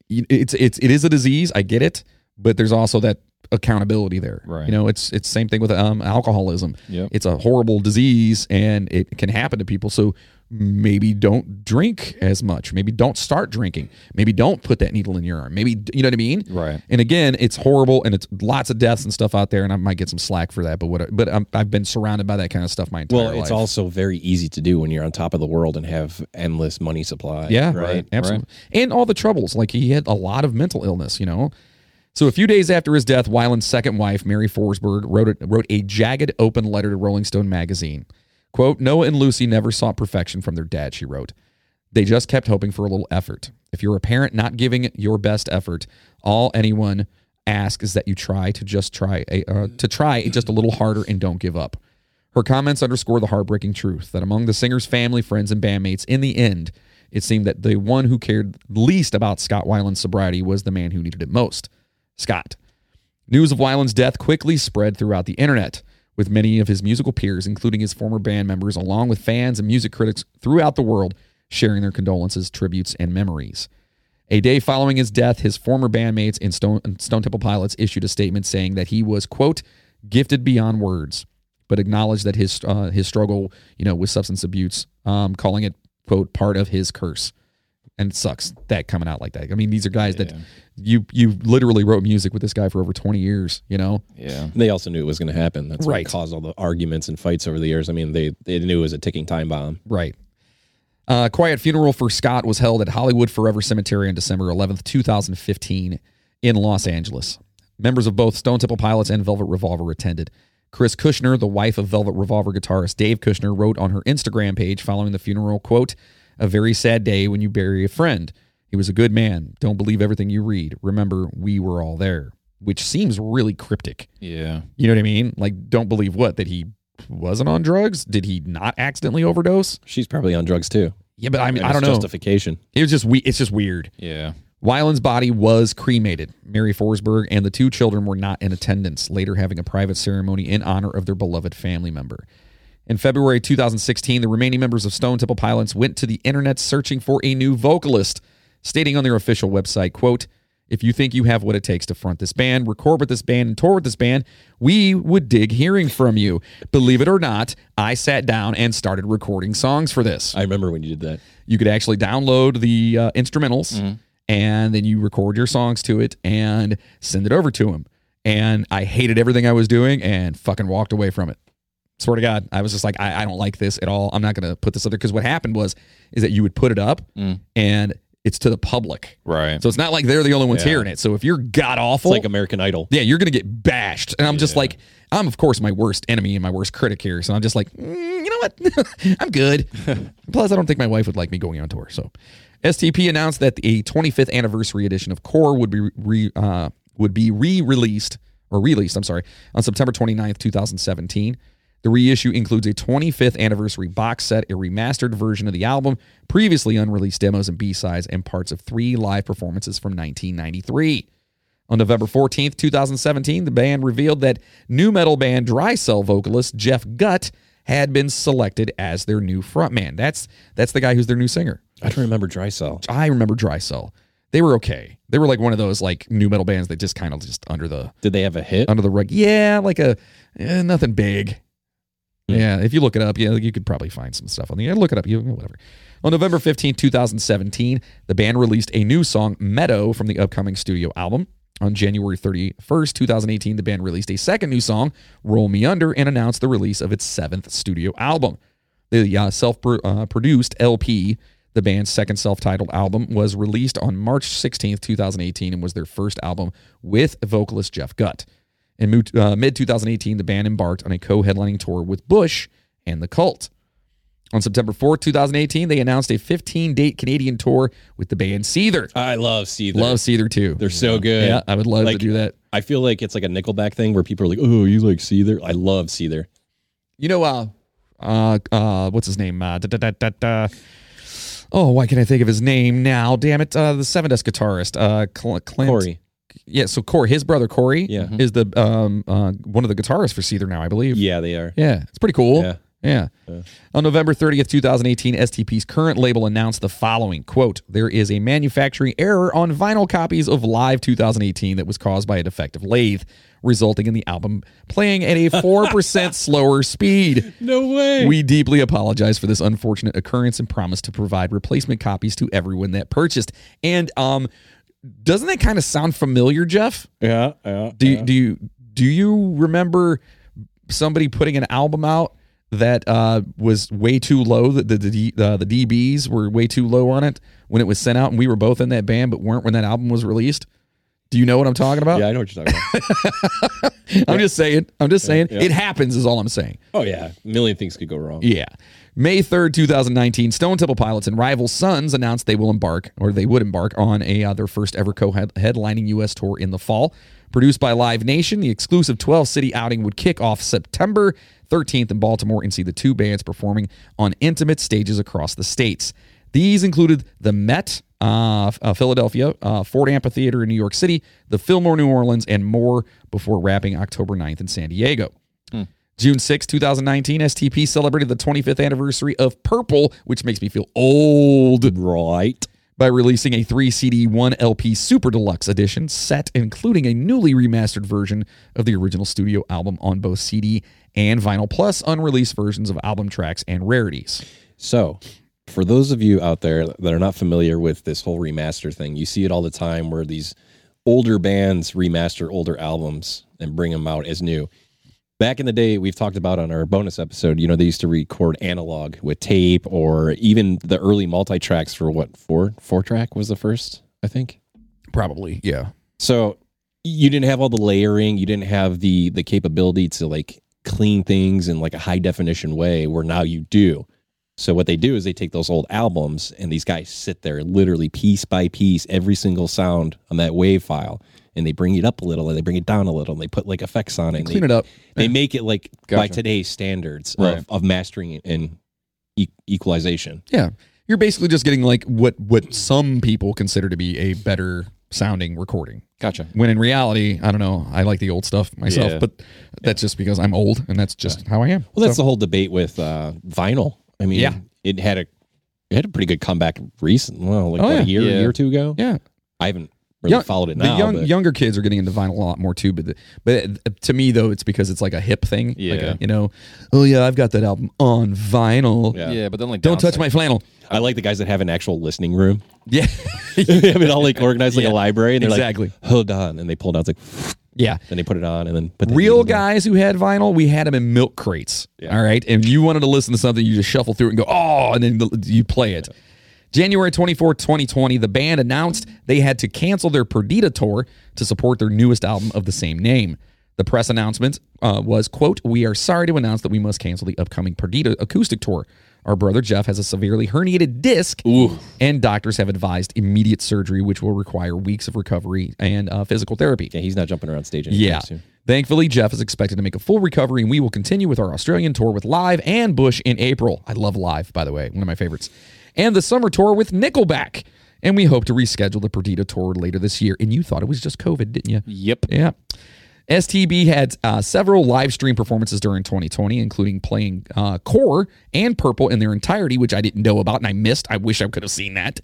you- it's it's it is a disease. I get it, but there's also that accountability there.
Right.
You know, it's it's same thing with um alcoholism.
Yep.
It's a horrible disease and it can happen to people. So maybe don't drink as much. Maybe don't start drinking. Maybe don't put that needle in your arm. Maybe you know what I mean?
Right.
And again, it's horrible and it's lots of deaths and stuff out there and I might get some slack for that, but what but i I've been surrounded by that kind of stuff my entire
Well,
life.
it's also very easy to do when you're on top of the world and have endless money supply.
Yeah, right. Absolutely. And all the troubles. Like he had a lot of mental illness, you know. So a few days after his death, Weiland's second wife, Mary Forsberg, wrote a, wrote a jagged open letter to Rolling Stone magazine. Quote, Noah and Lucy never sought perfection from their dad, she wrote. They just kept hoping for a little effort. If you're a parent not giving your best effort, all anyone asks is that you try to just try a, uh, to try just a little harder and don't give up. Her comments underscore the heartbreaking truth that among the singer's family, friends, and bandmates, in the end, it seemed that the one who cared least about Scott Weiland's sobriety was the man who needed it most, Scott. News of Weiland's death quickly spread throughout the internet, with many of his musical peers, including his former band members, along with fans and music critics throughout the world, sharing their condolences, tributes, and memories. A day following his death, his former bandmates and Stone, and Stone Temple Pilots issued a statement saying that he was, quote, gifted beyond words, but acknowledged that his uh, his struggle, you know, with substance abuse, um, calling it, quote, part of his curse. And it sucks that coming out like that. I mean, these are guys that you you literally wrote music with this guy for over 20 years, you know?
Yeah.
They also knew it was going to happen. That's
Right.
what caused all the arguments and fights over the years. I mean, they, they knew it was a ticking time bomb.
Right. Uh, quiet funeral for Scott was held at Hollywood Forever Cemetery on December 11th, 2015, in Los Angeles. Members of both Stone Temple Pilots and Velvet Revolver attended. Chris Kushner, the wife of Velvet Revolver guitarist Dave Kushner, wrote on her Instagram page following the funeral, quote, "A very sad day when you bury a friend. He was a good man. Don't believe everything you read. Remember, we were all there." Which seems really cryptic.
Yeah.
You know what I mean? Like, don't believe what? That he wasn't on drugs? Did he not accidentally overdose?
She's probably on drugs too.
Yeah, but I mean,
And
I don't
it's
know.
Justification.
it was just we. It's just weird.
Yeah.
Weiland's body was cremated. Mary Forsberg and the two children were not in attendance, later having a private ceremony in honor of their beloved family member. In February 2016, the remaining members of Stone Temple Pilots went to the internet searching for a new vocalist, stating on their official website, quote, if you think you have what it takes to front this band, record with this band, and tour with this band, we would dig hearing from you. Believe it or not, I sat down and started recording songs for this
I remember when you did that.
you could actually download the uh, instrumentals
Mm-hmm.
and then you record your songs to it and send it over to him. And I hated everything I was doing and fucking walked away from it. Swear to God, I was just
Mm.
like, I, I don't like this at all. I'm not gonna put this up there because what happened was is that you would put it up and it's to the public.
Right.
So it's not like they're the only ones
Yeah.
hearing it. So if you're god awful,
It's like American Idol.
yeah, you're gonna get bashed. And I'm just
Yeah.
like, I'm of course my worst enemy and my worst critic here. So I'm just like, "Mm, you know what? I'm good. Plus, I don't think my wife would like me going on tour. So, STP announced that the 25th anniversary edition of Core would be re uh, would be re-released or released. I'm sorry, on September 29th, 2017. The reissue includes a 25th anniversary box set, a remastered version of the album, previously unreleased demos and B-sides, and parts of three live performances from 1993. On November 14th, 2017, the band revealed that new metal band Dry Cell vocalist Jeff Gutt had been selected as their new frontman. That's that's the guy who's their new singer.
I don't remember Dry Cell.
I remember Dry Cell. They were okay. They were like one of those like new metal bands that just kind of just under the
Did they have a hit?
under the rug. Yeah, like a eh, nothing big. Yeah, if you look it up, yeah, you could probably find some stuff on the. yeah, Look it up, you whatever. On November fifteenth, two 2017, the band released a new song, Meadow, from the upcoming studio album. On January 31st, 2018, the band released a second new song, Roll Me Under, and announced the release of its seventh studio album. The uh, self uh, produced LP, the band's second self titled album, was released on March 16th, 2018, and was their first album with vocalist Jeff Gutt. In mid 2018, the band embarked on a co headlining tour with Bush and The Cult. On September 4th, 2018, they announced a 15 date Canadian tour with the band Seether.
I love Seether.
Love Seether too.
They're so good.
Yeah, I would love to
Like-
do that.
I feel like it's like a Nickelback thing where people are like, "Oh, you like Seether?" I love Seether.
You know, uh, uh, uh, what's his name? Uh, da, da, da, da, da. Oh, why can't I think of his name now? Damn it! Uh, the Seven Dust guitarist, uh, Cl- Clint.
Corey.
Yeah, so Corey, his brother Corey,
Yeah.
is the um uh, one of the guitarists for Seether now, I believe.
Yeah, they are.
Yeah, it's pretty cool.
Yeah.
Yeah. On November 30th, 2018, STP's current label announced the following quote, there is a manufacturing error on vinyl copies of Live 2018 that was caused by a defective lathe, resulting in the album playing at a 4% slower speed.
No way.
We deeply apologize for this unfortunate occurrence and promise to provide replacement copies to everyone that purchased. And um doesn't that kind of sound familiar, Jeff?
yeah, yeah.
Do you, do you do you remember somebody putting an album out that uh, was way too low? That the the, the, uh, the DBs were way too low on it when it was sent out, and we were both in that band, but weren't when that album was released. Do you know what I'm talking about?
yeah, I know what you're talking about.
I'm just saying. I'm just saying. It happens. Is all I'm saying.
oh yeah, a million things could go wrong.
Yeah. May 3rd, 2019, Stone Temple Pilots and Rival Sons announced they will embark, or they would embark, on a uh, their first ever co headlining U.S. tour in the fall. Produced by Live Nation, the exclusive 12 city outing would kick off September 13th in Baltimore and see the two bands performing on intimate stages across the states. These included the Met, uh, uh, Philadelphia, uh, Ford Amphitheater in New York City, the Fillmore, New Orleans, and more before wrapping October 9th in San Diego. June 6, 2019, STP celebrated the 25th anniversary of Purple, which makes me feel old,
Right.
by releasing a 3 CD, 1 LP Super Deluxe Edition set, including a newly remastered version of the original studio album on both CD and vinyl, plus unreleased versions of album tracks and rarities.
So, for those of you out there that are not familiar with this whole remaster thing, you see it all the time where these older bands remaster older albums and bring them out as new. Back in the day, we've talked about on our bonus episode, you know, they used to record analog with tape or even the early multi tracks for what, four? Four track was the first, I think.
Probably, yeah.
So you didn't have all the layering, you didn't have the the capability to like clean things in like a high definition way where now you do. So what they do is they take those old albums and these guys sit there literally piece by piece every single sound on that wave file and they bring it up a little and they bring it down a little and they put like effects on it. and
Clean
they,
it up.
They make it like by
Gotcha.
today's standards
Right.
of, of mastering and e- equalization.
Yeah. You're basically just getting like what what some people consider to be a better sounding recording.
Gotcha.
when in reality, I don't know. I like the old stuff myself,
Yeah.
but that's just because I'm old and that's just how I am.
Well, that's
So-
the whole debate with uh, vinyl. I mean,
Yeah.
it had a it had a pretty good comeback recent, well, like
Oh,
what,
yeah.
a year,
Yeah.
a year or two ago.
yeah.
I haven't really
Young-
followed it
The
now.
young
but
younger kids are getting into vinyl a lot more too, but the, but to me though, it's because it's like a hip thing. Like
Yeah.
a, you know, oh yeah, I've got that album on vinyl.
Yeah.
Yeah, but then like
Don't touch my flannel.
I like the guys that have an actual listening room.
Yeah,
they have it all like organized like a library, and they're
exactly.
like, "Hold on," and they pulled out it's like,
yeah.
then they put it on, and then put the E
Real
needle down.
guys who had vinyl, we had them in milk crates.
Yeah.
All right, and you wanted to listen to something, you just shuffle through it and go, oh, and then you play it. January 24, 2020, the band announced they had to cancel their Perdita tour to support their newest album of the same name. The press announcement uh, was, quote, We are sorry to announce that we must cancel the upcoming Perdita acoustic tour. Our brother Jeff has a severely herniated disc, and doctors have advised immediate surgery, which will require weeks of recovery and uh, physical therapy.
Yeah, he's not jumping around stage anytime
Yeah.
soon.
Thankfully, Jeff is expected to make a full recovery, and we will continue with our Australian tour with Live and Bush in April. I love Live, by the way, one of my favorites. And the summer tour with Nickelback. And we hope to reschedule the Perdita tour later this year. And you thought it was just COVID, didn't you?
Yep.
Yeah. STB had uh, several live stream performances during 2020, including playing uh, Core and Purple in their entirety, which I didn't know about and I missed. I wish I could have seen that.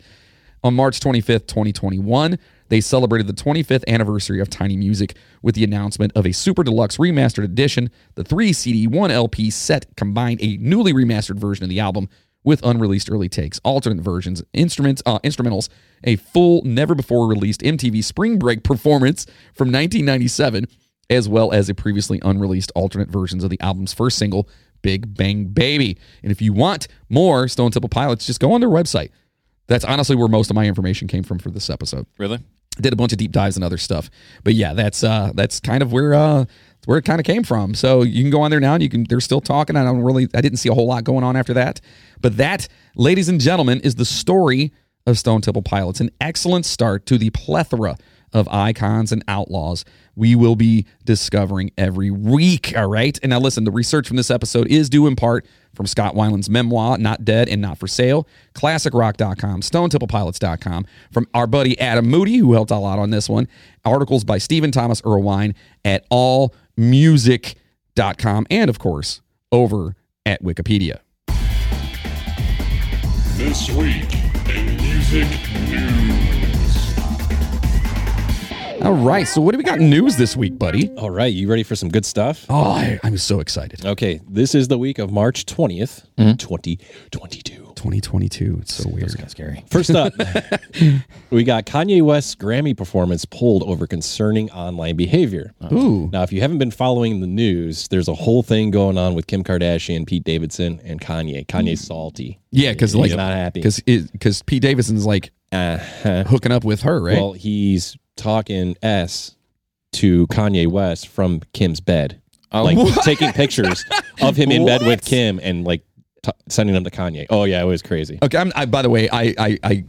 On March 25th, 2021, they celebrated the 25th anniversary of Tiny Music with the announcement of a super deluxe remastered edition. The three CD, one LP set combined a newly remastered version of the album with unreleased early takes, alternate versions, instruments, uh, instrumentals, a full, never before released MTV Spring Break performance from 1997, as well as a previously unreleased alternate versions of the album's first single, Big Bang Baby. And if you want more Stone Temple Pilots, just go on their website. That's honestly where most of my information came from for this episode.
Really?
Did a bunch of deep dives and other stuff, but yeah, that's uh, that's kind of where uh, where it kind of came from. So you can go on there now, and you can. They're still talking. I don't really, I didn't see a whole lot going on after that, but that, ladies and gentlemen, is the story of Stone Temple Pilots. An excellent start to the plethora of icons and outlaws we will be discovering every week. All right. And now, listen, the research from this episode is due in part from Scott Weiland's memoir, Not Dead and Not for Sale, classicrock.com, stonetipplepilots.com, from our buddy Adam Moody, who helped out a lot on this one, articles by Stephen Thomas Irwine at allmusic.com, and of course, over at Wikipedia.
This week in music news.
All right. So, what do we got in news this week, buddy?
All right, you ready for some good stuff?
Oh, I, I'm so excited.
Okay, this is the week of March 20th,
Mm-hmm.
2022.
2022. It's so weird.
Scary.
First up, we got Kanye West's Grammy performance pulled over concerning online behavior.
Oh. Ooh.
Now, if you haven't been following the news, there's a whole thing going on with Kim Kardashian, Pete Davidson, and Kanye. Kanye's salty.
Yeah, because
He's
like
not happy.
because because Pete Davidson's like
Uh-huh.
hooking up with her, right?
Well, he's talking s to Kanye West from Kim's bed,
Oh,
like
What?
taking pictures of him in bed
What?
with Kim and like t- sending them to Kanye. Oh yeah, it was crazy.
okay. I'm, I by the way, I I I,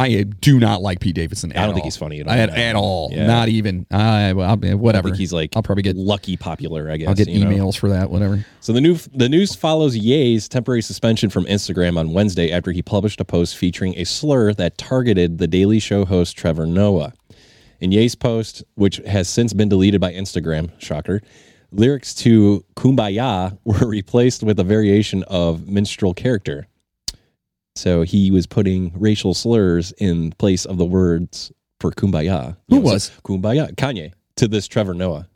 I do not like Pete Davidson. At
I don't think
all.
he's funny at all.
at, at all.
Yeah.
Not even. I well, I mean,
I
whatever.
think he's like
I'll probably get
lucky popular. I guess
I'll get
you know?
emails for that. Whatever.
So the new the news follows Ye's temporary suspension from Instagram on Wednesday after he published a post featuring a slur that targeted the Daily Show host Trevor Noah. In Ye's post, which has since been deleted by Instagram, shocker, lyrics to "Kumbaya" were replaced with a variation of minstrel character. So he was putting racial slurs in place of the words for "Kumbaya."
Who
so
was?
"Kumbaya"? Kanye to this Trevor Noah.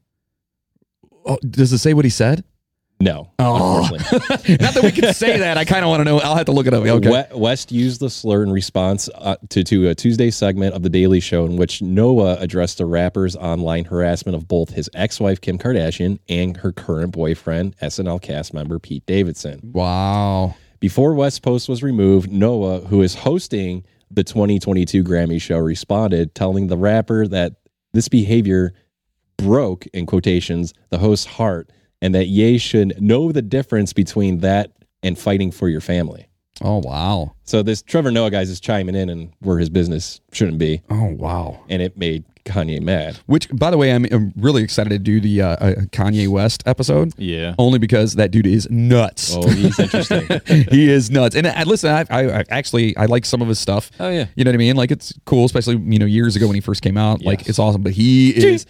Oh, does it say what he said?
No,
Oh.
unfortunately.
not that we can say that. I kind of want to know. I'll have to look it up. Okay.
We- West used the slur in response uh, to, to a Tuesday segment of The Daily Show in which Noah addressed the rapper's online harassment of both his ex wife, Kim Kardashian, and her current boyfriend, SNL cast member Pete Davidson.
Wow.
Before West's post was removed, Noah, who is hosting the 2022 Grammy show, responded, telling the rapper that this behavior broke, in quotations, the host's heart, and that Ye should know the difference between that and fighting for your family.
Oh wow.
So this Trevor Noah guy's is chiming in and where his business shouldn't be,
Oh wow.
and it made Kanye mad.
Which, by the way, I'm, I'm really excited to do the uh, uh, Kanye West episode.
Yeah.
Only because that dude is nuts.
Oh, he's interesting.
he is nuts. And I, listen, I, I, I actually I like some of his stuff.
Oh, yeah.
You know what I mean? Like it's cool, especially you know years ago when he first came out. Like
Yes.
it's awesome. But he is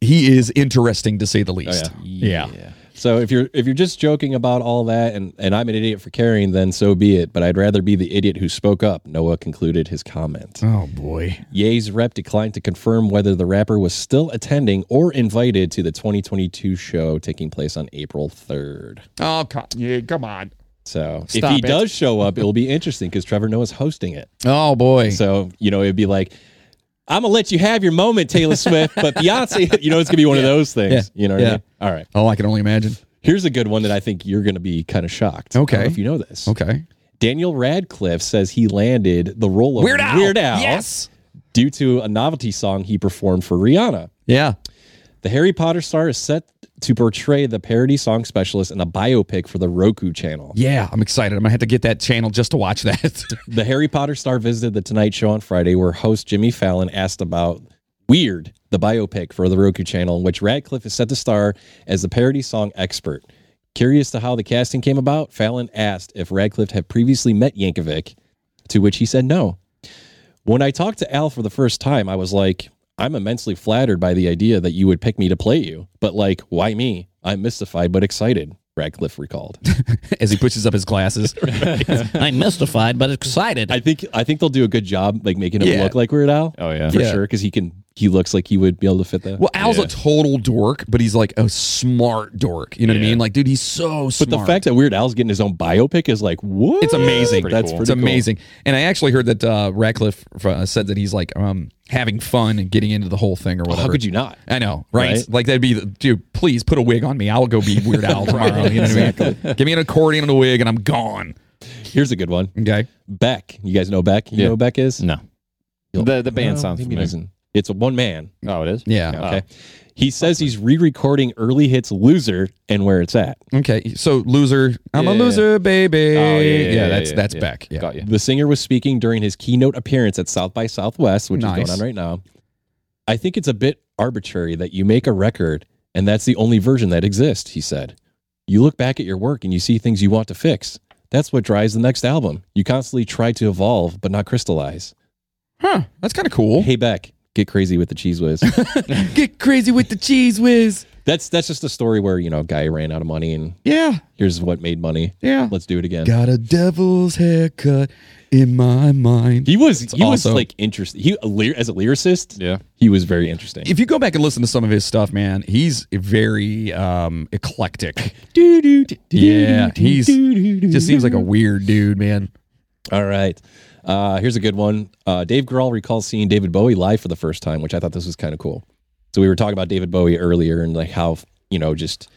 he is interesting to say the least.
Oh,
Yeah.
so if you're if you're just joking about all that, and and I'm an idiot for caring, then so be it. But I'd rather be the idiot who spoke up. Noah concluded his comment.
Oh boy.
Ye's rep declined to confirm whether the rapper was still attending or invited to the 2022 show taking place on April 3rd.
Oh co- yeah, come on.
So
Stop
if he
it.
does show up, it'll be interesting because Trevor Noah's hosting it.
Oh boy.
So, you know, it'd be like, I'm gonna let you have your moment, Taylor Swift, but Beyonce, you know, it's gonna be one of those things.
Yeah.
You know what
Yeah.
I mean? All right.
oh, I can only imagine.
Here's a good one that I think you're gonna be kind of shocked. I don't
Okay.
know if you know this.
Okay.
Daniel Radcliffe says he landed the role of
Weird Al.
Weird Al
Yes.
due to a novelty song he performed for Rihanna.
Yeah.
The Harry Potter star is set to portray the parody song specialist in a biopic for the Roku channel.
Yeah. I'm excited. I'm going to have to get that channel just to watch that.
The Harry Potter star visited the Tonight Show on Friday, where host Jimmy Fallon asked about Weird, the biopic for the Roku channel, in which Radcliffe is set to star as the parody song expert. Curious to how the casting came about, Fallon asked if Radcliffe had previously met Yankovic, to which he said no. When I talked to Al for the first time, I was like, I'm immensely flattered by the idea that you would pick me to play you, but like, why me? I'm mystified but excited, Radcliffe recalled.
As he pushes up his glasses.
I'm mystified but excited.
I think I think they'll do a good job like making him
Yeah.
look like Weird Al.
Oh, yeah.
for
Yeah.
sure because he can. He looks like he would be able to fit that.
Well, Al's
Yeah.
a total dork, but he's like a smart dork. You know what I mean? Like, dude, he's so
but
smart.
the fact that Weird Al's getting his own biopic is like what?
It's amazing.
That's
cool.
it's
pretty cool.
amazing. And I actually heard that uh, Radcliffe uh, said that he's like um, having fun and getting into the whole thing or whatever.
How could you not?
I know, right?
Right?
Like that'd be, the, dude. Please put a wig on me. I'll go be Weird Al tomorrow. You know what I mean? Give me an accordion and a wig, and I'm gone.
Here's a good one.
Okay.
Beck. You guys know Beck. You
Yeah.
know who Beck is.
No. The, the band sounds
maybe he
familiar.
doesn't. It's a one man.
Oh, it is?
Yeah.
Okay. He says he's re-recording early hits "Loser" and where it's at.
Okay. So loser. I'm a
Yeah.
loser, baby.
Oh, yeah, yeah, yeah,
that's
yeah,
that's
yeah.
Beck. Yeah.
Got you.
The singer was speaking during his keynote appearance at South by Southwest, which
Nice.
is going on right now. I think it's a bit arbitrary that you make a record and that's the only version that exists, he said. You look back at your work and you see things you want to fix. That's what drives the next album. You constantly try to evolve, but not crystallize.
Huh. That's kind of cool.
Hey, Beck, get crazy with the cheese whiz.
Get crazy with the cheese whiz.
that's that's just a story where you know, a guy ran out of money and
Yeah.
here's what made money.
Yeah.
Let's do it again.
Got a devil's haircut in my mind.
He was he was
awesome.
like interesting. He a lyr- as a lyricist,
Yeah.
he was very interesting.
If you go back and listen to some of his stuff, man, he's very um, eclectic. Yeah, he's just seems like a weird dude, man.
All right. Uh, here's a good one. Uh, Dave Grohl recalls seeing David Bowie live for the first time, which I thought this was kind of cool. So we were talking about David Bowie earlier and like how, you know, just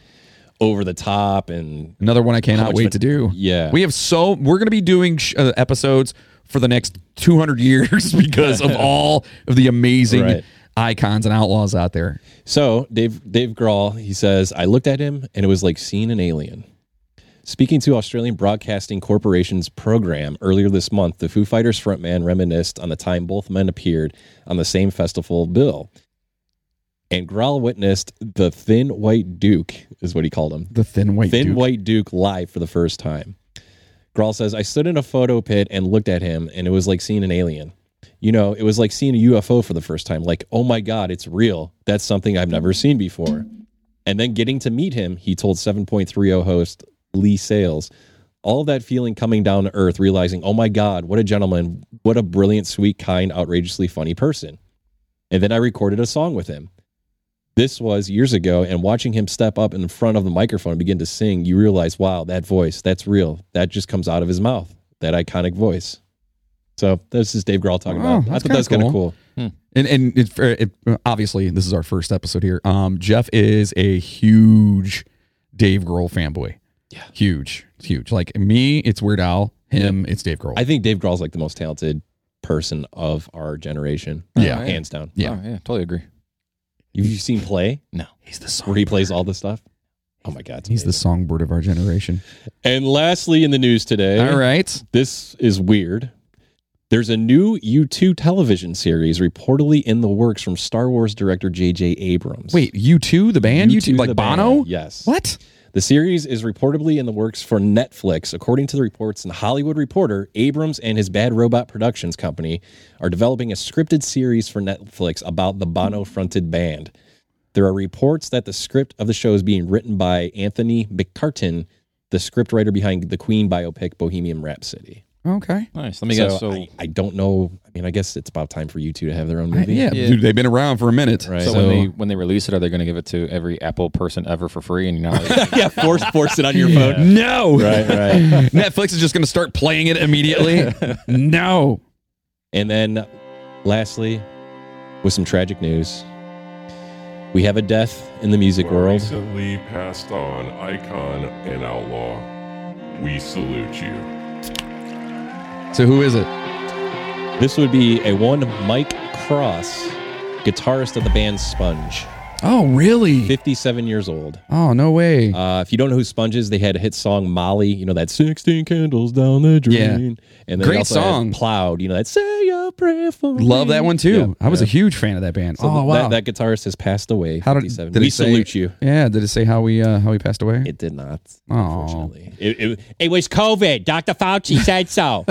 over the top and
Another one I
How
cannot
much
wait
fun-
to do.
yeah.
We have so we're going to be doing sh- uh, episodes for the next 200 years because of all of the amazing
Right.
icons and outlaws out there.
So Dave Dave Grohl, he says, I looked at him and it was like seeing an alien. Speaking to Australian Broadcasting Corporation's program earlier this month, the Foo Fighters frontman reminisced on the time both men appeared on the same festival bill. And Grohl witnessed the Thin White Duke, is what he called him.
The thin white
Thin
dude.
White Duke live for the first time. Grawl says, I stood in a photo pit and looked at him, and it was like seeing an alien. You know, it was like seeing a UFO for the first time. Like, oh my God, it's real. That's something I've never seen before. And then getting to meet him, he told 7.30 host Lee Sales, all that feeling coming down to earth, realizing, oh my God, what a gentleman, what a brilliant, sweet, kind, outrageously funny person. And then I recorded a song with him. This was years ago, and watching him step up in front of the microphone and begin to sing, you realize, wow, that voice, that's real. That just comes out of his mouth, that iconic voice. So this is Dave Grohl talking
Wow,
about. I
Oh, that's
thought that was kind
kinda
of cool.
And and it, er, it, obviously this is our first episode here. Um, Jeff is a huge Dave Grohl fanboy. Yeah, huge, huge. Like me, it's Weird Al. Him, it's Dave Grohl.
I think Dave Grohl's like the most talented person of our generation.
Yeah.
hands down.
Yeah.
Oh, yeah. Totally agree.
Have you seen Play,
he's the song.
where he plays all this stuff? Oh my God, it's
He's the
amazing.
songbird of our generation.
And lastly, in the news today,
All right.
this is weird. There's a new U2 television series reportedly in the works from Star Wars director J.J. Abrams.
Wait, you two, the band, you
U2
two, like
the
Bono.
band, Yes.
What?
The series is reportedly in the works for Netflix. According to the reports in Hollywood Reporter, Abrams and his Bad Robot Productions company are developing a scripted series for Netflix about the Bono fronted band. There are reports that the script of the show is being written by Anthony McCartan, the scriptwriter behind the Queen biopic Bohemian Rhapsody.
Okay.
Nice. Let me
so
guess. So,
I, I don't know. I mean, I guess it's about time for you two to have their own movie.
yeah,
Yeah.
dude, they've been around for a minute.
Right.
so,
so-
when they when they release it, are they going to give it to every Apple person ever for free? And you're not like,
yeah, force force it on your phone.
No.
Right, right.
Netflix is just going to start playing it immediately. no.
And then, lastly, with some tragic news, we have a death in the music world.
Recently passed on icon and outlaw. We salute you.
So who is it?
This would be a one Mike Cross, guitarist of the band Sponge,
Oh, really?
57 years old.
Oh, no way.
Uh, if you don't know who Sponge is, they had a hit song Molly, you know, that 16 candles down the drain.
Yeah.
And then
Great
they also had
song.
Plowed, you know, that say a prayer for
Love
me.
that one too.
Yeah,
I was
yeah.
a huge fan of that band. oh
th-
wow.
That, that guitarist has passed away.
How did-
57.
did
we
it say-
salute you.
yeah. Did it say how we uh, how he passed away?
It did not.
Aw.
Unfortunately. It, it,
It was COVID. Dr. Fauci said so.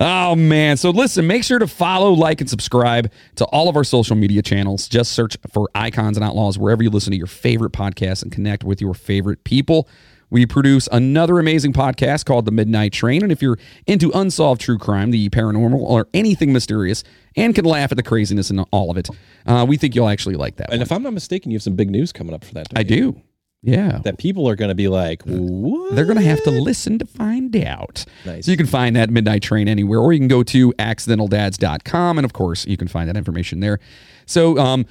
Oh man. So listen, make sure to follow, like, and subscribe to all of our social media channels. Just search for Icons and Outlaws wherever you listen to your favorite podcasts and connect with your favorite people. We produce another amazing podcast called The Midnight Train. And if you're into unsolved true crime, the paranormal, or anything mysterious, and can laugh at the craziness in all of it, uh, we think you'll actually like that.
and
one.
if I'm not mistaken, you have some big news coming up for that. don't
I
you?
do. Yeah.
That people are going to be like, what?
They're going to have to listen to find out.
Nice.
So you can find that Midnight Train anywhere, or you can go to accidentaldads.com. And of course, you can find that information there. So, um,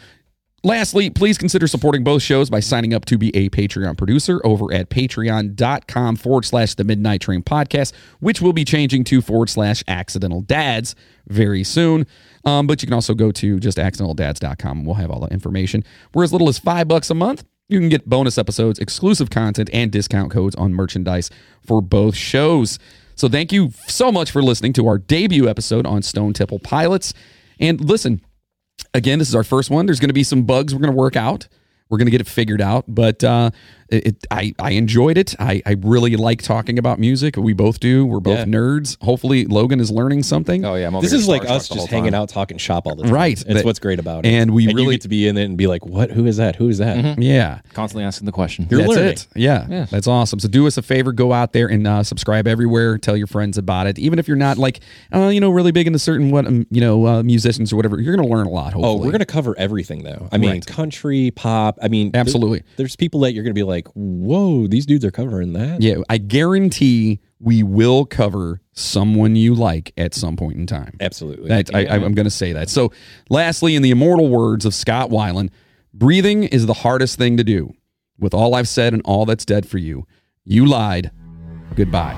Lastly, please consider supporting both shows by signing up to be a Patreon producer over at patreon.com forward slash the Midnight Train podcast, which will be changing to forward slash accidental dads very soon. Um, but you can also go to just accidentaldads.com. We'll have all the information. We're as little as five bucks a month. You can get bonus episodes, exclusive content, and discount codes on merchandise for both shows. So thank you so much for listening to our debut episode on Stone Temple Pilots. And listen, again, this is our first one. There's going to be some bugs we're going to work out. We're going to get it figured out. But uh, it, it- I, I enjoyed it. I, I really like talking about music. We both do. We're both
Yeah.
nerds. Hopefully, Logan is learning something.
Oh yeah, I'm over
This
here
is like
starstruck
us
the
just
whole
hanging
time.
out talking shop all the time.
Right.
That's
That-
what's great about it.
and we
and
really- Mm-hmm.
you get to be in it and be like, what? Who is that? Who is that?
Yeah.
constantly asking the question.
You're
That's
learning.
it. Yeah, that's awesome. So do us a favor, go out there and uh, subscribe everywhere. Tell your friends about it. Even if you're not like, uh, you know, really big into certain what um, you know uh, musicians or whatever, you're going to learn a lot. Hopefully,
Oh, we're gonna cover everything though. I mean,
Right.
country, pop. I mean, there-
Absolutely.
there's people that you're gonna be like, whoa, these dudes are covering that.
Yeah, I guarantee we will cover someone you like at some point in time.
absolutely.
That, I, I'm going to say that. So, lastly, in the immortal words of Scott Weiland, breathing is the hardest thing to do. With all I've said and all that's dead for you, you lied. Goodbye.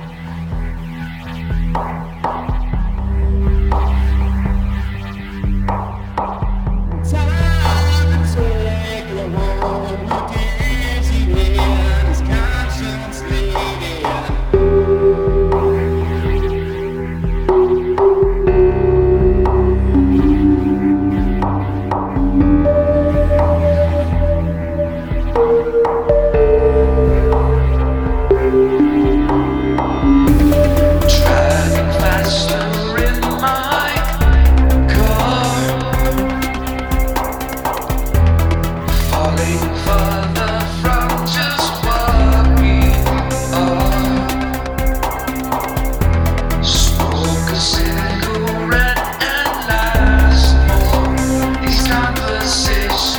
Conversations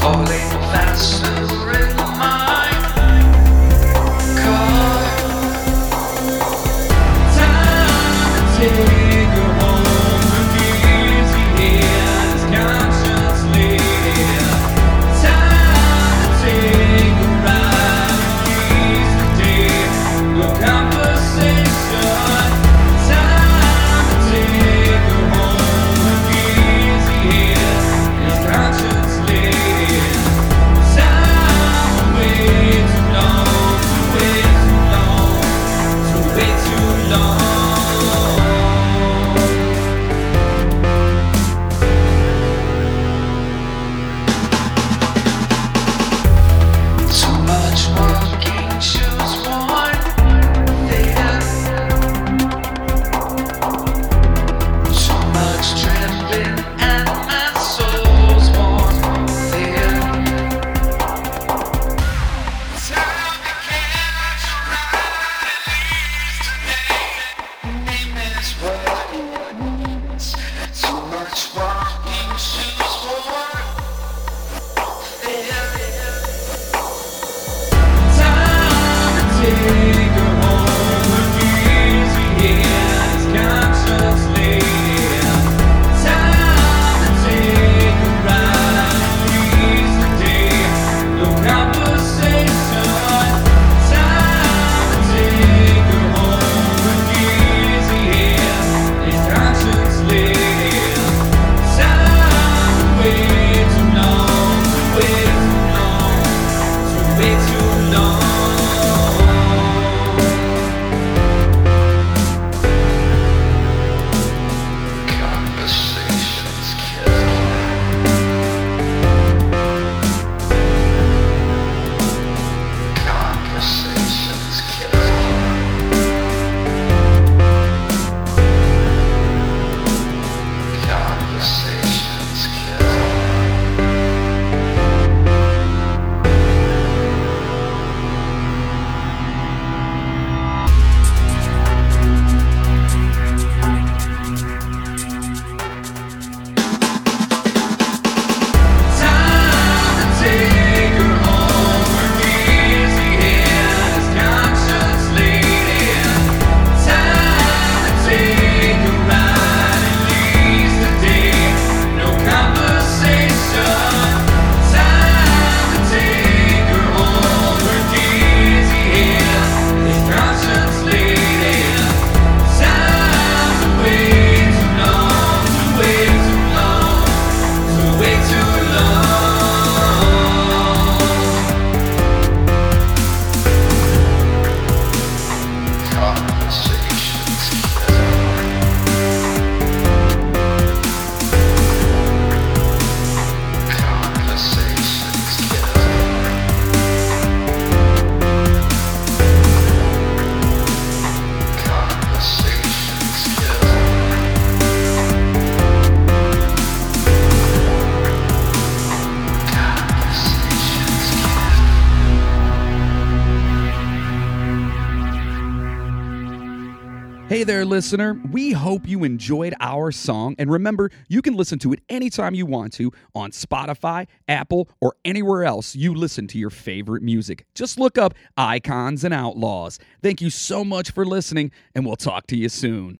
falling faster in my car. Too long.
Hey there, listener. We hope you enjoyed our song. And remember, you can listen to it anytime you want to on Spotify, Apple, or anywhere else you listen to your favorite music. Just look up Icons and Outlaws. Thank you so much for listening, and we'll talk to you soon.